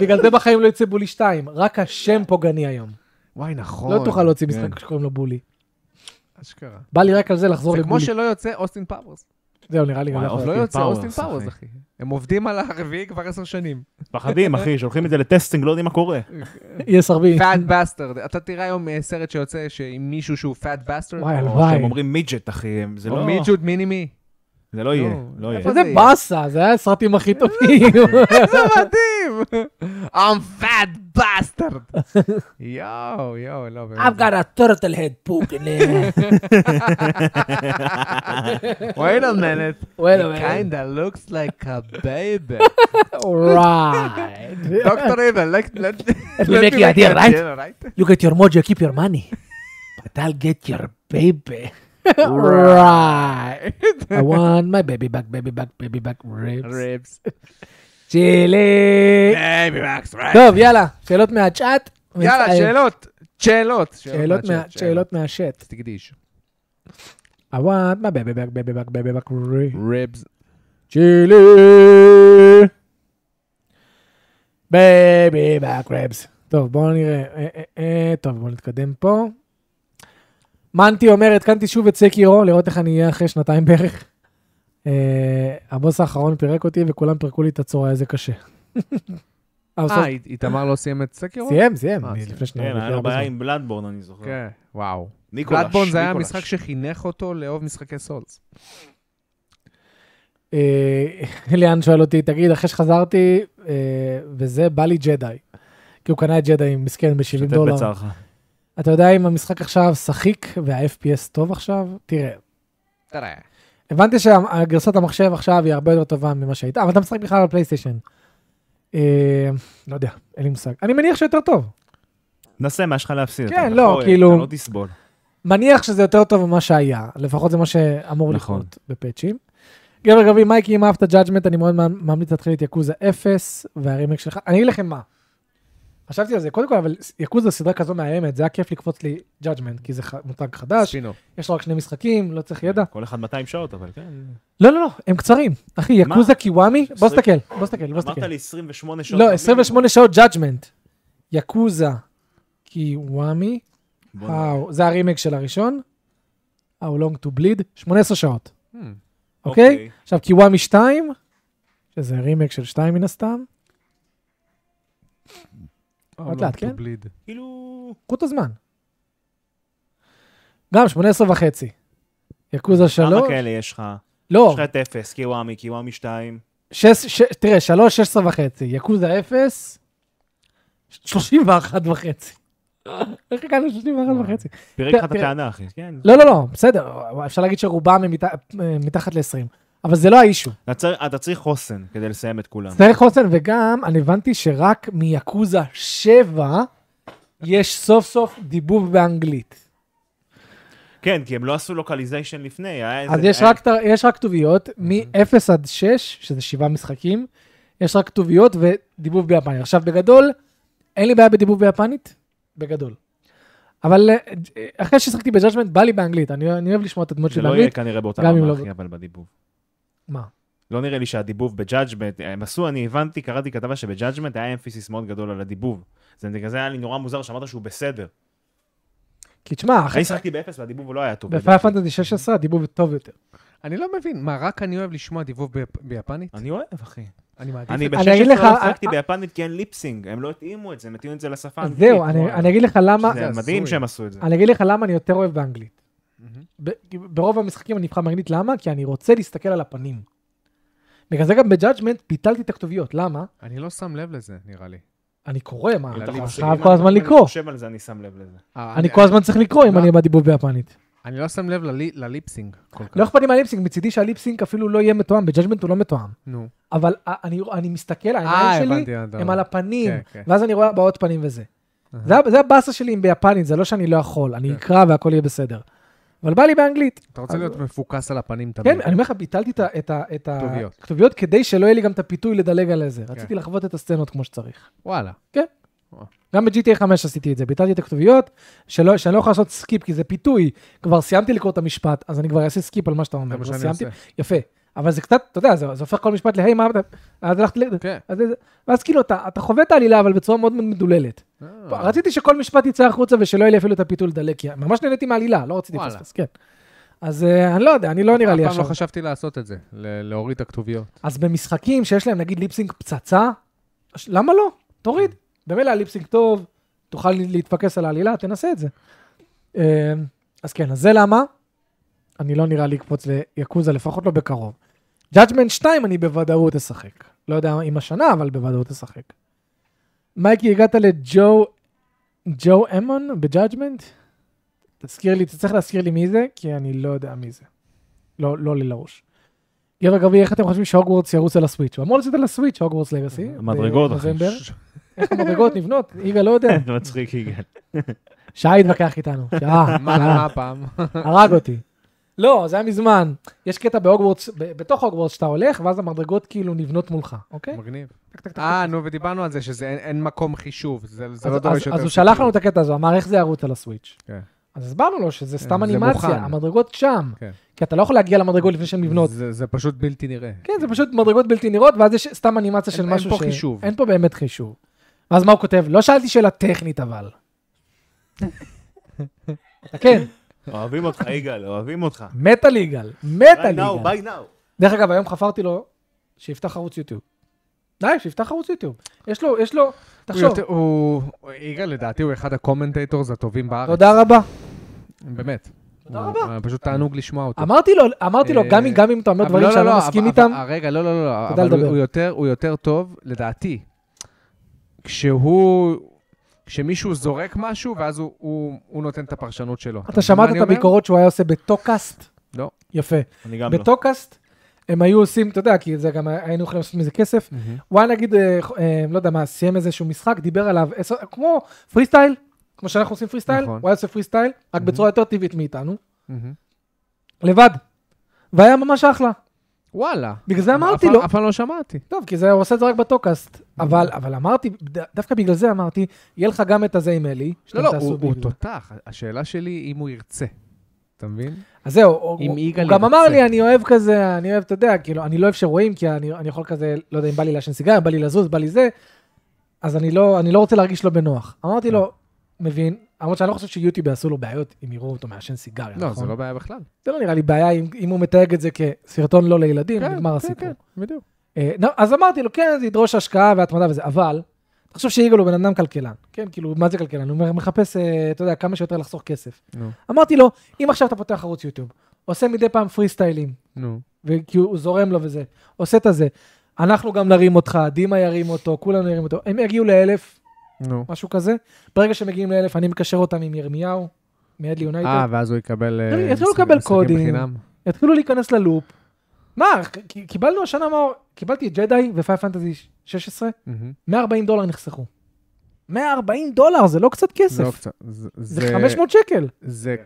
Speaker 1: בגלל זה בחיים לא יצא בולי 2, רק השם פוגעני היום.
Speaker 3: וואי, נכון.
Speaker 1: לא תוכל להוציא
Speaker 3: כן,
Speaker 1: משחק שקוראים לו בולי.
Speaker 3: אשכרה.
Speaker 1: בא לי רק על זה לחזור
Speaker 3: זה כמו
Speaker 1: לבולי.
Speaker 3: שלא יוצא אוסטין פאוורס.
Speaker 1: זהו, נראה לי גם
Speaker 2: וואי,
Speaker 1: יכול
Speaker 3: לא
Speaker 2: אוסטין
Speaker 3: יוצא
Speaker 2: פאוורס,
Speaker 3: אוסטין פאוורס,
Speaker 2: אחי.
Speaker 3: אחי. הם עובדים על הרביעי כבר עשר שנים.
Speaker 2: פחדים, אחי, שולחים את זה לטסטינג, לא יודעים מה קורה.
Speaker 1: ESRB.
Speaker 3: פאט בסטרד. אתה תראה היום אה, סרט שיוצא ש- עם מישהו שהוא פאט בסטרד.
Speaker 1: וואי,
Speaker 2: או
Speaker 1: הלוואי.
Speaker 2: שהם אומרים מידג'ט, אחי, הם- זה
Speaker 3: או
Speaker 2: לא...
Speaker 3: מיג'וד מינימי.
Speaker 2: זה לא יהיה,
Speaker 3: לא.
Speaker 2: לא יהיה.
Speaker 3: איפה
Speaker 1: איזה
Speaker 3: זה יהיה?
Speaker 1: באסה, זה היה הסרטים הכי טובים.
Speaker 3: זה מדהים! I'm fat bastard! יואו, יואו, לא, באמת.
Speaker 1: a turtle head poop in there.
Speaker 3: Wait a minute.
Speaker 1: Wait a
Speaker 3: He
Speaker 1: minute.
Speaker 3: kinda looks like a baby.
Speaker 1: Alright.
Speaker 3: Doctor Evil, let, let, let
Speaker 1: me make you a deal, right?
Speaker 3: deal, right?
Speaker 1: Look at your mojo, keep your money. But I'll get your baby. right. I want my baby back, baby back, baby back ribs.
Speaker 3: Ribs.
Speaker 1: צ'ילי.
Speaker 3: Baby Max, right?
Speaker 1: טוב, יאללה, שאלות מהצ'אט.
Speaker 3: יאללה,
Speaker 1: אה,
Speaker 3: שאלות. שאלות.
Speaker 1: שאלות מה- שאלות מהשט.
Speaker 3: אז תקדיש.
Speaker 1: I want my baby back, baby back, baby back ribs.
Speaker 3: ריבס.
Speaker 1: צ'ילי. בייבי בקרבס. טוב, בואו נראה. אה, אה, אה, טוב, בואו נתקדם פה. מנטי אומר, התקנתי שוב את סקירו, לראות איך אני אהיה אחרי שנתיים בערך. אה, הבוס האחרון פירק אותי וכולם פירקו לי את הצורה, איזה קשה. אה, בסוף-
Speaker 3: אה, אית- איתמר לא סיים את סקירו?
Speaker 1: סיים, סיים,
Speaker 3: אה,
Speaker 1: אני
Speaker 3: סיים.
Speaker 1: לפני שנייה.
Speaker 2: כן,
Speaker 1: לפני
Speaker 2: היה לו
Speaker 1: הרבה
Speaker 2: בעיה
Speaker 1: זמן.
Speaker 2: עם בלאדבורן, אני זוכר.
Speaker 3: כן, וואו.
Speaker 2: ניקולש.
Speaker 3: בלאדבורן זה היה
Speaker 2: ניקולש.
Speaker 3: המשחק שחינך אותו לאהוב משחקי סולס.
Speaker 1: אה, אליאן שואל אותי, תגיד, אחרי שחזרתי, אה, וזה, בא לי ג'די. כי הוא קנה את ג'די, מסכן, ב-70
Speaker 2: שתף
Speaker 1: דולר.
Speaker 2: בצערך.
Speaker 1: אתה יודע אם המשחק עכשיו שחיק וה-FPS טוב עכשיו? תראה,
Speaker 3: תראה.
Speaker 1: הבנתי שהגרסת המחשב עכשיו היא הרבה יותר טובה ממה שהייתה, אבל אתה משחק בכלל על פלייסטיישן. אה, לא יודע, אין לי מושג. אני מניח שיותר טוב.
Speaker 2: נסה, מה יש לך להפסיד?
Speaker 1: כן,
Speaker 2: אתה
Speaker 1: לא,
Speaker 2: יכול,
Speaker 1: כאילו-
Speaker 2: אתה לא תסבול.
Speaker 1: מניח שזה יותר טוב ממה שהיה, לפחות זה מה שאמור
Speaker 2: נכון.
Speaker 1: לקרות בפאצ'ים. גבר גבי, מייקי, אם אהבת ג'אג'מנט, אני מאוד מאמ- ממליץ להתחיל את יקוזה 0 והרימק שלך. אני אגיד לכם מה. חשבתי על זה, קודם כל, אבל יקוזה סדרה כזו מאיימת, זה היה כיף לקפוץ לי ג'אג'מנט, כי זה ח- מותג חדש,
Speaker 3: ספינו.
Speaker 1: יש לו רק שני משחקים, לא צריך ידע.
Speaker 2: כל אחד 200 שעות, אבל כן.
Speaker 1: לא, לא, לא, הם קצרים. אחי,
Speaker 2: מה?
Speaker 1: יקוזה קיוואמי, בוא
Speaker 2: עשרים-
Speaker 1: תסתכל, בוא תסתכל, בוא
Speaker 2: אמרת
Speaker 1: תסתכל.
Speaker 2: לי 28 שעות.
Speaker 1: כן. לא,
Speaker 2: במינימום.
Speaker 1: 28 שעות ג'אג'מנט. יקוזה קיוואמי,
Speaker 2: בוא נראה.
Speaker 1: וואו, זה הרימק של הראשון. How long to bleed, 18 שעות,
Speaker 3: Hmm.
Speaker 1: אוקיי? עכשיו קיוואמי 2, שזה רימק של 2 מן הסתם. עוד לאט,
Speaker 3: I'm
Speaker 1: כן?
Speaker 3: not to bleed.
Speaker 2: כאילו...
Speaker 1: קחו את הזמן. גם 18 וחצי. יקוזה 3,
Speaker 2: כמה כאלה יש לך? יש
Speaker 1: לא,
Speaker 2: לך את אפס, קיוואמי, קיוואמי 2.
Speaker 1: שש, ש, תראה, 3, 16 וחצי, יקוזה 0, 31 וחצי. איך הגענו ל-31 וחצי?
Speaker 2: פירק לך את
Speaker 1: תראה-
Speaker 2: הטענה, אחי. כן.
Speaker 1: לא, לא, לא, בסדר, אפשר להגיד שרובם הם מת- אה, מתחת ל-20, אבל זה לא האישו.
Speaker 2: אתה צריך- אתה צריך חוסן כדי לסיים את כולם.
Speaker 1: צריך חוסן, וגם אני הבנתי שרק מיקוזה 7 יש סוף סוף דיבוב באנגלית.
Speaker 2: כן, כי הם לא עשו לוקליזיישן לפני. היה
Speaker 1: אז
Speaker 2: איזה- אה,
Speaker 1: יש רק, ת- יש רק כתוביות, מ-0 עד 6, שזה 7 משחקים, יש רק כתוביות ודיבוב ביפנית. עכשיו, בגדול, אין לי בעיה בדיבוב ביפנית, בגדול. אבל אה, אה, אחרי ששחקתי בג'אג'מנט, בא לי באנגלית, אני, אני אוהב לשמוע את הדמות
Speaker 2: זה
Speaker 1: שלי
Speaker 2: לא יהיה
Speaker 1: באנגלית.
Speaker 2: כנראה באותה
Speaker 1: גם אם
Speaker 2: רמה,
Speaker 1: לא-
Speaker 2: אחי, אבל בדיבוב.
Speaker 1: מה?
Speaker 2: לא נראה לי שהדיבוב בג'אג'מנט, הם עשו, אני הבנתי, קראתי כתבה שבג'אג'מנט היה אמפיסיס מאוד גדול על הדיבוב. זה בגלל זה היה לי נורא מוזר שאמרת שהוא בסדר.
Speaker 1: כי תשמע, אחרי
Speaker 2: אני שחקתי באפס והדיבוב הוא לא היה טוב.
Speaker 1: בפייל
Speaker 2: לדעתי.
Speaker 1: פנטזי 16 הדיבוב טוב יותר.
Speaker 3: אני לא מבין, מה, רק אני אוהב לשמוע דיבוב ביפ- ביפנית?
Speaker 2: אני אוהב, אחי.
Speaker 3: אני מעדיף...
Speaker 2: אני
Speaker 3: את-
Speaker 1: אני אגיד
Speaker 2: ב-16
Speaker 1: לך-
Speaker 2: לא שחקתי
Speaker 1: אה-
Speaker 2: ביפנית כי אין ליפסינג, הם לא התאימו את זה, הם התאימו את זה לשפה
Speaker 1: אז
Speaker 2: האנגלית.
Speaker 1: זהו, אני אה, אני אגיד לך למה,
Speaker 2: זה
Speaker 3: זה
Speaker 2: מדהים
Speaker 3: הזוי.
Speaker 2: שהם עשו את זה.
Speaker 1: אני אגיד לך למה אני יותר אוהב באנגלית.
Speaker 3: מהמם.
Speaker 1: ב- ברוב המשחקים אני נבחר באנגלית, למה? כי אני רוצה להסתכל על הפנים. בגלל זה גם בג'אג'מנט ביטלתי את הכתוביות, למה?
Speaker 3: אני לא שם לב לזה, נראה לי.
Speaker 1: אני קורא, מה?
Speaker 3: אתה
Speaker 1: אה, אני
Speaker 3: חושב,
Speaker 1: חייב
Speaker 2: אם
Speaker 1: כל הזמן
Speaker 2: אני- אם אני
Speaker 1: לקרוא.
Speaker 2: חושב על זה, אני שם לב לזה.
Speaker 3: אה,
Speaker 1: אני כל הזמן צריך לקרוא אם
Speaker 3: מה?
Speaker 1: אני עם הדיבוב ביפנית.
Speaker 3: אני לא שם לב ללי- לליפסינג כל כך.
Speaker 1: לא אכפת לי מהליפסינג, מצידי שהליפסינג אפילו לא יהיה מתואם, בג'אג'מנט הוא לא מתואם.
Speaker 3: נו.
Speaker 1: אבל אה, אני אני מסתכל,
Speaker 3: אה,
Speaker 1: העיניים
Speaker 3: הבנתי,
Speaker 1: שלי
Speaker 3: הבנתי.
Speaker 1: הם על הפנים,
Speaker 3: כן, כן.
Speaker 1: ואז אני רואה הבעות פנים וזה.
Speaker 3: אהה.
Speaker 1: זה ה- זה הבאסה שלי עם ביפנית, זה לא שאני לא יכול, אני
Speaker 3: כן.
Speaker 1: אקרא והכל יהיה בסדר. אבל בא לי באנגלית.
Speaker 3: אתה רוצה
Speaker 1: אז-
Speaker 3: להיות מפוקס על הפנים תמיד.
Speaker 1: כן, אני אומר לך, ביטלתי את ה- את ה- את
Speaker 3: כתוביות. כן.
Speaker 1: הכתוביות כדי שלא יהיה לי גם את הפיתוי לדלג על זה. רציתי לחוות את הסצנות כמו שצריך.
Speaker 3: וואלה.
Speaker 1: גם ב-GTA 5 עשיתי את זה, ביטלתי את הכתוביות, שלא- שאני לא יכול לעשות סקיפ, כי זה פיתוי. כבר סיימתי לקרוא את המשפט, אז אני כבר אעשה סקיפ על מה שאתה אומר.
Speaker 3: זה מה
Speaker 1: כבר
Speaker 3: שאני
Speaker 1: סיימתי,
Speaker 3: עושה.
Speaker 1: יפה. אבל זה קצת, אתה יודע, זה זה הופך כל משפט להי, מה אתה... אז הלכתי ל...
Speaker 3: כן.
Speaker 1: אז זה- ואז כאילו, אתה אתה חווה את העלילה, אבל בצורה מאוד מאוד מדוללת.
Speaker 3: אה.
Speaker 1: רציתי שכל משפט יצא החוצה ושלא יהיה לי אפילו את הפיתוי לדלג, כי ממש נהניתי מהעלילה, לא רציתי
Speaker 3: וואלה.
Speaker 1: לפספס, כן. אז אה, אני לא יודע, אני לא נראה לי
Speaker 3: אף פעם
Speaker 1: עכשיו.
Speaker 3: לא חשבתי לעשות את זה, ל- להוריד את הכתוביות.
Speaker 1: אז במשחקים שיש להם נגיד ליפסינג פצצה, אז למה לא? תוריד. במילא הליפסינג טוב, תוכל להתפקס על העלילה, תנסה את זה. אה, אז כן, אז זה למה? אני לא נראה לי אקפוץ ליקוזה, לפחות לא בקרוב. Judgment 2 אני בוודאות אשחק. לא יודע אם השנה, אבל בוודאות אשחק. מייקי, הגעת לג'ו... ג'ו אמון בג'אג'מנט? תזכיר לי, תצטרך להזכיר לי מי זה, כי אני לא יודע מי זה. לא, לא לי לראש. גבר גבי, איך אתם חושבים שהוגוורטס ירוץ על הסוויץ'? הוא אמור לצאת על הסוויץ', הוגוורטס לגאסי.
Speaker 2: המדרגות, אחי.
Speaker 1: בנובמבר. איך המדרגות נבנות? יגאל לא יודע.
Speaker 2: זה מצחיק, יגאל.
Speaker 1: שעה התווכח איתנו, שעה,
Speaker 3: מה
Speaker 1: שעה,
Speaker 3: מה הפעם?
Speaker 1: הרג אותי. לא, זה היה מזמן. יש קטע בהוגוורטס, ב- בתוך הוגוורטס שאתה הולך, ואז המדרגות כאילו נבנות מולך, אוקיי?
Speaker 3: מגניב.
Speaker 1: טק, טק, טק.
Speaker 3: אה, נו, ודיברנו על זה שזה אין- אין מקום חישוב, זה זה
Speaker 1: אז-
Speaker 3: לא דורש
Speaker 1: אז-
Speaker 3: יותר.
Speaker 1: אז הוא שלח לנו
Speaker 3: חישוב.
Speaker 1: את הקטע הזה, הוא אמר, איך זה ירוץ על הסוויץ'?
Speaker 3: כן.
Speaker 1: אז הסברנו לו שזה סתם
Speaker 3: זה מוכן.
Speaker 1: אנימציה, המדרגות שם.
Speaker 3: כן.
Speaker 1: כי אתה לא יכול להגיע למדרגות לפני שהן נבנות.
Speaker 3: זה- זה פשוט בלתי נראה.
Speaker 1: כן, זה פשוט מדרגות בלתי נראות, ואז יש סתם אנימציה של
Speaker 3: אין- אין
Speaker 1: משהו ש...
Speaker 3: פה חישוב.
Speaker 1: אין פה באמת חישוב. ואז מה הוא כותב? לא שאלתי שאלה טכנית, אבל. אתה כן,
Speaker 2: אוהבים אותך, יגאל, אוהבים אותך.
Speaker 1: מטה ליגל, מטה
Speaker 2: ביי נאו,
Speaker 1: ליגל.
Speaker 2: ביי נאו.
Speaker 1: דרך אגב, היום חפרתי לו שיפתח ערוץ יוטיוב. די, שיפתח ערוץ יוטיוב. יש לו, יש לו,
Speaker 3: הוא
Speaker 1: תחשוב.
Speaker 3: יותר- הוא... הוא- יגאל, לדעתי הוא אחד הקומנטייטורס הטובים בארץ.
Speaker 1: תודה רבה.
Speaker 3: באמת.
Speaker 1: תודה
Speaker 3: הוא-
Speaker 1: רבה.
Speaker 3: אה, פשוט תענוג לשמוע אותו.
Speaker 1: אמרתי לו, אמרתי לו,
Speaker 3: אה,
Speaker 1: גם אם- גם אם אתה אומר
Speaker 3: אבל
Speaker 1: דברים שאני לא
Speaker 3: אבל-
Speaker 1: מסכים
Speaker 3: אבל-
Speaker 1: איתם,
Speaker 3: רגע, לא, לא, לא, לא.
Speaker 1: תודה
Speaker 3: אבל הוא-
Speaker 1: לדבר.
Speaker 3: הוא יותר- הוא יותר טוב, לדעתי. כשהוא... כשמישהו זורק משהו, ואז הוא- הוא הוא נותן את הפרשנות שלו.
Speaker 1: אתה
Speaker 3: מבין מה
Speaker 1: שמעת
Speaker 3: אני
Speaker 1: את
Speaker 3: אומר?
Speaker 1: הביקורות שהוא היה עושה בטוקאסט?
Speaker 3: לא.
Speaker 1: יפה.
Speaker 2: אני גם לא.
Speaker 1: בטוקאסט, הם היו עושים, אתה יודע, כי זה גם היינו יכולים לעשות מזה כסף.
Speaker 3: מהמם.
Speaker 1: הוא היה נגיד, אה, אה, לא יודע מה, סיים איזשהו משחק, דיבר עליו, עשר- כמו פרי סטייל, כמו שאנחנו עושים פרי סטייל, הוא
Speaker 3: נכון.
Speaker 1: היה עושה פרי סטייל, רק
Speaker 3: Mhm.
Speaker 1: בצורה יותר טבעית מאיתנו,
Speaker 3: מהמם.
Speaker 1: לבד. והיה ממש אחלה.
Speaker 3: וואלה.
Speaker 1: בגלל זה
Speaker 3: אף
Speaker 1: אמרתי
Speaker 3: פעם-
Speaker 1: לו,
Speaker 3: אף פעם לא שמעתי.
Speaker 1: טוב, כי זה הוא עושה את זה רק בטוקאסט, אבל אבל אמרתי, ד- דווקא בגלל זה אמרתי, יהיה לך גם את הזה עם אלי, שאתם
Speaker 3: לא, לא,
Speaker 1: תעשו
Speaker 3: הוא- הוא
Speaker 1: בגלל.
Speaker 3: תותח. השאלה שלי, אם הוא ירצה. אתה מבין?
Speaker 1: אז זהו, הוא
Speaker 3: אם
Speaker 1: הוא-
Speaker 3: יגאל
Speaker 1: הוא גם אמר
Speaker 3: ירצה.
Speaker 1: לי, אני אוהב כזה, אני אוהב, אתה יודע, כאילו, אני לא אוהב שרואים, כי אני אני יכול כזה, לא יודע אם בא לי לעשן סיגריה, בא לי לזוז, בא לי זה, אז אני לא אני לא רוצה להרגיש לא בנוח. אמרתי לו, מבין, למרות שאני לא חושב שיוטיוב יעשו לו בעיות אם יראו אותו מעשן סיגריה,
Speaker 3: לא, זה
Speaker 1: נכון?
Speaker 3: לא בעיה בכלל.
Speaker 1: זה לא נראה לי בעיה אם אם הוא מתייג את זה כסרטון לא לילדים,
Speaker 3: כן,
Speaker 1: נגמר
Speaker 3: כן,
Speaker 1: הסיפור.
Speaker 3: כן, בדיוק.
Speaker 1: אה, לא, אז אמרתי לו, כן, זה ידרוש השקעה והתמדה וזה, אבל, תחשוב שיגאל הוא בן אדם כלכלן, כן, כאילו, מה זה כלכלן? הוא אומר, מחפש, אה, אתה יודע, כמה שיותר לחסוך כסף.
Speaker 3: נו.
Speaker 1: אמרתי לו, אם עכשיו אתה פותח ערוץ יוטיוב, עושה מדי פעם פרי סטיילים,
Speaker 3: נו.
Speaker 1: וכי הוא זורם לו וזה, עושה את הזה, אנחנו גם נרים אותך, דימה ירים אותו, כולנו ירים אותו, הם יגיעו לאלף,
Speaker 3: נו.
Speaker 1: משהו כזה, ברגע שהם מגיעים לאלף, אני מקשר אותם עם ירמיהו, מיד
Speaker 3: אה,
Speaker 1: ליונייטד,
Speaker 3: ואז הוא יקבל... אה,
Speaker 1: יתחילו
Speaker 3: משחק-
Speaker 1: לקבל
Speaker 3: משחקים
Speaker 1: קודים.
Speaker 3: חינם.
Speaker 1: יתחילו להיכנס ללופ. מה, כי- קיבלנו השנה, מאור, קיבלתי את ג'די ופייל פנטזי 16,
Speaker 3: מהמם.
Speaker 1: 140 דולר נחסכו. 140 דולר, זה לא קצת כסף.
Speaker 3: לא קצת. זה-
Speaker 1: זה 500 שקל.
Speaker 3: זה...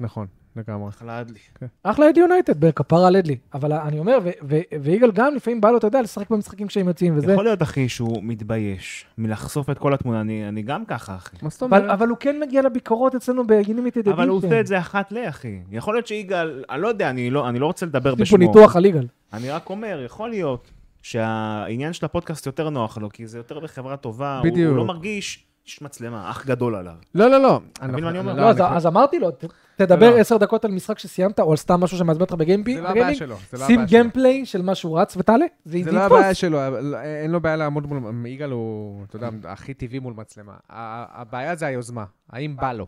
Speaker 3: נכון, לגמרי.
Speaker 2: אחלה עד לי.
Speaker 1: אחלה אד יונייטד,
Speaker 3: כן.
Speaker 1: בכפרה על אדלי. אבל אני אומר, ו- ו- ויגאל גם לפעמים בא לו, אתה יודע, לשחק במשחקים כשהם יוצאים וזה.
Speaker 2: יכול להיות, אחי, שהוא מתבייש מלחשוף את כל התמונה. אני אני גם ככה, אחי.
Speaker 3: מה זאת
Speaker 1: אבל,
Speaker 3: אומרת?
Speaker 1: אבל הוא כן מגיע לביקורות אצלנו כן. ב-Unimated Edition.
Speaker 2: אבל הוא עושה את זה אחת ל, אחי. יכול להיות שיגאל, אני לא יודע, אני לא אני לא רוצה לדבר
Speaker 1: יש פה
Speaker 2: בשמו.
Speaker 1: ניתוח על יגאל.
Speaker 2: אני רק אומר, יכול להיות שהעניין של הפודקאסט יותר נוח לו, כי זה יותר בחברה טובה. הוא-
Speaker 3: בדיוק.
Speaker 2: הוא לא מרגיש, יש מצלמה, אח גדול עליו.
Speaker 3: לא, לא, לא.
Speaker 2: מבין מה אני אומר?
Speaker 1: לא, אז,
Speaker 3: אנחנו-
Speaker 1: אז אמרתי לו, ת, תדבר
Speaker 3: לא.
Speaker 1: 10 דקות על משחק שסיימת, או על סתם משהו שמעצבן אותך בגיימפי.
Speaker 3: זה לא הבעיה
Speaker 1: בגיימינג.
Speaker 3: שלו. זה לא
Speaker 1: שים
Speaker 3: הבעיה שלו.
Speaker 1: גיימפליי של מה שהוא רץ ותעלה, זה
Speaker 3: זה
Speaker 1: יתפוס.
Speaker 3: לא הבעיה שלו, אבל אין לו בעיה לעמוד מול... יגאל הוא, אתה יודע, הכי טבעי מול מצלמה. ה- הבעיה זה היוזמה, האם בא לו.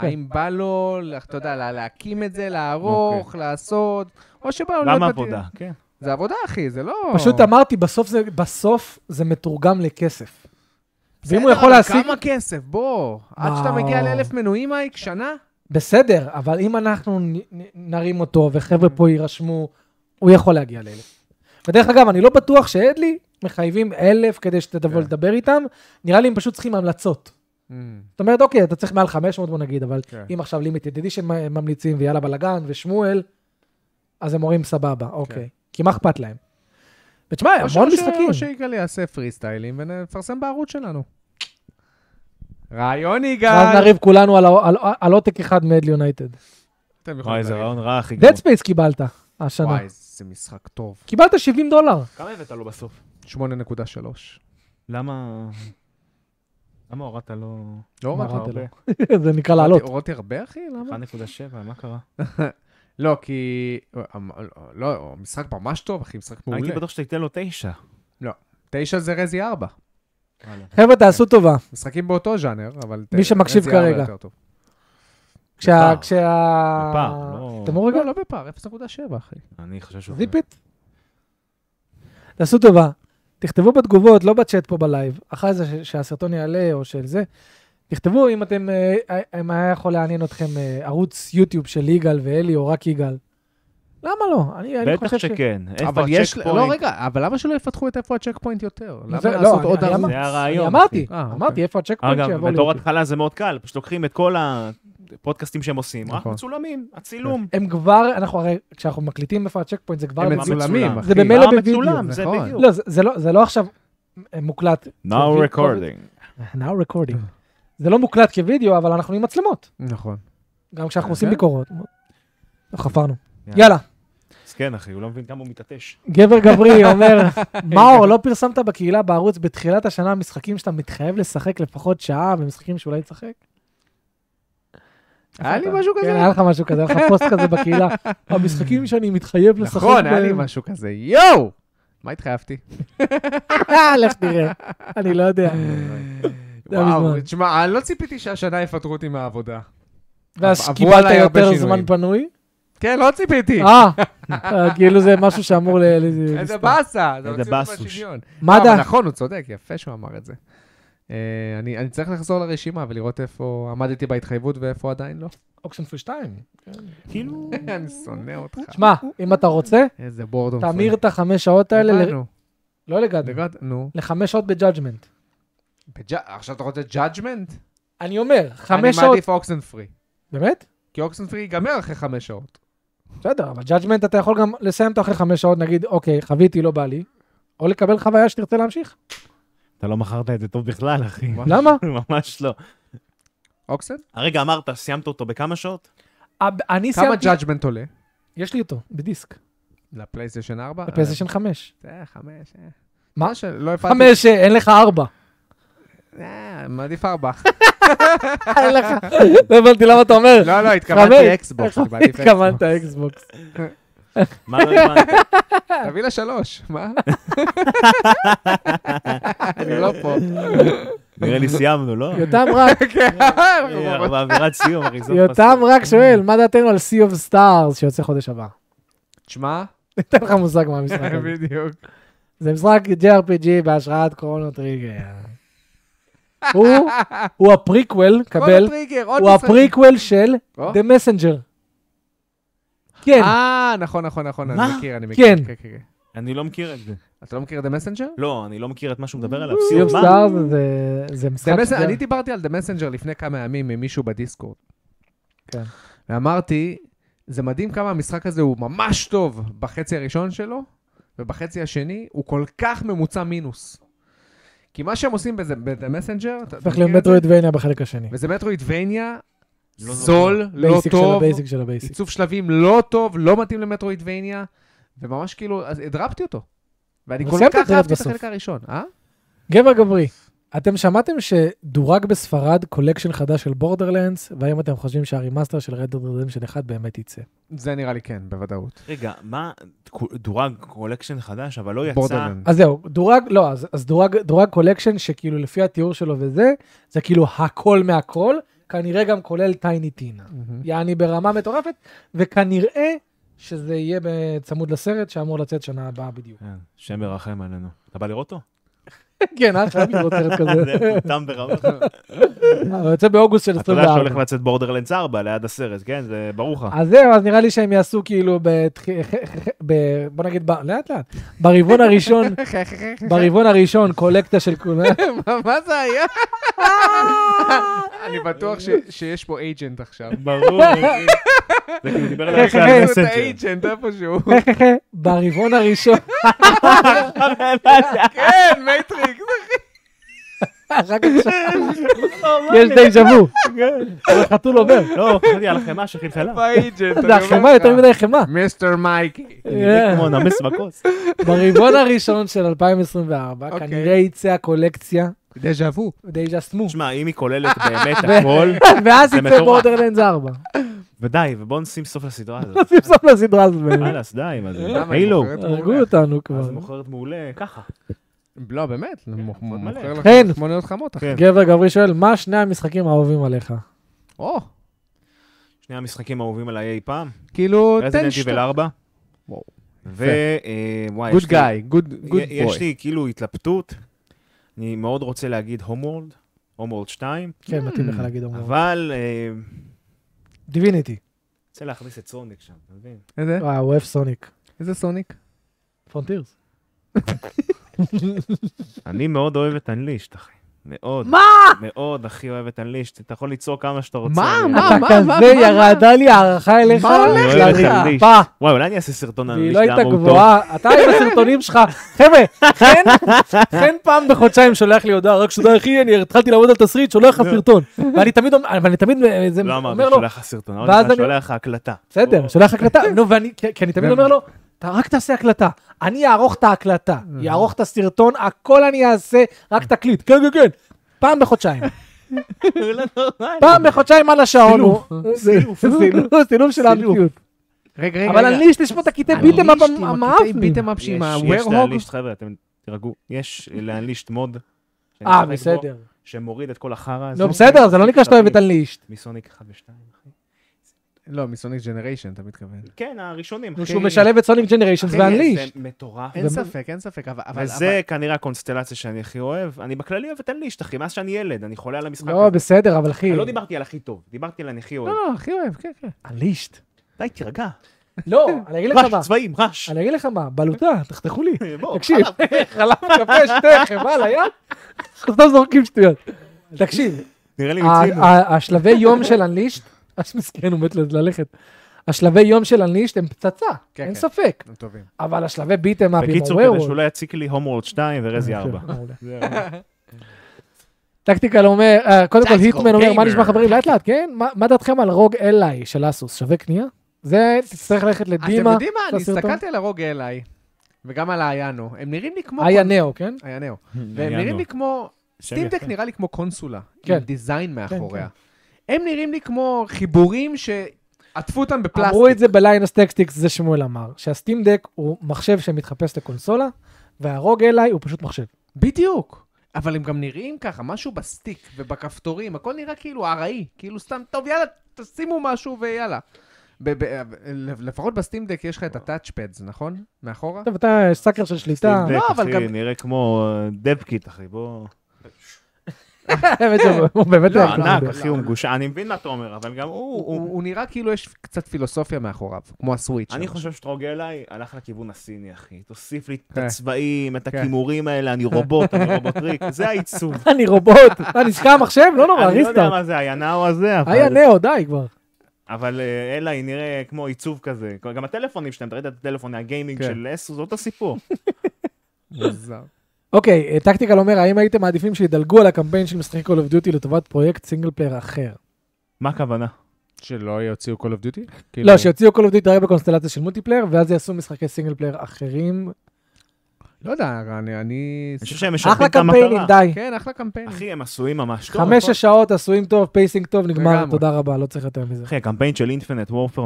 Speaker 1: כן.
Speaker 3: האם בא לו, לה- אתה יודע, לה- להקים את זה, לערוך,
Speaker 1: אוקיי.
Speaker 3: לעשות, או שבא
Speaker 1: לא,
Speaker 3: לו...
Speaker 2: למה
Speaker 3: להיות בת-
Speaker 2: עבודה? כן.
Speaker 3: זה עבודה, אחי, זה לא...
Speaker 1: פשוט אמרתי, בסוף זה, בסוף זה מתורגם לכסף. ואם הוא
Speaker 3: בסדר,
Speaker 1: יכול
Speaker 3: אבל
Speaker 1: להשיג...
Speaker 3: כמה כסף, בוא. עד שאתה מגיע
Speaker 1: וואו.
Speaker 3: לאלף מנויים, אייק, שנה?
Speaker 1: בסדר, אבל אם אנחנו נ- נ- נרים אותו וחבר'ה פה יירשמו, הוא יכול להגיע לאלף. ודרך אגב, אני לא בטוח שאדלי מחייבים אלף כדי שתבוא
Speaker 3: כן.
Speaker 1: לדבר איתם, נראה לי הם פשוט צריכים המלצות. זאת אומרת, אוקיי, אתה צריך מעל 500 בוא נגיד, אבל
Speaker 3: כן.
Speaker 1: אם עכשיו לימיט ידידי שממליצים, ויאללה בלאגן, ושמואל, אז הם אומרים סבבה, אוקיי. כי מה אכפת להם? ותשמע,
Speaker 3: כן. או ש-
Speaker 1: המון
Speaker 3: או ש-
Speaker 1: משחקים.
Speaker 3: או שיגאל יעשה פרי סטיילים ונפרסם בערוץ שלנו. רעיון
Speaker 1: ואז
Speaker 3: יגאל!
Speaker 1: נריב כולנו על ה- על- על עותק אחד מד יונייטד.
Speaker 3: אתם
Speaker 1: נכון,
Speaker 3: יכולים
Speaker 2: וואי, איזה
Speaker 3: לריב.
Speaker 2: רעיון רע, אחי.
Speaker 1: Dead Space קיבלת השנה.
Speaker 3: וואי, זה משחק טוב.
Speaker 1: קיבלת 70 דולר.
Speaker 2: כמה הבאת לו בסוף?
Speaker 3: 8.3.
Speaker 2: למה... למה הורדת לו...
Speaker 3: לא
Speaker 1: מה
Speaker 3: הורדתי.
Speaker 1: הורדת
Speaker 2: הרבה.
Speaker 1: זה נקרא לעלות.
Speaker 3: הורדתי- הורדתי הרבה, אחי? למה?
Speaker 2: נכון. 1.7, מה קרה?
Speaker 3: לא, כי... לא, משחק ממש טוב, אחי, משחק מעולה.
Speaker 2: הייתי בטוח שתיתן לו 9.
Speaker 3: תשע זה רזי ארבע.
Speaker 1: חבר'ה, תעשו טובה.
Speaker 3: משחקים באותו ז'אנר, אבל...
Speaker 1: מי שמקשיב
Speaker 3: רזי ארבע
Speaker 1: כרגע.
Speaker 3: יותר טוב.
Speaker 1: כשה...
Speaker 2: בפער.
Speaker 1: כשה...
Speaker 2: בפער, לא-
Speaker 1: אתם רואים
Speaker 3: לא,
Speaker 1: רגע?
Speaker 3: לא בפער, 0.7, אחי.
Speaker 2: אני חושב שהוא...
Speaker 1: זיפית. תעשו טובה. תכתבו בתגובות, לא בצ'אט פה בלייב, אחרי זה ש- שהסרטון יעלה או של זה. תכתבו אם אתם, אה, אם היה יכול לעניין אתכם אה, ערוץ יוטיוב של יגאל ואלי או רק יגאל. למה לא? אני, אני
Speaker 2: בטח
Speaker 1: חושב ש...
Speaker 2: שכן.
Speaker 3: אבל יש... לא,
Speaker 2: רגע.
Speaker 3: רגע, אבל למה שלא יפתחו את איפה הצ'ק פוינט יותר? למה
Speaker 1: זה- לא,
Speaker 3: לעשות
Speaker 1: אני-
Speaker 3: עוד
Speaker 1: אני
Speaker 3: ערוץ?
Speaker 1: אמרתי-
Speaker 2: זה הרעיון,
Speaker 1: אני אמרתי,
Speaker 3: אחי. אה,
Speaker 1: אמרתי,
Speaker 3: אוקיי.
Speaker 1: איפה הצ'ק פוינט
Speaker 2: אגב,
Speaker 1: שיבוא
Speaker 2: בתור
Speaker 1: ליוטיוב.
Speaker 2: התחלה זה מאוד קל, פשוט לוקחים את כל הפודקאסטים שהם עושים, רק
Speaker 3: נכון.
Speaker 2: מצולמים, הצילום.
Speaker 1: הם כבר, אנחנו הרי, כשאנחנו מקליטים איפה הצ'ק פוינט, זה כבר...
Speaker 3: הם
Speaker 1: בצ-
Speaker 2: מצולמים,
Speaker 3: מצולמים,
Speaker 2: זה
Speaker 3: אחי.
Speaker 1: זה במילא
Speaker 2: אה,
Speaker 1: בווידאו,
Speaker 2: מצולם, זה
Speaker 3: נכון.
Speaker 2: בדיוק.
Speaker 1: לא, זה- זה לא- זה לא עכשיו אה, מוקלט. זה
Speaker 2: Now
Speaker 1: וידאו.
Speaker 2: recording.
Speaker 1: Now recording.
Speaker 3: אה.
Speaker 1: זה לא מוקלט כווידאו, אבל אנחנו עם מצלמות,
Speaker 3: נכון.
Speaker 1: גם כשאנחנו עושים
Speaker 3: כן.
Speaker 1: ביקורות. לא חפרנו.
Speaker 2: יאללה.
Speaker 1: יאללה,
Speaker 2: אז כן, אחי, הוא לא מבין כמה הוא מתעטש.
Speaker 1: גבר גברי אומר, מאור, לא פרסמת בקהילה בערוץ בתחילת השנה משחקים שאתה מתחייב לשחק לפחות שעה ומשחקים שאולי תשחק?
Speaker 3: היה לי משהו
Speaker 1: כן,
Speaker 3: כזה.
Speaker 1: היה לך משהו כזה, היה לך פוסט כזה בקהילה. המשחקים שאני מתחייב כן. לשחק
Speaker 3: נכון, היה לי משהו כזה. יואו! מה התחייבתי?
Speaker 1: משהו. אה, לך תראה, אני לא יודע. היה
Speaker 3: וואו,
Speaker 1: מזמן.
Speaker 3: תשמע, אני לא ציפיתי שהשנה יפטרו אותי מהעבודה.
Speaker 1: ואז
Speaker 3: עברו
Speaker 1: קיבלת
Speaker 3: עליי הרבה
Speaker 1: יותר זמן
Speaker 3: שינויים.
Speaker 1: פנוי?
Speaker 3: כן, לא ציפיתי.
Speaker 1: אה, אה, כאילו זה משהו שאמור ל... ל-
Speaker 3: איזה
Speaker 1: לסתום.
Speaker 3: באסה, זה
Speaker 2: איזה
Speaker 3: הוציאו אותי
Speaker 2: באסוש.
Speaker 3: מהשוויון.
Speaker 1: מה
Speaker 3: לא, אבל
Speaker 1: דעת?
Speaker 3: נכון, הוא צודק, יפה שהוא אמר את זה. אה, אני אני צריך לחזור לרשימה ולראות איפה עמדתי בהתחייבות ואיפה עדיין לא.
Speaker 1: אוקשנפרי 2.
Speaker 2: כאילו...
Speaker 3: אני שונא אותך.
Speaker 1: שמע, אם אתה רוצה,
Speaker 3: איזה בורדום.
Speaker 1: תמיר את החמש שעות האלה, ל-
Speaker 3: הבנו.
Speaker 1: לא לגד,
Speaker 3: לגעת, נו.
Speaker 1: לחמש שעות בג'אג'מנט.
Speaker 3: בג'- עכשיו אתה רוצה judgment?
Speaker 1: אני אומר, חמש
Speaker 3: אני
Speaker 1: שעות...
Speaker 3: מעדיף אוקסן פרי.
Speaker 1: באמת?
Speaker 3: כי אוקסן פרי ייגמר אחרי חמש שעות.
Speaker 1: בסדר, אבל ג'אג'מנט אתה יכול גם לסיים אותו אחרי חמש שעות, נגיד, אוקיי, חוויתי, לא בא לי, או לקבל חוויה שתרצה להמשיך.
Speaker 2: אתה לא מכרת את זה טוב בכלל, אחי.
Speaker 1: למה?
Speaker 2: ממש לא.
Speaker 3: אוקסן?
Speaker 2: הרגע אמרת, סיימת אותו בכמה שעות?
Speaker 1: הב- אני
Speaker 3: כמה
Speaker 1: סיימתי...
Speaker 3: judgment אה, עולה?
Speaker 1: יש לי אותו, בדיסק,
Speaker 3: לפלייסטיישן 4?
Speaker 1: בפייסטיישן חמש.
Speaker 3: אה, חמש. אה.
Speaker 1: מה?
Speaker 3: לא שלא הבנתי.
Speaker 1: חמש, אה, אין לך ארבע.
Speaker 3: אה, מעדיף ארבע.
Speaker 1: אין לך. לא הבנתי למה אתה אומר.
Speaker 3: לא, לא,
Speaker 1: חמש.
Speaker 3: התכוונתי אקסבוקס. קיבלתי אקסבוקס.
Speaker 1: התכוונת אקסבוקס.
Speaker 2: מה לא הבנת?
Speaker 3: תביא לה שלוש, מה? אני לא פה.
Speaker 2: נראה לי סיימנו, לא?
Speaker 1: יותם רק,
Speaker 2: אה, אנחנו באווירת סיום, אחי. לא זאת
Speaker 1: יותם
Speaker 2: פסוק.
Speaker 1: רק שואל, מה דעתנו על Sea of Stars שיוצא חודש הבא?
Speaker 3: תשמע,
Speaker 1: ניתן לך מושג מה המשחק
Speaker 3: אוקיי.
Speaker 1: הזה.
Speaker 3: בדיוק.
Speaker 1: זה משחק JRPG בהשראת קרונו טריגר. הוא- הוא הפריקוול,
Speaker 3: כל
Speaker 1: קבל,
Speaker 3: הטריגר, עוד
Speaker 1: הוא
Speaker 3: משחק.
Speaker 1: הפריקוול של
Speaker 3: או.
Speaker 1: The Messenger. כן,
Speaker 3: אה, נכון, נכון, נכון, אני
Speaker 2: מה?
Speaker 3: מכיר, אני מכיר.
Speaker 1: כן.
Speaker 3: כן, כן, כן.
Speaker 2: אני לא מכיר את זה.
Speaker 3: אתה לא מכיר את המסנג'ר?
Speaker 2: לא, אני לא מכיר את מה שהוא מדבר עליו.
Speaker 1: Sea
Speaker 2: סיום,
Speaker 1: of
Speaker 2: מה?
Speaker 1: Stars זה- זה משחק... זה-
Speaker 3: אני דיברתי על דה מסנג'ר לפני כמה ימים עם מישהו בדיסקורד.
Speaker 1: כן.
Speaker 3: ואמרתי, זה מדהים כמה המשחק הזה הוא ממש טוב בחצי הראשון שלו, ובחצי השני הוא כל כך ממוצע מינוס. כי מה שהם עושים בזה- בדה מסנג'ר, אתה אתה
Speaker 1: הופך להיות
Speaker 3: מכיר את זה?
Speaker 1: מטרואידבניה בחלק השני.
Speaker 3: וזה מטרואידבניה
Speaker 2: לא
Speaker 3: זול, לא
Speaker 1: בייסיק של
Speaker 3: טוב,
Speaker 1: הבייסיק של הבייסיק.
Speaker 3: עיצוב שלבים לא טוב, לא מתאים למטרואידבניה, וממש כאילו, אז הדרפתי אותו. ואני
Speaker 1: אבל
Speaker 3: כל
Speaker 1: סיימת את
Speaker 3: כך
Speaker 1: זה
Speaker 3: אהבתי את
Speaker 1: בסוף.
Speaker 3: החלק הראשון, אה?
Speaker 1: גבר גברי, אתם שמעתם שדורג בספרד קולקשן חדש של בורדרלנדס, והאם אתם חושבים שהרימאסטר של רדד רדמפשן 1 באמת יצא?
Speaker 3: זה נראה לי כן, בוודאות.
Speaker 2: רגע, מה? דורג קולקשן חדש, אבל לא יצא.
Speaker 3: בורדרלנד.
Speaker 1: אז זהו, דורג, לא, אז, אז דורג, דורג קולקשן, שכאילו לפי התיאור שלו וזה, זה כאילו הכל מהכל, כנראה גם כולל טייני טינה.
Speaker 3: מהמם.
Speaker 1: יעני ברמה מטורפת, וכנראה שזה יהיה בצמוד לסרט שאמור לצאת שנה הבאה בדיוק.
Speaker 2: כן, שם ירחם עלינו. אתה בא לראות אותו?
Speaker 1: כן, היה חייב לראות סרט כזה.
Speaker 2: זה מטומטם ברמה.
Speaker 1: הוא יוצא באוגוסט של
Speaker 2: אתה יודע
Speaker 1: 24.
Speaker 2: שהולך לצאת בורדרלנדס 4 ליד הסרט, כן? זה ברור לך.
Speaker 1: אז זהו, אז נראה לי שהם יעשו כאילו, בתח- ב... בוא נגיד, ב- לאט לאט, ברבעון הראשון, ברבעון הראשון קולקטה של כולם.
Speaker 3: מה- מה זה היה? אני בטוח ש- שיש פה אייג'נט עכשיו.
Speaker 2: ברור. זה כאילו דיבר עליו
Speaker 1: כן, כן,
Speaker 2: שעל
Speaker 3: יש לו את
Speaker 2: מסנג'ר.
Speaker 3: האייג'נט איפשהו.
Speaker 1: ברבעון הראשון,
Speaker 3: כן, מייטריקס.
Speaker 1: אחר כך שם, יש דייג'ה וו. אבל חתול עובר.
Speaker 2: כן. לא, חשבתי על החמאה שחלחלה.
Speaker 3: באייג'נט.
Speaker 1: זה החמאה יותר מדי חמאה.
Speaker 3: מיסטר מייקי.
Speaker 1: אה.
Speaker 2: נראה כמו נמס בכוס.
Speaker 1: ברבעון הראשון של 2024,
Speaker 3: אוקיי.
Speaker 1: כנראה יצא הקולקציה
Speaker 3: דז'ה וו.
Speaker 1: דייג'ה סמו.
Speaker 2: תשמע, אם היא כוללת באמת הכל,
Speaker 1: ואז
Speaker 2: זה
Speaker 1: יצא
Speaker 2: מטורף.
Speaker 1: בורדרלנדס 4.
Speaker 2: ודי, ובואו נשים סוף לסדרה הזאת.
Speaker 1: נשים סוף לסדרה הזאת. באמת.
Speaker 2: חלאס, די, מה אה, זה? אה,
Speaker 3: למה, היא
Speaker 2: הילו.
Speaker 3: מוכרת?
Speaker 1: הרגו אותנו
Speaker 2: אז
Speaker 1: כבר.
Speaker 2: מוכרת מעולה, ככה.
Speaker 3: לא, באמת. מוכ- מוכר לך
Speaker 1: כן.
Speaker 3: מוניות חמות, אחי.
Speaker 2: כן.
Speaker 1: גבר גברי שואל, מה שני המשחקים האהובים עליך?
Speaker 3: או,
Speaker 2: שני המשחקים האהובים עליי אי פעם.
Speaker 3: כאילו, תן
Speaker 2: רזינט
Speaker 3: שטו.
Speaker 2: איבל 4.
Speaker 3: וואו.
Speaker 2: ווואי,
Speaker 3: גוד גאי, גוד גוד בוי.
Speaker 2: יש לי כאילו התלבטות. אני מאוד רוצה להגיד הומוולד, הומוולד 2,
Speaker 1: כן, מתאים לך להגיד הומור.
Speaker 2: אבל אה,
Speaker 1: דיוויניטי.
Speaker 3: אה.
Speaker 2: רוצה להכניס את סוניק שם, אתה מבין?
Speaker 3: איזה?
Speaker 1: וואו, הוא אוהב סוניק.
Speaker 3: איזה סוניק?
Speaker 1: פרונטירס.
Speaker 2: אני מאוד אוהב את אנלישט, אחי. מאוד. מה? מאוד הכי אוהב את אנלישט. אתה יכול ליצור כמה שאתה רוצה.
Speaker 3: מה?
Speaker 2: אני-
Speaker 3: מה?
Speaker 1: אתה כזה
Speaker 3: מה?
Speaker 1: ירדה לי הערכה אליך.
Speaker 3: מה הולך
Speaker 2: אני אוהב את אנלישט.
Speaker 1: לריפה.
Speaker 2: וואי, אולי אני אעשה סרטון
Speaker 1: והיא
Speaker 2: אנלישט,
Speaker 1: לא הייתה
Speaker 2: למה הוא טוב.
Speaker 1: גבוהה. אתה עם הסרטונים שלך. חבר'ה, חן, חן פעם בחודשיים שולח לי הודעה, רק שתדע אחי, אני התחלתי לעבוד על תסריט, שולח לך סרטון. ואני תמיד אומר, ואני תמיד אה, זה-
Speaker 2: לא אמרתי,
Speaker 1: אומר לו,
Speaker 2: שולח לך סרטון.
Speaker 1: ואז
Speaker 2: אמרתי לך,
Speaker 1: אני-
Speaker 2: שולח לך הקלטה.
Speaker 1: בסדר, שולח הקלטה. נו, ואני, כי כי אני תמיד אומר לו, אתה רק תעשה הקלטה. אני אערוך את ההקלטה, יערוך את הסרטון, הכל אני אעשה, רק תקליט. כן, כן, כן. פעם בחודשיים. פעם בחודשיים על השעון הוא. סילוף. סילוף של האמיתיות.
Speaker 3: רגע, רגע, לא
Speaker 1: אבל
Speaker 3: רגע.
Speaker 1: אנלישט יש פה את הקטעי
Speaker 3: אנלישט
Speaker 1: ביטם
Speaker 3: עם הקטעי
Speaker 1: המאפנים.
Speaker 3: ביטם אפ שעם
Speaker 2: יש- יש
Speaker 3: ה-Werehog.
Speaker 2: להנלישט, חבר'ה, אתם תירגעו. יש להנלישט מוד. שאני
Speaker 1: אה,
Speaker 2: כן. משחק בו,
Speaker 1: בסדר.
Speaker 2: שמוריד את כל החרא הזה.
Speaker 1: נו, בסדר, זה לא נקרא שאתה אוהב את אנלישט.
Speaker 2: מסוניק 1 ו-2, אחי.
Speaker 3: לא, מסוניק ג'נריישן, אתה מתכוון.
Speaker 2: כן, הראשונים, אחי.
Speaker 1: נו, שהוא משלב את סוניק ג'נריישנס
Speaker 2: אחי,
Speaker 1: ואנלישט.
Speaker 2: זה מטורף.
Speaker 3: אין
Speaker 1: ומה-
Speaker 3: ספק, אין ספק, אבל... אבל-
Speaker 2: וזה כנראה הקונסטלציה שאני הכי אוהב. אני בכללי אוהב את אנלישט, אחי, מאז שאני ילד, אני חולה על המשחק
Speaker 1: לא,
Speaker 2: הזה.
Speaker 1: בסדר, אבל אחי,
Speaker 2: אני לא דיברתי על הכי טוב, דיברתי על אני הכי
Speaker 3: אבל-
Speaker 2: אוהב.
Speaker 3: לא, לא, הכי אוהב, כן, כן.
Speaker 1: אנלישט.
Speaker 2: די, תירגע.
Speaker 1: לא, אני אגיד לך מה.
Speaker 2: רש, צבעים, רעש.
Speaker 1: אני אגיד לך מה, בלוטה, תחתכו לי.
Speaker 2: בוא,
Speaker 1: תקשיב, חלב, קפה, שתה, חמאה על היד, סתם זורקים שטויות. תקשיב,
Speaker 2: נראה
Speaker 3: אה,
Speaker 2: לי
Speaker 1: ה-
Speaker 2: מיצינו.
Speaker 1: ה- השלבי יום של אנלישט, אז מסכן, הוא מת ל- ללכת. השלבי יום של אנלישט הם פצצה,
Speaker 3: כן,
Speaker 1: אין
Speaker 3: כן.
Speaker 1: ספק.
Speaker 3: הם טובים.
Speaker 1: אבל השלבי ביטם
Speaker 3: אה,
Speaker 1: אפים,
Speaker 2: בקיצור, כדי שאולי יציק לי הומורד 2 ורזי 4.
Speaker 1: אוקיי. טקטיקל אומר, אה, קודם כל
Speaker 3: טקטיקל
Speaker 1: היטמן אומר, מה
Speaker 3: גיימר.
Speaker 1: נשמע חברים? לאט לאט, כן? מה- מה דעתכם על רוג אליי של אסוס? שווה קנייה? זה תצטרך ללכת
Speaker 3: אתם
Speaker 1: לדימה,
Speaker 3: יודעים מה? אני
Speaker 1: בסרטון?
Speaker 3: הסתכלתי על הרוג אליי, וגם על האיינו. הם נראים לי כמו...
Speaker 1: איה
Speaker 3: קונ-
Speaker 1: נאו, כן?
Speaker 3: איינאו. והם נראים לי כמו...
Speaker 2: שם
Speaker 3: סטימדק
Speaker 2: יפה.
Speaker 3: נראה לי כמו קונסולה,
Speaker 1: כן.
Speaker 3: עם דיזיין מאחוריה. הם נראים לי כמו חיבורים שעטפו אותם בפלסטיק.
Speaker 1: אמרו את זה בליינוס טקסטיקס, זה שמואל אמר, שהסטים דק הוא מחשב שמתחפש לקונסולה, והרוג אליי הוא פשוט מחשב.
Speaker 3: בדיוק. אבל הם גם נראים ככה, משהו בסטיק ובכפתורים, הכל נראה כאילו ארעי, כאילו סתם, טוב, יאללה, תשימו משהו ויאללה. ב- ב- לפחות בסטימדק יש לך את הטאצ'פדס, נכון? מאחורה?
Speaker 1: טוב, אתה סאקר של שליטה.
Speaker 2: לא,
Speaker 3: לא, אבל
Speaker 2: אבל
Speaker 3: גם-
Speaker 2: גם... נראה כמו אה, דבקיט, אחי, בוא.
Speaker 1: האמת שהוא- הוא באמת
Speaker 3: לא,
Speaker 1: לא
Speaker 2: לא,
Speaker 1: היה
Speaker 2: ענק,
Speaker 1: כזה.
Speaker 2: אחי, הוא מגושע. אני מבין מה אתה אומר, אבל גם הוא...
Speaker 3: הוא
Speaker 2: הוא-
Speaker 3: הוא נראה כאילו יש קצת פילוסופיה מאחוריו, כמו הסוויץ'.
Speaker 2: אני
Speaker 3: שלו.
Speaker 2: חושב שאתה רוגע אליי, הלך לכיוון הסיני, אחי. תוסיף לי את
Speaker 3: כן.
Speaker 2: הצבעים, את
Speaker 3: כן.
Speaker 2: הכימורים האלה, אני רובוט, אני רובוטריק, זה העיצוב.
Speaker 1: אני רובוט, אני נשכח המחשב? לא נורא,
Speaker 2: אני לא יודע
Speaker 1: ריסטארט.
Speaker 2: מה זה, הינאו הזה, אבל-
Speaker 1: היה נאו, די כבר.
Speaker 2: אבל אה, אליי נראה כמו עיצוב כזה. גם הטלפונים שלהם, תראה את הטלפון, הגיימינג
Speaker 3: כן.
Speaker 2: של אסוס, זה אותו סיפור.
Speaker 3: מוזר.
Speaker 1: אוקיי, אה, טקטיקל אומר, האם הייתם מעדיפים שידלגו על הקמפיין של משחקי Call of Duty לטובת פרויקט סינגל פלייר אחר?
Speaker 2: כאילו- מה הכוונה?
Speaker 3: שלא יוציאו Call of Duty?
Speaker 1: לא, שיוציאו Call of Duty רק בקונסטלציה של מולטיפלייר, ואז יעשו משחקי סינגל פלייר אחרים.
Speaker 3: לא יודע, אני... אני...
Speaker 2: אני חושב שהם משרתים
Speaker 1: אחלה
Speaker 2: את המטרה.
Speaker 1: קמפיינים, די.
Speaker 3: כן, אחלה קמפיין.
Speaker 2: אחי, הם עשויים ממש טוב. נכון.
Speaker 1: חמש, שש שעות, עשויים טוב, פייסינג טוב, נגמר,
Speaker 3: לגמרי.
Speaker 1: תודה רבה, לא צריך יותר מזה.
Speaker 2: אחי, הקמפיין של אינפינט וורפר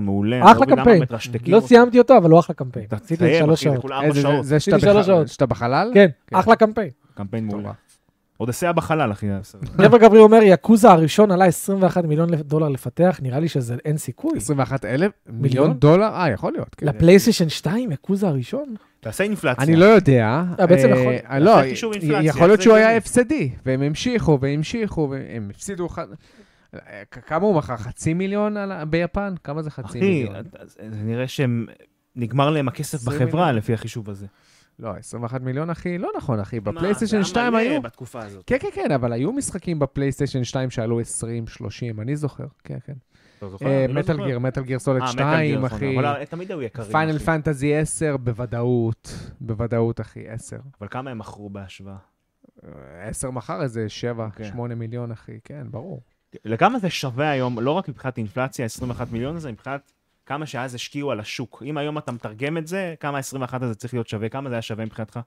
Speaker 1: אחלה
Speaker 2: מעולה. אני לא מבין למה
Speaker 1: קמפיין.
Speaker 2: מטרשתקים
Speaker 1: לא
Speaker 2: אותו.
Speaker 1: סיימתי אותו, אבל הוא אחלה קמפיין. עשיתי
Speaker 2: תסיים,
Speaker 1: שלוש
Speaker 2: אחי, זה
Speaker 1: שעות.
Speaker 2: כולה ארבע
Speaker 3: איזה-
Speaker 2: שעות.
Speaker 3: אה, זה שאתה
Speaker 1: עשיתי שלוש
Speaker 3: בח-
Speaker 1: שעות.
Speaker 3: שאתה בחלל?
Speaker 1: כן,
Speaker 3: כן.
Speaker 1: אחלה קמפיין.
Speaker 2: קמפיין
Speaker 3: טוב.
Speaker 2: מעולה. אודסיה בחלל, אחי. זה בסדר.
Speaker 1: גבר גברי אומר, יקוזה הראשון עלה 21 מיליון דולר לפתח, נראה לי שזה אין סיכוי.
Speaker 3: 21 אלף?
Speaker 1: מיליון?
Speaker 3: מיליון דולר? אה, יכול להיות. כן.
Speaker 1: לפלייסטיישן 2, יקוזה הראשון?
Speaker 2: תעשה אינפלציה.
Speaker 3: אני לא יודע.
Speaker 1: אה, בעצם
Speaker 3: אה,
Speaker 1: יכול-
Speaker 3: אה, לא,
Speaker 2: תעשה חישוב
Speaker 3: י-
Speaker 2: אינפלציה,
Speaker 3: יכול להיות
Speaker 2: זה
Speaker 3: שהוא היה
Speaker 2: הגיוני.
Speaker 3: הפסדי, והם המשיכו והמשיכו, והם הפסידו אחד... אה, כ- כמה הוא מכר? חצי מיליון על ה- ביפן? כמה זה חצי
Speaker 2: אחי,
Speaker 3: מיליון?
Speaker 2: אז- אז נראה שהם... נגמר להם הכסף
Speaker 3: עשרים
Speaker 2: בחברה
Speaker 3: מיליון.
Speaker 2: לפי החישוב הזה.
Speaker 3: לא, 21 מיליון, אחי, לא נכון, אחי.
Speaker 2: מה, זה
Speaker 3: בפלייסטיישן
Speaker 2: היה
Speaker 3: 2
Speaker 2: מלא
Speaker 3: היו...
Speaker 2: בתקופה הזאת.
Speaker 3: כן, כן, כן, אבל היו משחקים בפלייסטיישן 2 שעלו 20, 30, אני זוכר, כן, כן.
Speaker 2: אתה זוכר?
Speaker 3: אה,
Speaker 2: אני לא
Speaker 3: מטאל
Speaker 2: זוכר.
Speaker 3: גיר, מטאל גיר
Speaker 2: אה,
Speaker 3: סולד
Speaker 2: Metal Gear,
Speaker 3: 2,
Speaker 2: נכון,
Speaker 3: אחי.
Speaker 2: אבל תמיד היו יקרים.
Speaker 3: פיינל
Speaker 2: אחי.
Speaker 3: פנטזי 10, בוודאות, בוודאות, אחי, 10.
Speaker 2: אבל כמה הם מכרו בהשוואה?
Speaker 3: 10 מכר איזה 7,
Speaker 2: אוקיי.
Speaker 3: 8 מיליון, אחי, כן, ברור.
Speaker 2: לכמה זה שווה היום, לא רק מבחינת אינפלציה, 21 מיליון הזה, מבחינת כמה שאז השקיעו על השוק. אם היום אתה מתרגם את זה, כמה 21 הזה צריך להיות שווה? כמה זה היה שווה מבחינתך?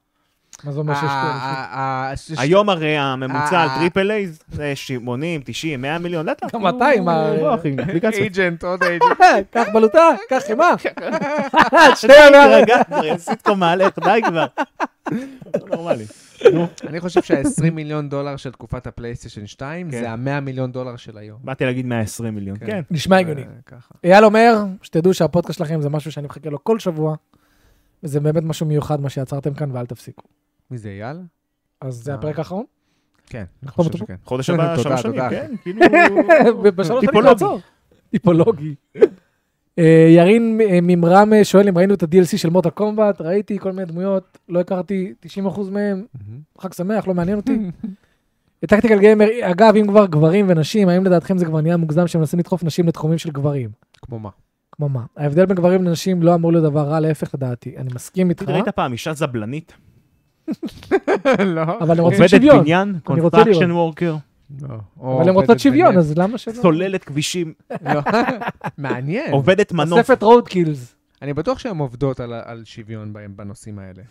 Speaker 1: מה זה אומר שיש
Speaker 3: אה,
Speaker 2: אה,
Speaker 1: פה...
Speaker 3: ה- ה- ש- ש-
Speaker 2: היום הרי הממוצע
Speaker 3: אה,
Speaker 2: על
Speaker 3: אה.
Speaker 2: טריפל אייז זה 80, 90, 100 מיליון, לאט לאט.
Speaker 1: גם
Speaker 2: אה,
Speaker 1: 200, ה-
Speaker 2: בוא אחי, אפליקציה.
Speaker 3: אייג'נט, עוד אייג'נט.
Speaker 1: קח בלוטה, קח חימה. שתי ימים.
Speaker 2: תרגע, כבר, סיטקום מהלך, די כבר. לא נורמלי.
Speaker 3: אני חושב שה-20 מיליון דולר של תקופת הפלייסטיישן 2
Speaker 2: כן.
Speaker 3: זה ה-100 מיליון דולר של היום.
Speaker 2: באתי להגיד 120 מיליון.
Speaker 3: כן.
Speaker 2: כן.
Speaker 1: נשמע הגיוני.
Speaker 3: אה, ככה.
Speaker 1: אייל אומר, שתדעו שהפודקאסט שלכם זה משהו שאני מחכה לו כל שבוע, וזה באמת משהו מיוחד מה שיצרתם כאן, ואל תפסיקו.
Speaker 3: מי זה, אייל?
Speaker 1: אז זה
Speaker 3: אה.
Speaker 1: הפרק האחרון?
Speaker 3: כן, אני
Speaker 1: נחתום
Speaker 3: חושב
Speaker 1: אותו
Speaker 3: שכן.
Speaker 2: חודש הבא,
Speaker 3: תודה,
Speaker 2: שלוש שנים,
Speaker 3: תודה, אחי.
Speaker 2: כן, כאילו...
Speaker 1: בשלוש שנים
Speaker 2: טיפולוגי.
Speaker 1: תעצור. טיפולוגי. אה, ירין אה, ממרם אה, שואל אם ראינו את ה-DLC של מוטה קומבט, ראיתי כל מיני דמויות, לא הכרתי 90% מהם,
Speaker 3: מהמם.
Speaker 1: חג שמח, לא מעניין אותי. טקטיקל גיימר, אגב, אם כבר גברים ונשים, האם לדעתכם זה כבר נהיה מוגזם שמנסים לדחוף נשים לתחומים של גברים?
Speaker 3: כמו מה?
Speaker 1: כמו מה? ההבדל בין גברים לנשים לא אמור להיות דבר רע, להפך לדעתי. אני מסכים איתך,
Speaker 2: תגיד, ראית פעם אישה זבלנית?
Speaker 3: לא.
Speaker 1: אבל הם רוצים
Speaker 2: עובדת
Speaker 1: שוויון.
Speaker 2: בניין?
Speaker 1: אני רוצה לראות.
Speaker 2: קונסטרקשן וורקר?
Speaker 1: אבל הן רוצות שוויון, אז למה שלא?
Speaker 2: סוללת כבישים?
Speaker 3: לא.
Speaker 1: כן.
Speaker 3: מעניין.
Speaker 2: עובדת מנוף?
Speaker 1: תוספת רוד קילס.
Speaker 3: אני בטוח שהן עובדות על- על שוויון בהם- בנושאים האלה.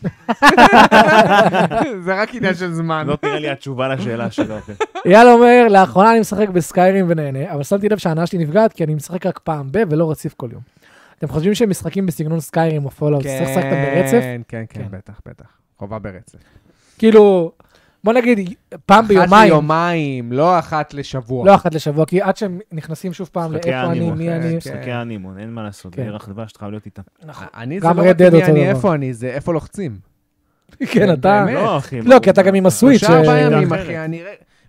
Speaker 3: זה רק עניין של זמן.
Speaker 1: לא-
Speaker 2: זאת נראה לא לי התשובה לשאלה שלו. כן.
Speaker 1: אייל אומר, לאחרונה אני משחק בסקיירים ונהנה, אבל שמתי לב שההנאה שלי נפגעת כי אני משחק רק פעם ב- ולא רציף כל יום. אתם חושבים שהם משחקים בסגנון סקיירים או פולאאוט, צריך לשחק אותם ברצף?
Speaker 3: כן, כן, כן,
Speaker 1: כן.
Speaker 3: בטח, בטח. חובה ברצף.
Speaker 1: כאילו, בוא נגיד, פעם
Speaker 3: אחת
Speaker 1: ביומיים,
Speaker 3: ליומיים, לא אחת לשבוע.
Speaker 1: לא אחת לשבוע, כי עד שהם נכנסים שוב פעם
Speaker 2: משחקי
Speaker 1: לאיפה אני,
Speaker 2: האנימון,
Speaker 1: מי
Speaker 3: כן,
Speaker 1: אני,
Speaker 3: כן.
Speaker 2: משחקי האנימון, אין מה לעשות, זה
Speaker 1: כן.
Speaker 2: ירח דבש, אתה חייב להיות איתה.
Speaker 1: נכון.
Speaker 3: אני זה
Speaker 1: גם
Speaker 3: לא
Speaker 1: Red
Speaker 3: רק
Speaker 1: Dead
Speaker 3: מי
Speaker 1: אותו
Speaker 3: אני,
Speaker 1: דבר.
Speaker 3: איפה אני, זה איפה לוחצים.
Speaker 1: כן, אתה,
Speaker 3: באמת.
Speaker 2: לא, אחי.
Speaker 1: לא, כי אתה גם עם הסוויץ',
Speaker 3: שלושה ארבעה
Speaker 1: אה,
Speaker 3: ימים,
Speaker 2: אחרת.
Speaker 3: אחי, אני... ר-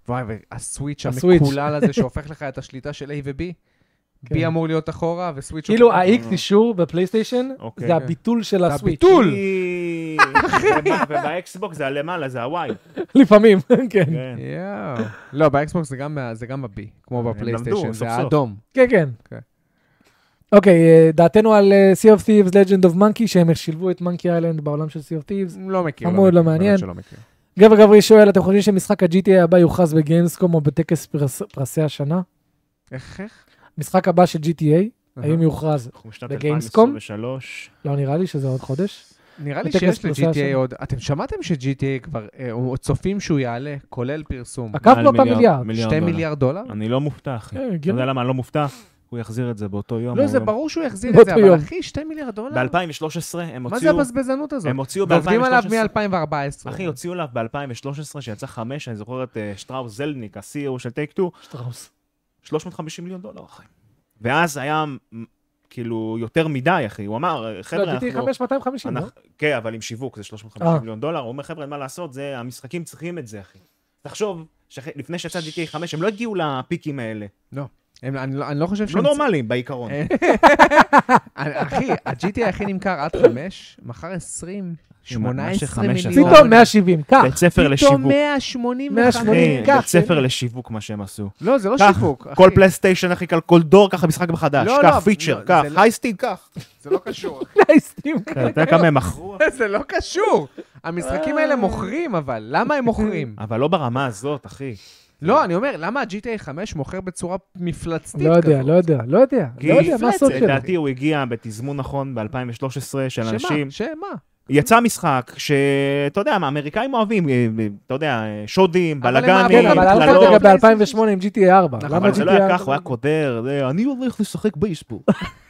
Speaker 3: וואי, והסוויץ'
Speaker 1: הסוויץ'.
Speaker 3: המקולל הזה שהופך לך את השליטה של A ו-B,
Speaker 1: כן.
Speaker 3: B אמור להיות אחורה וסוויץ'...
Speaker 1: כאילו
Speaker 3: הוא-
Speaker 1: האי קישור בפלייסטיישן,
Speaker 2: אוקיי.
Speaker 1: זה הביטול של
Speaker 3: זה
Speaker 1: הסוויץ'.
Speaker 3: הביטול.
Speaker 2: כי- ובאקסבוקס זה הלמעלה, זה הוואי.
Speaker 1: לפעמים, כן.
Speaker 2: כן.
Speaker 3: יואו. לא, באקסבוקס זה גם מה- זה גם ב-B, כמו
Speaker 2: הם למדו,
Speaker 3: בפלייסטיישן,
Speaker 2: סוף
Speaker 3: זה
Speaker 2: סוף.
Speaker 3: האדום.
Speaker 1: כן, כן.
Speaker 3: אוקיי.
Speaker 1: אוקיי, אה, דעתנו על אה, Sea of Thieves, Legend of Monkey, שהם שילבו את Monkey Island בעולם של Sea of Thieves.
Speaker 3: לא מכיר.
Speaker 1: חמוד, לא
Speaker 3: מכיר,
Speaker 1: מעניין.
Speaker 3: באמת שלא מכיר.
Speaker 1: גבר גברי שואל, אתם חושבים שמשחק ה-GTA הבא יוכרז בגיימסקום או בטקס פרס- פרסי השנה?
Speaker 3: איך, איך?
Speaker 1: משחק הבא של GTA, האם יוכרז?
Speaker 2: אנחנו בשנת
Speaker 1: בגיימסקום?
Speaker 2: 2023.
Speaker 1: לא נראה לי שזה עוד חודש.
Speaker 3: נראה לי
Speaker 1: בטקס
Speaker 3: שיש
Speaker 1: פרסה
Speaker 3: ל-GTA
Speaker 1: השנה.
Speaker 3: עוד... אתם שמעתם ש-GTA כבר... אה, או- צופים שהוא יעלה, כולל פרסום.
Speaker 1: עקפנו
Speaker 2: מעל
Speaker 1: אותם מיליארד.
Speaker 3: שתי
Speaker 2: דולר.
Speaker 3: מיליארד דולר?
Speaker 2: אני לא מופתע, אחי.
Speaker 1: אה,
Speaker 2: אתה
Speaker 1: הגיוני.
Speaker 2: יודע למה אני לא מופתע? הוא יחזיר את זה באותו יום.
Speaker 3: כן, לא,
Speaker 2: או
Speaker 3: זה
Speaker 2: יום.
Speaker 3: ברור שהוא יחזיר את
Speaker 1: באותו
Speaker 3: זה, אבל
Speaker 1: יום.
Speaker 3: אחי, שתי מיליארד דולר?
Speaker 2: ב-2013 הם
Speaker 3: מה זה
Speaker 2: הוציאו...
Speaker 3: הבזבזנות הזאת?
Speaker 2: הם הוציאו
Speaker 3: ועובדים עליו
Speaker 2: ב-2013.
Speaker 3: מ-2014.
Speaker 2: אחי, הוציאו עליו ב-2013, שיצא חמש, אני זוכר את אה, שטראוס זלניק, ה-CEO של טייק טו,
Speaker 1: שטראוס.
Speaker 2: 350 מיליון דולר, אחי. ואז היה מ, כאילו יותר מדי, אחי. הוא אמר,
Speaker 1: לא,
Speaker 2: חבר'ה,
Speaker 1: GTA
Speaker 2: אנחנו...
Speaker 1: 5 250, לא?
Speaker 2: אנחנו- כן, אבל עם שיווק זה 350
Speaker 1: אה.
Speaker 2: מיליון דולר. הוא אומר, חבר'ה, אין מה לעשות, זה, המשחקים צריכים את זה, אחי. תחשוב, שאחרי- לפני שיצא GTA 5, הם לא הגיעו לפיקים האלה.
Speaker 3: הם- אני לא- אני לא חושב
Speaker 2: הם לא נורמליים בעיקרון.
Speaker 3: אה, אני- אחי, ה-GTA הכי נמכר עד 5, מכר 20,
Speaker 2: מה
Speaker 3: 18
Speaker 2: שחמש עשה.
Speaker 3: מיליון.
Speaker 1: פתאום 170, קח.
Speaker 2: בית ספר לשיווק.
Speaker 3: פתאום 185.
Speaker 2: אחי,
Speaker 1: 180,
Speaker 2: כן, בית
Speaker 1: קח,
Speaker 2: ספר לשיווק, מה שהם עשו.
Speaker 3: לא, זה לא
Speaker 2: קח,
Speaker 3: שיווק. אחי.
Speaker 2: כל פלייסטיישן, אחי, כל- כל דור, ככה משחק מחדש.
Speaker 3: לא,
Speaker 2: קח
Speaker 3: לא,
Speaker 2: פיצ'ר,
Speaker 3: לא,
Speaker 2: קח
Speaker 3: זה לא-
Speaker 2: הייסטינג, קח.
Speaker 3: זה לא קשור.
Speaker 1: פלייסטים.
Speaker 2: אתה יודע כמה הם מכרו?
Speaker 3: זה לא קשור. המשחקים
Speaker 1: אה.
Speaker 3: האלה מוכרים, אבל למה הם מוכרים?
Speaker 2: אבל לא ברמה הזאת, אחי.
Speaker 3: לא, אני אומר, למה ה-GTA 5 מוכר בצורה מפלצתית
Speaker 1: לא
Speaker 3: כזאת?
Speaker 1: יודע, לא יודע, לא יודע.
Speaker 2: כי
Speaker 1: לא יודע, מה
Speaker 3: מפלצת,
Speaker 1: הסוד שלו?
Speaker 2: לדעתי הוא הגיע בתזמון נכון ב-2013 של אנשים.
Speaker 3: שמה? שמה?
Speaker 2: יצא משחק שאתה יודע, מה, האמריקאים אוהבים, אה, אה, אתה יודע, אה, שודים,
Speaker 3: אבל הם
Speaker 2: בלאגנים,
Speaker 1: כן,
Speaker 3: אני-
Speaker 1: אבל היה לך
Speaker 3: לא,
Speaker 1: את זה
Speaker 2: קללות.
Speaker 1: גם ב-2008 עם GTA 4.
Speaker 3: נכון,
Speaker 1: למה
Speaker 2: אבל זה לא היה
Speaker 1: GTA
Speaker 2: כך, הוא היה קודר, זה, אני הולך לשחק בייסבול.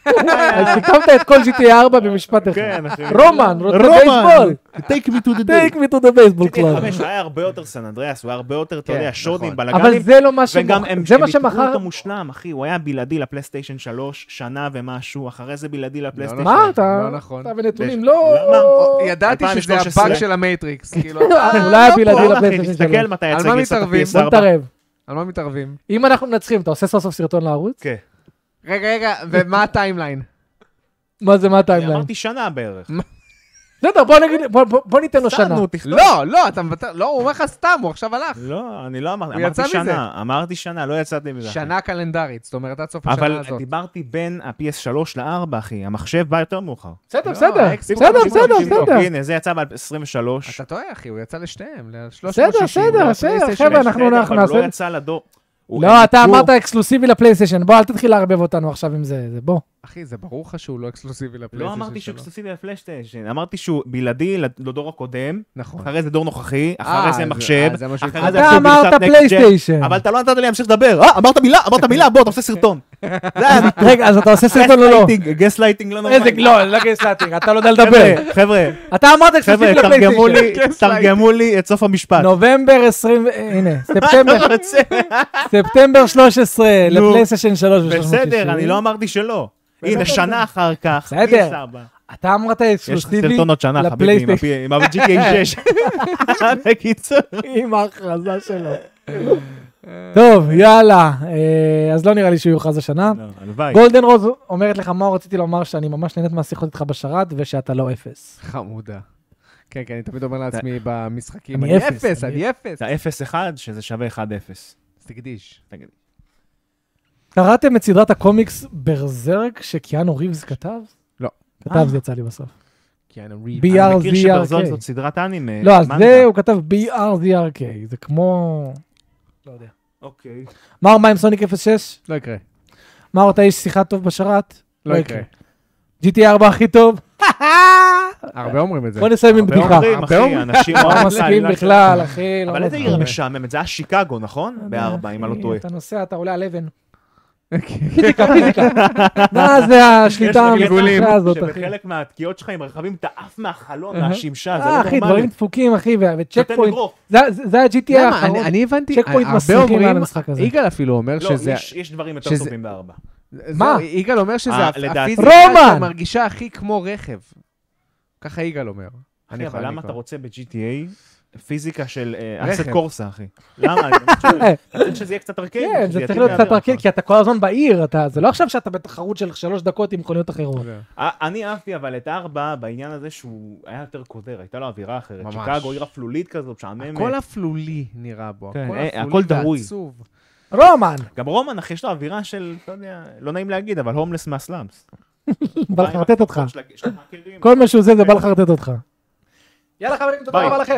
Speaker 1: אז אה, סיכמת את כל GTA 4 במשפט אחד.
Speaker 2: כן, אחי.
Speaker 1: רומן, רוצה בייסבול?
Speaker 2: רומן, take me to the day.
Speaker 1: take me to the baseball
Speaker 2: GTA
Speaker 1: club.
Speaker 2: 5 היה הרבה יותר סן אנדריאס, הוא היה הרבה יותר, אתה
Speaker 3: כן,
Speaker 2: יודע,
Speaker 3: נכון.
Speaker 2: שודים,
Speaker 1: אבל
Speaker 2: בלאגנים.
Speaker 1: זה לא מה שמוכר,
Speaker 2: וגם הם
Speaker 1: זה
Speaker 2: הם
Speaker 1: מה
Speaker 2: יקרו
Speaker 1: שמכר.
Speaker 2: אותו מושלם, אחי, הוא היה בלעדי לפלייסטיישן 3, שנה ומשהו, אחרי זה בלעדי לפלייסטיישן.
Speaker 1: מה
Speaker 3: נכון,
Speaker 1: אתה?
Speaker 3: לא נכון.
Speaker 1: אתה בנתונים
Speaker 2: ויש-
Speaker 1: לא...
Speaker 2: למה?
Speaker 3: לא, ידעתי שזה
Speaker 2: 2013.
Speaker 3: הבאג של המייטריקס, כאילו,
Speaker 1: אולי הבלעדי
Speaker 2: בוא, לא, אחי,
Speaker 1: לפלייסטיישן
Speaker 2: תסתכל
Speaker 1: שלוש.
Speaker 2: מתי
Speaker 3: על
Speaker 2: יצא
Speaker 3: מה
Speaker 2: גרסת
Speaker 3: מתערבים?
Speaker 1: בוא
Speaker 2: ה-PS4.
Speaker 1: נתערב.
Speaker 3: על מה מתערבים?
Speaker 1: אם אנחנו מנצחים, אתה עושה סוף סוף סרטון לערוץ?
Speaker 2: כן.
Speaker 3: רגע, רגע, ומה הטיימליין?
Speaker 1: מה זה, מה הטיימליין?
Speaker 2: אמרתי שנה בערך.
Speaker 1: בסדר, בוא נגיד, בוא- בוא- בוא ניתן לו שנה.
Speaker 2: סעדנו, תכתוב.
Speaker 3: לא, לא, אתה מוותר, לא, הוא אומר לך סתם, הוא עכשיו הלך.
Speaker 2: לא, אני לא אמרתי,
Speaker 3: הוא
Speaker 2: אמרתי
Speaker 3: יצא מזה.
Speaker 2: שנה, אמרתי שנה, לא יצאתי מזה. אחי.
Speaker 3: שנה קלנדרית, זאת אומרת, עד סוף השנה
Speaker 2: אבל
Speaker 3: הזאת.
Speaker 2: דיברתי בין ה-PS3 ל-4, אחי, המחשב בא יותר מאוחר. אוקיי,
Speaker 1: בסדר,
Speaker 3: לא,
Speaker 1: בסדר,
Speaker 3: האקסבוקס
Speaker 1: בסדר,
Speaker 3: חמישים
Speaker 1: בסדר,
Speaker 3: חמישים,
Speaker 1: בסדר.
Speaker 2: הנה, זה יצא ב-23.
Speaker 3: אתה טועה, אחי, הוא יצא לשתיהם, ל-360.
Speaker 1: בסדר, בסדר, בסדר, חבר'ה, אנחנו אנחנו
Speaker 2: אבל הוא לא
Speaker 1: נעשה...
Speaker 2: יצא לדור. הוא-
Speaker 1: לא, אתה
Speaker 2: הוא-
Speaker 1: אמרת אקסקלוסיבי לפלייסטיישן, בוא, אל תתחיל לערבב אותנו עכשיו עם זה, זה, בוא.
Speaker 3: אחי, זה ברור לך שהוא לא אקסקלוסיבי
Speaker 2: לא
Speaker 3: לפלייסטיישן
Speaker 2: אמרתי שהוא
Speaker 3: שלו.
Speaker 2: אקסקלוסיבי לפלייסטיישן, אמרתי שהוא בלעדי לדור הקודם,
Speaker 3: נכון.
Speaker 2: אחרי זה דור נוכחי,
Speaker 3: אה,
Speaker 2: אחרי זה
Speaker 3: זה-
Speaker 2: מחשב,
Speaker 3: אה, זה מה שהוא
Speaker 2: אחרי
Speaker 3: התכוון.
Speaker 2: זה
Speaker 1: אתה
Speaker 2: עשו גרסת
Speaker 1: אמרת
Speaker 2: Next Gen.
Speaker 1: פלייסטיישן.
Speaker 2: אבל אתה לא נתת לי להמשיך לדבר, אה, אמרת מילה, אמרת מילה, בוא, אתה עושה סרטון. זה היה
Speaker 1: רגע, אז אתה עושה סרטון או לא?
Speaker 2: גס לייטינג לא נורמלי.
Speaker 1: איזה, לא, לא גייסטינג, אתה לא יודע לדבר.
Speaker 2: חבר'ה, חבר'ה,
Speaker 1: אתה אמרת
Speaker 2: חבר'ה,
Speaker 1: אקסקלוסיבי
Speaker 2: תרגמו
Speaker 1: לפלייסטיישן.
Speaker 2: לי, תרגמו לי את סוף המשפט.
Speaker 1: נובמבר 20, הנה,
Speaker 2: אני
Speaker 1: ספטמבר,
Speaker 2: לא רוצה.
Speaker 1: ספטמבר 13
Speaker 2: נו,
Speaker 1: לפלייסטיישן 3 ו-360.
Speaker 2: בסדר, אני לא אמרתי שלא. הנה, שנה אחר כך,
Speaker 1: בסדר.
Speaker 2: גיל סבא.
Speaker 1: אתה אמרת
Speaker 2: יש לך
Speaker 1: אקסקלוסיבי
Speaker 2: סרטון עוד שנה, חביבי, עם
Speaker 1: לפלייסטיישן,
Speaker 2: הפי- עם ה-GTA 6. בקיצור.
Speaker 1: עם ההכרזה שלו. טוב, יאללה, אה, אז לא נראה לי שהוא יוכרז השנה.
Speaker 2: לא, הלוואי.
Speaker 1: גולדן רוז אומרת לך מה רציתי לומר, שאני ממש נהנית מהשיחות איתך בשרת, ושאתה לא אפס.
Speaker 3: חמודה. כן, כן, אני תמיד אומר לעצמי במשחקים,
Speaker 1: אני
Speaker 3: אני
Speaker 1: אפס,
Speaker 3: אפס,
Speaker 1: אני
Speaker 3: אני אפס.
Speaker 2: אתה 0-1, שזה שווה 1-0.
Speaker 3: אז תקדיש.
Speaker 2: תגיד.
Speaker 1: קראתם את סדרת הקומיקס ברזרק שקיאנו ריבס כתב?
Speaker 3: לא.
Speaker 1: כתב זה יצא לי בסוף.
Speaker 3: קיאנו ריב.
Speaker 1: בי-
Speaker 2: אני מכיר
Speaker 1: BRZRK.
Speaker 2: שברזון זאת סדרת אנימה.
Speaker 1: כן. לא, אז
Speaker 2: אה, מנגה.
Speaker 1: זה הוא כתב BRZRK, זה כמו... לא יודע.
Speaker 2: אוקיי.
Speaker 1: מאור, מה עם סוניק 06?
Speaker 3: לא יקרה.
Speaker 1: מאור, אתה איש שיחה טוב בשרת?
Speaker 3: לא יקרה.
Speaker 1: GTA 4 הכי טוב?
Speaker 3: הרבה אומרים את זה.
Speaker 1: בוא נסיים עם
Speaker 2: הרבה
Speaker 1: בדיחה.
Speaker 2: אומרים, אחי,
Speaker 3: הרבה
Speaker 2: אנשים
Speaker 1: לא
Speaker 2: מאוד
Speaker 1: מסכים
Speaker 2: מסכים
Speaker 1: בכלל, אחי. לא
Speaker 2: אבל איזה
Speaker 1: מסכים.
Speaker 2: עיר משעממת? זה היה שיקגו, נכון? בארבע, אם אני לא טועה.
Speaker 1: אתה נוסע, אתה עולה על אבן.
Speaker 3: אוקיי.
Speaker 1: פיזיקה, פיזיקה. מה זה השליטה
Speaker 2: יש לי קטע
Speaker 1: המגולגלת הזאת, אחי?
Speaker 2: שבחלק מהתקיעות שלך עם רכבים אתה עף מהחלון,
Speaker 1: אהה.
Speaker 2: מהשמשה, זה
Speaker 1: אה,
Speaker 2: לא
Speaker 1: אחי,
Speaker 2: נורמלי.
Speaker 1: דברים דפוקים, אחי, ו- וצ'ק
Speaker 2: נותן
Speaker 1: פוינט.
Speaker 2: לגרוף.
Speaker 1: זה- זה זה ה-GTA
Speaker 3: למה?
Speaker 1: האחרון.
Speaker 3: אני- אני הבנתי,
Speaker 1: צ'ק פוינט
Speaker 3: הרבה
Speaker 1: מסריחים על
Speaker 3: אומרים,
Speaker 1: המשחק הזה.
Speaker 3: יגאל אפילו אומר
Speaker 2: לא,
Speaker 3: שזה...
Speaker 2: יש- יש דברים יותר
Speaker 3: שזה-
Speaker 2: טובים בארבע.
Speaker 3: זהו,
Speaker 1: מה?
Speaker 3: יגאל אומר שזה
Speaker 2: אה,
Speaker 3: הפ-
Speaker 2: לדעתי-
Speaker 3: הפיזיקה
Speaker 1: רומן!
Speaker 3: שמרגישה הכי כמו רכב. ככה יגאל אומר.
Speaker 2: אחי, אבל
Speaker 3: אני
Speaker 2: למה אתה
Speaker 3: כבר-
Speaker 2: רוצה ב-GTA פיזיקה של אה,
Speaker 3: רכב.
Speaker 2: אסט קורסה, אחי? למה? אני חושב- אתה צריך שזה יהיה קצת ארקייד.
Speaker 1: כן, זה
Speaker 2: שזה
Speaker 1: צריך
Speaker 2: יתאים
Speaker 1: להיות קצת
Speaker 2: לאווירה.
Speaker 1: ארקד, כי אתה כל הזמן בעיר, אתה- זה לא עכשיו שאתה בתחרות של שלוש דקות עם מכוניות אחרות.
Speaker 3: זה-
Speaker 2: אה, אני אהבתי אבל את ארבע בעניין הזה שהוא היה יותר קודר, הייתה לו אווירה אחרת.
Speaker 3: ממש.
Speaker 2: שיקגו, עיר אפלולית כזאת, משעממת.
Speaker 3: הכל אפלולי נראה בו.
Speaker 2: כן,
Speaker 3: הכל
Speaker 2: אה, הכל
Speaker 3: אפלולי
Speaker 2: דהוי.
Speaker 3: ועצוב.
Speaker 1: רומן,
Speaker 2: גם רומן, אחי, יש לו אווירה של, לא יודע, לא נעים להגיד, אבל הומלס מהסלאמס.
Speaker 1: בא לחרטט אותך.
Speaker 2: של- של המאכערים.
Speaker 1: כל מה שהוא זה, זה בא לחרטט אותך. יאללה חברים, תודה
Speaker 2: ביי.
Speaker 1: רבה לכם.